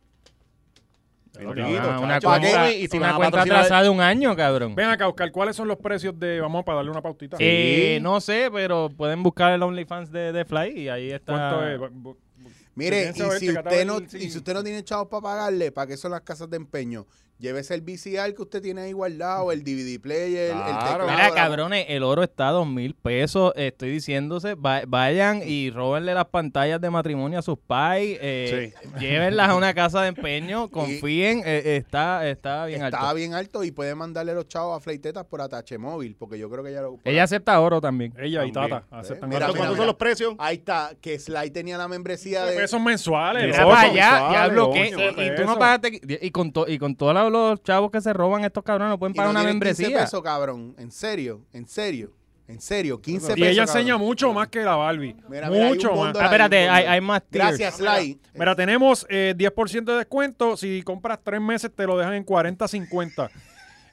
Speaker 4: Ah,
Speaker 3: Tranquilito,
Speaker 4: una
Speaker 3: chacho.
Speaker 4: cuenta,
Speaker 3: Y si
Speaker 4: una
Speaker 3: van a
Speaker 4: cuenta
Speaker 3: patrocinar-
Speaker 4: atrasada de un año, cabrón.
Speaker 2: Ven acá, Oscar, ¿cuáles son los precios de. Vamos para darle una pautita.
Speaker 4: Eh, no sé, pero pueden buscar el OnlyFans de, de Fly y ahí está.
Speaker 2: ¿Cuánto es? Bu- bu- bu-
Speaker 1: Mire,
Speaker 2: Piensa
Speaker 1: y
Speaker 2: verte
Speaker 1: si,
Speaker 2: que acaba
Speaker 1: usted
Speaker 2: el-
Speaker 1: no,
Speaker 2: sí.
Speaker 1: y si usted no tiene chavos para pagarle, ¿para qué son las casas de empeño? Llévese el VCR que usted tiene ahí guardado, el DVD player,
Speaker 3: Claro.
Speaker 1: el teclado.
Speaker 4: Mira,
Speaker 1: la-
Speaker 4: cabrones, el oro está a dos mil pesos. Estoy diciéndose, va- vayan y róbenle las pantallas de matrimonio a sus pais. eh, Llévenlas a una casa de empeño. Confíen, eh, está, está bien
Speaker 1: Está
Speaker 4: alto.
Speaker 1: bien alto y puede mandarle los chavos a Fleitetas por atache móvil, porque yo creo que ya lo... por
Speaker 4: Ella acepta oro también.
Speaker 2: Ella y
Speaker 3: También.
Speaker 2: Tata aceptan
Speaker 1: Mira, mira,
Speaker 2: esos
Speaker 3: ¿Cuánto- ¿Cuántos
Speaker 1: mira.
Speaker 3: son los precios?
Speaker 1: Ahí está, que Sly tenía la membresía de...
Speaker 2: pesos mensuales.
Speaker 3: Mira
Speaker 4: Mira
Speaker 2: loco.
Speaker 4: para
Speaker 3: Ocho,
Speaker 4: allá,
Speaker 3: vale,
Speaker 4: diablo, ¿qué?
Speaker 2: ocho,
Speaker 4: Y, y tú
Speaker 2: eso.
Speaker 4: no pagaste. Y con, to- y con todos los- los chavos que se roban, estos cabrones no
Speaker 1: y
Speaker 4: pueden
Speaker 1: no
Speaker 4: pagar una
Speaker 1: tienen 15
Speaker 4: membresía.
Speaker 1: pesos, cabrón. En serio, en serio, en serio, 15 pesos,
Speaker 2: Y ella
Speaker 1: cabrón.
Speaker 2: enseña mucho más que la Barbie.
Speaker 1: Mira, mira, hay un
Speaker 2: mucho más.
Speaker 1: mundo
Speaker 4: Ah, espérate, hay, hay más tiers.
Speaker 1: Gracias, Sly.
Speaker 2: Mira, tenemos eh, 10% de descuento. Si compras 3 meses, te lo dejan en 40, 50.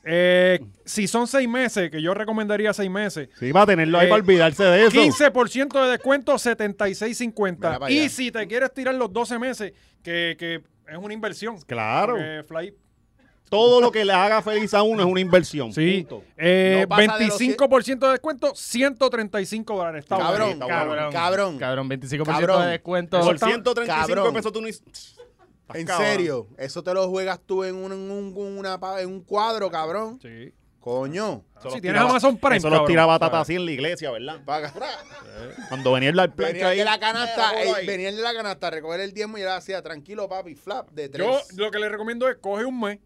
Speaker 2: Eh, si son 6 meses, que yo recomendaría 6 meses,
Speaker 3: Sí, va a tenerlo ahí
Speaker 2: Eh,
Speaker 3: para olvidarse de eso.
Speaker 2: 15% de descuento,
Speaker 1: Mira
Speaker 2: 76.50.
Speaker 1: pa'
Speaker 2: Y
Speaker 1: allá.
Speaker 2: si te quieres tirar los 12 meses, que, que es una inversión.
Speaker 3: Claro.
Speaker 2: Porque Fly-
Speaker 3: Todo lo que le haga feliz a uno es una inversión.
Speaker 2: Sí.
Speaker 3: punto.
Speaker 2: Eh,
Speaker 1: No pasa de los
Speaker 2: 25% de descuento, 135 dólares. Está bueno.
Speaker 1: Cabrón,
Speaker 4: Cabrón,
Speaker 1: cabrón, cabrón,
Speaker 4: Cabrón, 25%
Speaker 1: Cabrón.
Speaker 4: de descuento.
Speaker 3: Por
Speaker 2: está-
Speaker 3: 135
Speaker 1: cabrón.
Speaker 3: pesos tú no hiciste.
Speaker 1: En
Speaker 3: Cabrón.
Speaker 1: serio, eso te lo juegas tú en un, en un, una pa- en un cuadro, cabrón.
Speaker 2: Sí. Ah,
Speaker 1: Coño.
Speaker 2: Si tienes Amazon Prime,
Speaker 3: Eso los
Speaker 2: cabrón.
Speaker 3: tiraba Tata
Speaker 2: O sea,
Speaker 3: así en la iglesia, ¿verdad?
Speaker 1: Paga.
Speaker 3: Cuando venía el plan
Speaker 1: Venía de la canasta,
Speaker 3: Déjalo
Speaker 1: eh,
Speaker 3: ahí.
Speaker 1: venía de la canasta, a recoger el diezmo y él hacía tranquilo, papi, flap de tres.
Speaker 2: Yo lo que le recomiendo es coge un mes,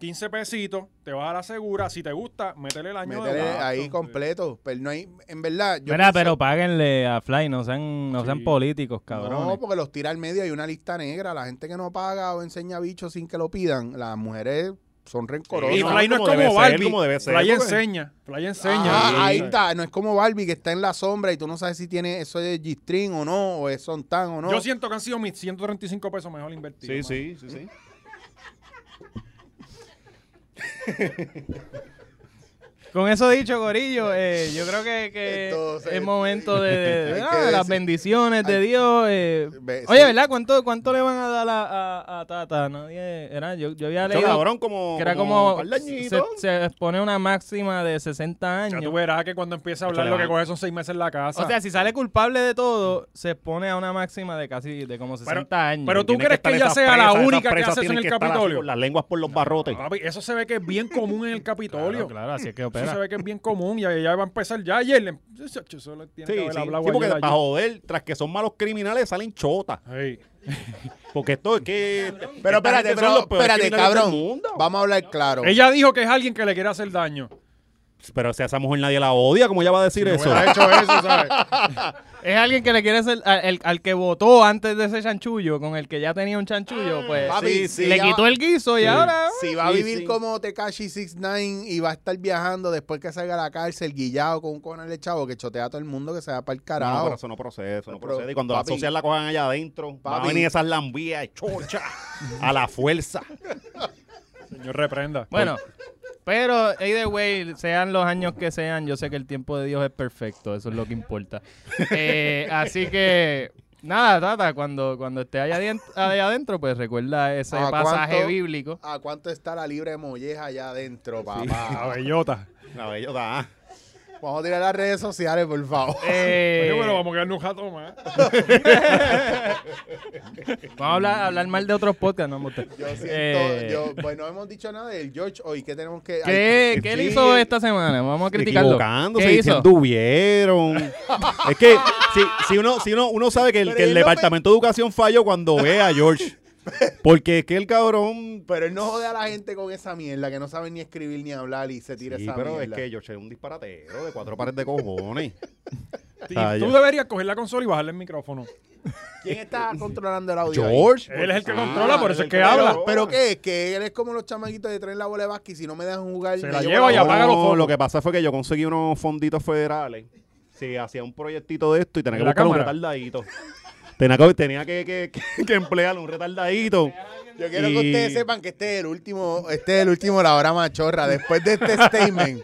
Speaker 2: 15 pesitos, te vas a la segura. Si te gusta, métele el año de
Speaker 1: Métele
Speaker 2: gasto.
Speaker 1: ahí completo, pero no hay, en verdad, yo
Speaker 4: Mira,
Speaker 1: pienso-
Speaker 4: pero páguenle a Fly, no sean, no
Speaker 2: Sí.
Speaker 4: sean políticos, cabrón. eh.
Speaker 1: No, porque los tira al medio, hay una lista negra, la gente que no paga o enseña bichos sin que lo pidan, las mujeres son rencorosas.
Speaker 2: Y
Speaker 3: No,
Speaker 2: Fly no es
Speaker 3: como debe
Speaker 2: como
Speaker 3: ser,
Speaker 2: Barbie.
Speaker 3: como debe ser,
Speaker 2: Fly
Speaker 3: porque-
Speaker 2: enseña. Fly enseña.
Speaker 1: Ah,
Speaker 2: Sí,
Speaker 1: ahí
Speaker 2: sí.
Speaker 1: está, no es como Barbie que está en la sombra y tú no sabes si tiene eso de G-string o no, o es son tan o no.
Speaker 2: Yo siento que han sido mis 135 pesos mejor invertidos.
Speaker 3: Sí,
Speaker 2: mano.
Speaker 3: sí, sí, sí.
Speaker 4: Con eso dicho, Gorillo, eh, yo creo que, que
Speaker 1: Entonces,
Speaker 4: es momento de, de-
Speaker 1: hay
Speaker 4: de-
Speaker 1: que
Speaker 4: ah, de las
Speaker 1: decir-
Speaker 4: bendiciones de
Speaker 1: hay-
Speaker 4: Dios. eh.
Speaker 1: Ve-
Speaker 4: Oye,
Speaker 1: sí.
Speaker 4: ¿verdad? ¿Cuánto, ¿Cuánto le van a dar a, a- a Tata? Nadie, era, yo, yo había
Speaker 3: Yo,
Speaker 4: leído
Speaker 3: cabrón, como.
Speaker 4: que era como,
Speaker 3: un par de
Speaker 4: se,
Speaker 3: añitos.
Speaker 4: se pone una máxima de 60
Speaker 2: Ya
Speaker 4: años.
Speaker 2: tú verás que cuando empieza a
Speaker 3: Esto
Speaker 2: hablar
Speaker 3: le
Speaker 2: lo
Speaker 3: va.
Speaker 2: que coge son 6 meses en la casa.
Speaker 4: O sea, si sale culpable de todo, se pone a una máxima de casi de como 60 años.
Speaker 2: pero tú
Speaker 3: Tienen
Speaker 2: crees que
Speaker 3: estar
Speaker 2: ella
Speaker 3: esas
Speaker 2: sea la
Speaker 3: presas, esas
Speaker 2: única que
Speaker 3: presas
Speaker 2: hace eso en
Speaker 3: tienen
Speaker 2: el
Speaker 3: que estar así
Speaker 2: Capitolio.
Speaker 3: Con las lenguas por los barrotes.
Speaker 2: Papi, eso se ve que es bien común en el Capitolio.
Speaker 4: claro, claro, así es que
Speaker 2: Eso se
Speaker 4: opera.
Speaker 2: ve que es bien común y ella va a empezar ya ayer. le- Eso le tiene que
Speaker 3: Sí, sí,
Speaker 2: haber
Speaker 3: sí,
Speaker 2: hablado
Speaker 3: porque
Speaker 2: ayer allí.
Speaker 3: para joder, tras que son malos criminales, salen chotas.
Speaker 2: Sí.
Speaker 3: Porque esto es que.
Speaker 1: Pero
Speaker 3: esta
Speaker 1: espérate,
Speaker 3: gente son
Speaker 1: pero
Speaker 3: los peores
Speaker 1: espérate,
Speaker 3: criminales del
Speaker 1: cabrón.
Speaker 3: mundo.
Speaker 1: Vamos a hablar claro.
Speaker 2: Ella dijo que es alguien que le quiere hacer daño.
Speaker 3: Pero si a esa mujer nadie la odia, ¿cómo ella va a decir eso?
Speaker 1: eh,
Speaker 2: Hubiera hecho eso, ¿sabes?
Speaker 4: Es alguien que le quiere hacer al, el- al que votó antes de ese chanchullo, con el que ya tenía un chanchullo, pues
Speaker 1: Ah, Papi, si
Speaker 4: le
Speaker 1: ella-
Speaker 4: quitó el guiso y ahora...
Speaker 1: Si va a
Speaker 3: Sí,
Speaker 1: vivir
Speaker 3: sí.
Speaker 1: como Tekashi 69 y va a estar viajando después que salga a la cárcel, guillado con un conal de chavo que chotea a todo el mundo que se va para el
Speaker 3: No,
Speaker 1: carajo.
Speaker 3: pero eso no procede, eso no
Speaker 1: Pero,
Speaker 3: procede. Y cuando las
Speaker 1: papi.
Speaker 3: socias la cojan allá adentro, van a
Speaker 1: Papi.
Speaker 3: venir esas lambías de chocha a la fuerza.
Speaker 2: Señor, reprenda.
Speaker 4: Bueno, pero either way, sean los años que sean, yo sé que el tiempo de Dios es perfecto, eso es lo que importa. Eh, así que, nada, Tata, cuando, cuando esté allá adien- allá adentro, pues recuerda ese
Speaker 1: ¿A
Speaker 4: pasaje
Speaker 1: Ah, cuánto?
Speaker 4: bíblico.
Speaker 1: ¿A cuánto está la libre molleja allá adentro,
Speaker 2: La
Speaker 1: papá?
Speaker 2: bellota.
Speaker 3: La bellota, ah.
Speaker 1: Vamos a tirar las redes sociales, por favor.
Speaker 4: Eh,
Speaker 2: Oye, bueno, vamos a quedarnos un jato más.
Speaker 4: vamos a hablar, a hablar mal de otros podcasts, no vamos a usted.
Speaker 1: Yo siento,
Speaker 4: Eh,
Speaker 1: yo, pues no hemos dicho nada del George hoy. ¿Qué tenemos que.?
Speaker 4: ¿Qué,
Speaker 1: Ay,
Speaker 4: ¿qué él
Speaker 1: sí,
Speaker 4: hizo esta semana? Vamos a criticarlo.
Speaker 3: Equivocándose,
Speaker 4: ¿Qué hizo?
Speaker 3: diciendo hubieron. es que si, si uno, si uno, uno sabe que el,
Speaker 1: Pero
Speaker 3: que el
Speaker 1: él no
Speaker 3: departamento de educación falló cuando ve a George. Porque es que el cabrón.
Speaker 1: Pero él no jode a la gente con esa mierda que no sabe ni escribir ni hablar y se tira
Speaker 3: Sí,
Speaker 1: esa
Speaker 3: pero es
Speaker 1: mierda.
Speaker 3: que George es un disparatero de cuatro pares de cojones.
Speaker 2: Y
Speaker 3: Ah,
Speaker 2: tú
Speaker 3: ya.
Speaker 2: deberías coger la consola y bajarle el micrófono.
Speaker 1: ¿Quién está controlando el audio? ahí?
Speaker 3: George.
Speaker 2: Él es el que
Speaker 3: Ah,
Speaker 2: controla, por eso es que
Speaker 3: que
Speaker 2: habla.
Speaker 3: controla.
Speaker 1: ¿Pero qué? Que eres como los chamaquitos de traer la bola de básquet y si no me dejan jugar.
Speaker 2: Se
Speaker 1: me
Speaker 2: la
Speaker 1: llevo
Speaker 2: lleva y
Speaker 1: bola.
Speaker 2: apaga los focos.
Speaker 3: Lo que pasa fue que yo conseguí unos fonditos federales. Sí, hacía un proyectito de esto y tenía
Speaker 2: ¿De
Speaker 3: que
Speaker 2: la
Speaker 3: buscar un
Speaker 2: cámara?
Speaker 3: retardadito. Tenía que, tenía que, que, que- que emplear un retardadito.
Speaker 1: Yo quiero
Speaker 3: Y-
Speaker 1: que ustedes sepan que este es el último, este es el último La Hora Machorra. Después de este statement.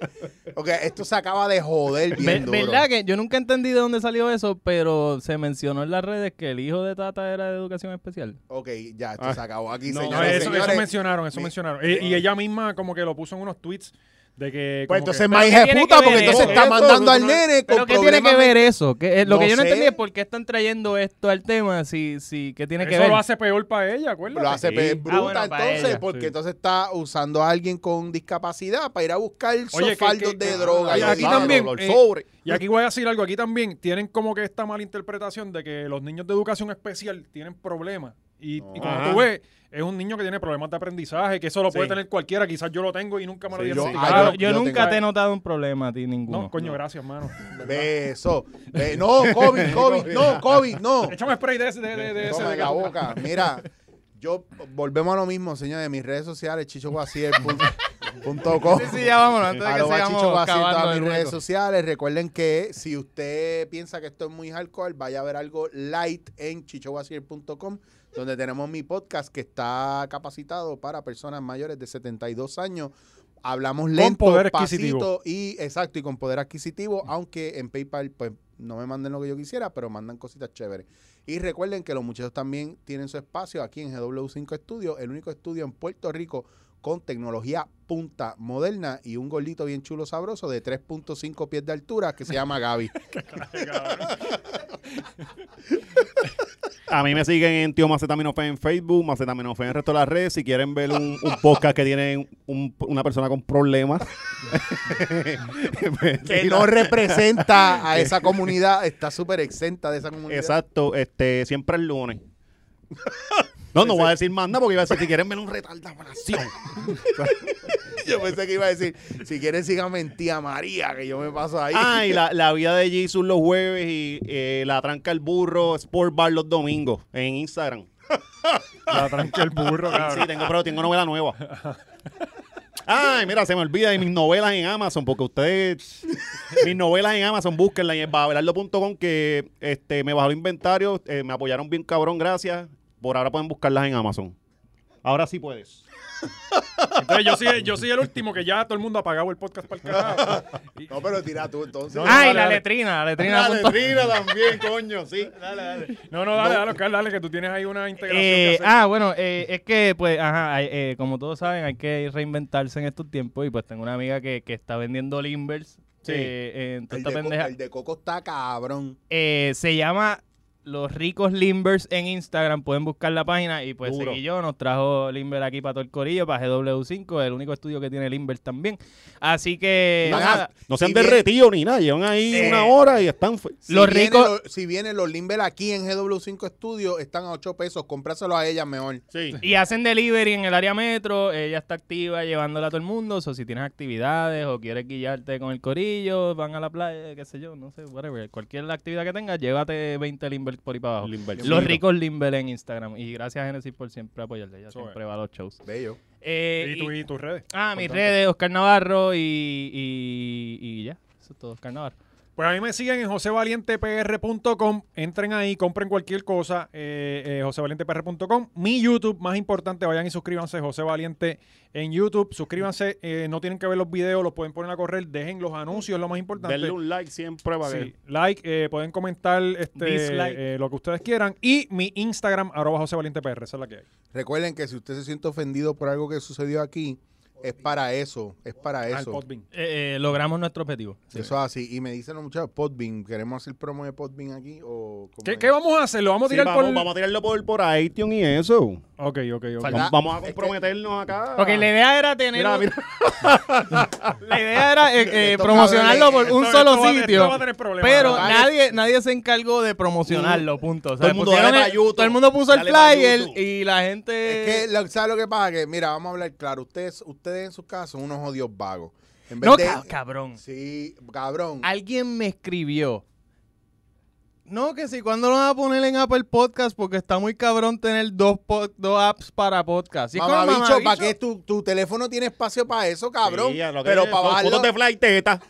Speaker 1: Ok, esto se acaba de joder bien duro.
Speaker 4: ¿Verdad que yo nunca entendí de dónde salió eso, pero se mencionó en las redes que el hijo de Tata era de educación especial?
Speaker 1: Ok, ya, esto se acabó aquí,
Speaker 3: No,
Speaker 2: Ah. No,
Speaker 1: señores.
Speaker 2: eso, eso
Speaker 1: señores. Pues
Speaker 2: mencionaron, eso
Speaker 1: mi-
Speaker 2: mencionaron. Eh, Y, ella misma como que lo puso en unos tweets de que...
Speaker 1: Pues
Speaker 2: como que-
Speaker 1: entonces más
Speaker 4: ¿qué
Speaker 1: hija de
Speaker 4: tiene
Speaker 1: puta,
Speaker 4: que
Speaker 1: porque
Speaker 4: ver
Speaker 1: entonces
Speaker 4: eso?
Speaker 1: está
Speaker 3: Eso,
Speaker 1: mandando
Speaker 3: no,
Speaker 1: al
Speaker 3: no,
Speaker 1: nene con
Speaker 4: ¿Pero qué tiene que
Speaker 1: problemas
Speaker 4: ver eso? ¿Qué- eh, lo que
Speaker 1: No
Speaker 4: yo no
Speaker 1: sé.
Speaker 4: entendí es por qué están trayendo esto al tema, si, si, ¿qué tiene que
Speaker 2: Eso
Speaker 4: ver?
Speaker 2: lo hace peor para ella, acuérdate.
Speaker 1: Lo hace pe-
Speaker 3: Sí.
Speaker 1: bruta
Speaker 4: Ah, bueno, para
Speaker 1: entonces,
Speaker 4: ella,
Speaker 1: porque
Speaker 2: sí.
Speaker 1: entonces está usando a alguien con discapacidad para ir a buscar
Speaker 2: que-
Speaker 1: sofaldos
Speaker 2: que-
Speaker 1: de
Speaker 2: que-
Speaker 1: droga.
Speaker 2: Oye,
Speaker 1: y
Speaker 2: aquí
Speaker 1: dinero.
Speaker 2: también,
Speaker 3: Dolor
Speaker 2: eh,
Speaker 3: sobre.
Speaker 2: Y aquí voy a decir algo, aquí también tienen como que esta mala interpretación de que los niños de educación especial tienen problemas. Y, y como
Speaker 3: Ajá.
Speaker 2: tú ves, es un niño que tiene problemas de aprendizaje, que eso lo puede
Speaker 3: Sí.
Speaker 2: tener cualquiera, quizás yo lo tengo y nunca me lo
Speaker 1: Sí,
Speaker 2: dieron.
Speaker 1: yo-
Speaker 2: Claro.
Speaker 1: ah,
Speaker 4: Yo, yo
Speaker 1: yo
Speaker 4: nunca
Speaker 1: tengo-
Speaker 4: te he notado un problema a ti ninguno.
Speaker 2: No, coño, gracias, mano.
Speaker 1: Beso. Be- no, COVID, COVID, no, COVID, no.
Speaker 2: Échame spray de ese, de, de- de ese.
Speaker 1: Toma
Speaker 2: de-
Speaker 1: en la boca. Mira, yo volvemos a lo mismo, señores. Mis redes sociales, Chicho Guasiel, punto, punto com.
Speaker 4: Sí, sí, ya vámonos, antes de que
Speaker 1: Arroba
Speaker 4: sigamos
Speaker 1: Chicho Guasiel,
Speaker 4: cavando
Speaker 1: todas
Speaker 4: el
Speaker 1: mis redes
Speaker 4: hueco.
Speaker 1: sociales. Recuerden que si usted piensa que esto es muy hardcore, vaya a ver algo light en chichoguasiel.com, donde tenemos mi podcast que está capacitado para personas mayores de 72 años. Hablamos lento,
Speaker 2: poder
Speaker 1: pasito
Speaker 2: adquisitivo.
Speaker 1: y exacto, y con poder adquisitivo, aunque en PayPal pues no me manden lo que yo quisiera, pero mandan cositas chéveres. Y recuerden que los muchachos también tienen su espacio aquí en GW5 Studio, el único estudio en Puerto Rico con tecnología punta moderna y un gordito bien chulo sabroso de 3.5 pies de altura que se llama Gaby.
Speaker 3: A mí me siguen en Tío Macetaminofe en Facebook, Macetaminofe en el resto de las redes. Si quieren ver un, un podcast que tiene un- una persona con problemas.
Speaker 1: que no representa a esa comunidad, está súper exenta de esa comunidad.
Speaker 3: Exacto, este, siempre el lunes. No, no voy a decir más nada porque iba a decir si quieren ver un retardación.
Speaker 1: Yo pensé que iba a decir, si quieren síganme en tía María, que yo me paso ahí.
Speaker 3: Ah, y la, la vida de Jesus los jueves y eh, la tranca el burro Sport Bar los domingos en Instagram.
Speaker 2: La tranque el burro,
Speaker 3: Sí,
Speaker 2: cabrón.
Speaker 3: tengo, pero tengo novela nueva. Ay, mira, se me olvida de mis novelas en Amazon, porque ustedes. Mis novelas en Amazon, búsquenlas en babelardo.com, que este, me bajó el inventario, eh, me apoyaron bien cabrón, gracias. Por ahora pueden buscarlas en Amazon. Ahora sí puedes.
Speaker 2: Entonces yo soy, yo soy el último que ya todo el mundo ha pagado el podcast para el carajo. Y-
Speaker 1: No, pero tira tú entonces.
Speaker 2: No,
Speaker 4: Ay,
Speaker 2: Dale,
Speaker 4: la
Speaker 2: dale.
Speaker 4: letrina, la letrina. punto-
Speaker 3: también, coño, sí.
Speaker 2: No, no, dale, dale, Oscar, dale, que tú tienes ahí una
Speaker 1: Este
Speaker 2: integración que
Speaker 4: Eh,
Speaker 2: hacer.
Speaker 4: ah, bueno, eh, es que, pues, ajá, hay- eh, como todos saben, hay que reinventarse en estos tiempos. Y pues tengo una amiga que, que está vendiendo Limbers.
Speaker 3: Sí.
Speaker 4: eh, eh, en toda
Speaker 1: El
Speaker 4: esta
Speaker 1: de, co-
Speaker 4: pendeja.
Speaker 1: el de Coco está cabrón.
Speaker 4: Eh, se llama Los Ricos Limbers en Instagram. Pueden buscar la página. Y pues,
Speaker 3: Duro.
Speaker 4: seguí yo, nos trajo Limber aquí para todo el corillo, para GW5, el único estudio que tiene Limbers también. Así que,
Speaker 1: No,
Speaker 4: Eh, nada.
Speaker 3: No se han
Speaker 1: Si bien-
Speaker 3: derretido ni nada, llevan ahí
Speaker 4: Eh.
Speaker 3: una hora y están. fu-
Speaker 1: Si
Speaker 4: Los
Speaker 1: viene
Speaker 4: ricos-
Speaker 1: lo- si vienen los Limber aquí en GW5 Studio, están a 8 pesos. Comprárselo a ella mejor.
Speaker 3: Sí.
Speaker 4: Y hacen delivery en el área metro, ella está activa llevándola a todo el mundo, o so, si tienes actividades o quieres guiarte con el corillo, van a la playa, qué sé yo, no sé, whatever, cualquier actividad que tengas, llévate 20 Limber por ahí para abajo. Los ricos Limber en Instagram. Y gracias Genesis por siempre apoyarle, ella
Speaker 2: Eso
Speaker 4: siempre va a los shows.
Speaker 1: Bello.
Speaker 4: Eh,
Speaker 2: y, tu-
Speaker 4: y-
Speaker 2: y tus redes.
Speaker 4: ah, mis
Speaker 2: Importante.
Speaker 4: redes, Oscar Navarro y, y, y ya, eso es todo, Oscar Navarro.
Speaker 2: Pues a mí me siguen en josevalientepr.com. Entren ahí, compren cualquier cosa. Eh, eh, josevalientepr.com. Mi YouTube, más importante, vayan y suscríbanse. José Valiente en YouTube. Suscríbanse. eh, no tienen que ver los videos, los pueden poner a correr. Dejen los anuncios, lo más importante.
Speaker 3: Denle un like siempre para
Speaker 2: Sí,
Speaker 3: que.
Speaker 2: like, eh, pueden comentar
Speaker 4: Dislike.
Speaker 2: este, eh, lo que ustedes quieran. Y mi Instagram, arroba josevalientepr. Esa es la que hay.
Speaker 1: Recuerden que si usted se siente ofendido por algo que sucedió aquí, es para eso. Es para
Speaker 2: Al
Speaker 1: eso.
Speaker 2: Podbean.
Speaker 4: Eh, eh, logramos nuestro objetivo.
Speaker 1: Eso es así. Y me dicen los muchachos, Podbean, ¿queremos hacer promo de Podbean aquí? O cómo
Speaker 2: ¿Qué,
Speaker 1: es?
Speaker 2: qué vamos a hacer? ¿Lo vamos a
Speaker 3: Sí,
Speaker 2: tirar
Speaker 3: vamos,
Speaker 2: por...?
Speaker 3: vamos a tirarlo por, por iTunes y eso.
Speaker 2: Ok, ok, ok.
Speaker 1: Falta-
Speaker 3: Vamos, vamos a comprometernos acá.
Speaker 4: Ok, la idea era tener...
Speaker 3: Mira, mira.
Speaker 4: La idea era eh, eh,
Speaker 1: Esto,
Speaker 4: promocionarlo por
Speaker 1: cabrones,
Speaker 4: un
Speaker 2: esto-
Speaker 4: solo
Speaker 2: esto va- esto
Speaker 4: sitio.
Speaker 2: va a tener problemas,
Speaker 4: pero
Speaker 2: ¿verdad?
Speaker 4: nadie, nadie se encargó de promocionarlo, punto. O sea,
Speaker 3: Todo el mundo,
Speaker 4: pusieron
Speaker 3: dale pa' YouTube,
Speaker 4: todo el mundo puso el
Speaker 3: dale pa'
Speaker 4: flyer
Speaker 3: YouTube.
Speaker 4: y la gente.
Speaker 1: Es que, lo- ¿sabes lo que pasa? Que, mira, vamos a hablar claro. Ustedes, ustedes en sus casas son unos odios vagos. En vez
Speaker 4: no,
Speaker 1: de-
Speaker 4: ca- cabrón.
Speaker 1: Sí, cabrón.
Speaker 4: Alguien me escribió No, que si cuando lo van a poner en Apple Podcast, porque está muy cabrón tener dos, pod- dos apps para podcast. Y es como,
Speaker 1: Mamabicho, ¿para
Speaker 4: mamabicho.
Speaker 1: qué tu, tu teléfono tiene espacio para eso, cabrón?
Speaker 3: Sí, a lo que
Speaker 1: Pero
Speaker 3: es,
Speaker 1: para
Speaker 3: son
Speaker 1: bajarlo,
Speaker 3: Fotos de fly teta.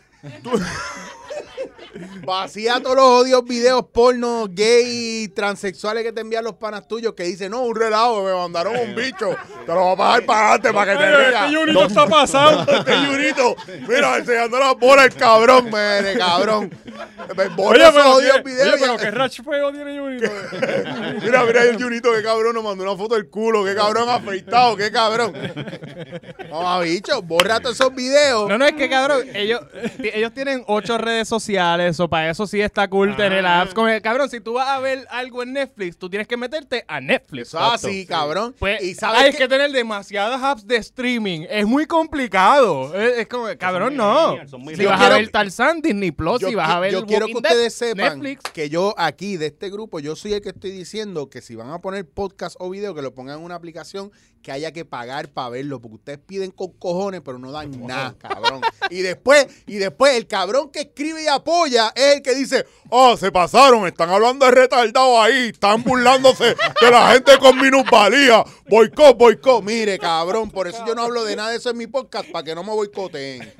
Speaker 1: vacía todos los odios videos porno gay transexuales que te envían los panas tuyos que dicen, no, un relajo, me mandaron un bicho, te lo voy a bajar para adelante para que te
Speaker 3: este
Speaker 1: rías.
Speaker 2: Junito está pasado.
Speaker 1: Este Junito, mira, enseñando las bolas el cabrón, mere, cabrón. Me borra esos odios videos y-
Speaker 2: pero qué racho feo tiene Junito.
Speaker 1: eh. Mira, mira el Junito, qué cabrón, nos mandó una foto del culo, qué cabrón afeitado, qué cabrón. Mamá bicho, borra todos esos videos.
Speaker 4: No, no, es que cabrón, ellos, ti- ellos tienen ocho redes sociales, o para eso sí está cool tener
Speaker 3: Ah.
Speaker 4: apps. Como, que, cabrón, si tú vas a ver algo en Netflix, tú tienes que meterte a Netflix.
Speaker 1: Eso es así, cabrón.
Speaker 4: Pues,
Speaker 1: y
Speaker 4: hay
Speaker 1: sabes
Speaker 4: que...
Speaker 1: que,
Speaker 4: tener demasiadas apps de streaming. Es muy complicado. Es, es como, cabrón, no.
Speaker 3: millennials, son
Speaker 4: Si
Speaker 3: millennials.
Speaker 4: vas
Speaker 1: Yo
Speaker 4: a
Speaker 1: quiero-
Speaker 4: ver Tarzan, Disney Plus,
Speaker 1: yo,
Speaker 4: si vas a
Speaker 1: qui-
Speaker 4: ver
Speaker 1: yo quiero que
Speaker 4: Walking Dead,
Speaker 1: ustedes sepan
Speaker 4: Netflix.
Speaker 1: que yo aquí de este grupo, yo soy el que estoy diciendo que si van a poner podcast o video, que lo pongan en una aplicación que haya que pagar para verlo, porque ustedes piden con cojones, pero no dan nada, cabrón. Y después, y después el cabrón que escribe y apoya es el que dice, oh, se pasaron, están hablando de retardado ahí, están burlándose de la gente con minusvalía, boicot, boicot. Mire, cabrón, por eso yo no hablo de nada de eso en mi podcast, para que no me boicoteen.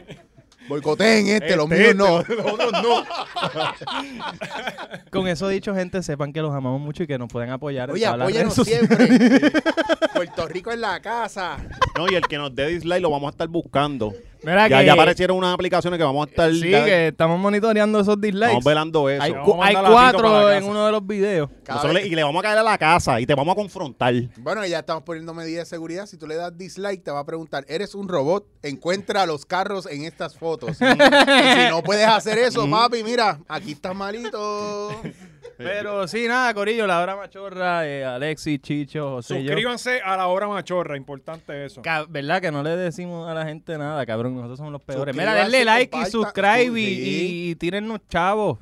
Speaker 1: Boicoteen este, los míos no.
Speaker 4: Con eso dicho, gente, sepan que los amamos mucho y que nos pueden apoyar. en
Speaker 1: Oye,
Speaker 4: todas las
Speaker 1: apóyanos
Speaker 4: redes sociales.
Speaker 1: siempre. Puerto Rico en la casa.
Speaker 3: No, y el que nos dé dislike lo vamos a estar buscando.
Speaker 4: Mira
Speaker 3: ya,
Speaker 4: que-
Speaker 3: ya aparecieron unas aplicaciones que vamos a estar
Speaker 4: Sí,
Speaker 3: ya-
Speaker 4: que estamos monitoreando esos
Speaker 3: estamos
Speaker 4: dislikes.
Speaker 3: velando eso.
Speaker 4: Hay,
Speaker 2: Vamos
Speaker 4: cu-
Speaker 2: a
Speaker 4: hay
Speaker 2: mandar la pico para
Speaker 4: cuatro
Speaker 2: la
Speaker 4: en
Speaker 2: casa.
Speaker 4: uno de los videos.
Speaker 1: Cada
Speaker 3: Nosotros
Speaker 1: vez-
Speaker 3: le- y le vamos a caer a la casa y te vamos a confrontar.
Speaker 1: Bueno, ya estamos poniendo medidas de seguridad. Si tú le das dislike, te va a preguntar, ¿eres un robot? Encuentra los carros en estas fotos. Y si no puedes hacer eso, papi, mira, aquí estás malito.
Speaker 4: Pero sí, nada, Corillo, la hora machorra, eh, Alexis, Chicho, José, y yo.
Speaker 2: Suscríbanse a la hora machorra, importante eso.
Speaker 4: Ca- ¿Verdad que no le decimos a la gente nada, cabrón? Nosotros somos los peores. Mira,
Speaker 1: Suscríbanse,
Speaker 4: denle like y
Speaker 1: compartan.
Speaker 4: subscribe y,
Speaker 1: Sí.
Speaker 4: y, y tírennos chavos.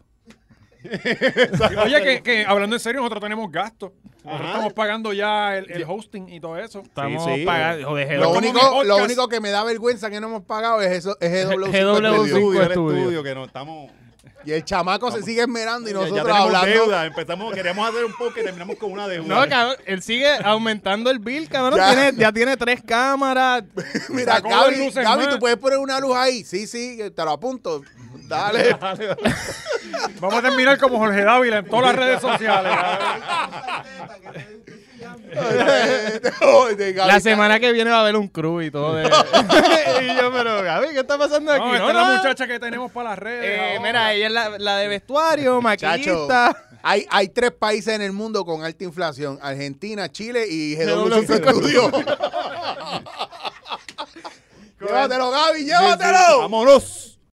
Speaker 2: Oye, que, que hablando en serio, nosotros tenemos gastos. Nosotros
Speaker 3: Ajá.
Speaker 2: estamos pagando ya el, el hosting y todo eso.
Speaker 4: Estamos
Speaker 3: sí.
Speaker 4: pagando. Joder,
Speaker 1: Lo
Speaker 2: como
Speaker 4: GW.
Speaker 2: mi
Speaker 1: único, lo
Speaker 2: podcast.
Speaker 1: único que me da vergüenza que no hemos pagado es eso, es GW5
Speaker 4: GW5.
Speaker 1: Studio.
Speaker 4: Cinco
Speaker 3: el
Speaker 4: estudios.
Speaker 3: que no estamos.
Speaker 1: Y el chamaco se sigue esmerando y
Speaker 3: ya- ya
Speaker 1: nosotros
Speaker 3: tenemos
Speaker 1: hablando.
Speaker 3: deuda. Empezamos, queríamos hacer un poco y terminamos con una deuda.
Speaker 4: No, cabrón, él sigue aumentando el bill, cabrón.
Speaker 1: Ya.
Speaker 4: Tiene, ya tiene tres cámaras.
Speaker 1: Mira,
Speaker 2: Sacó dos
Speaker 1: Gaby,
Speaker 2: luces
Speaker 1: Gaby,
Speaker 2: más.
Speaker 1: tú puedes poner una luz ahí. Sí, sí, te lo apunto. Dale.
Speaker 2: Vamos a terminar como Jorge Dávila en todas las redes sociales.
Speaker 4: La semana que viene va a haber un crew y todo. de- y yo, pero, Gaby, ¿qué está pasando aquí?
Speaker 2: No, esta es la muchacha que tenemos para las redes.
Speaker 4: Eh,
Speaker 2: ahora.
Speaker 4: mira, ella es la, la de vestuario,
Speaker 1: Chacho,
Speaker 4: maquillista.
Speaker 1: hay, hay tres países en el mundo con alta inflación: Argentina, Chile y GW5
Speaker 4: GW5
Speaker 1: Studio. llévatelo, Gaby, llévatelo.
Speaker 3: Vámonos.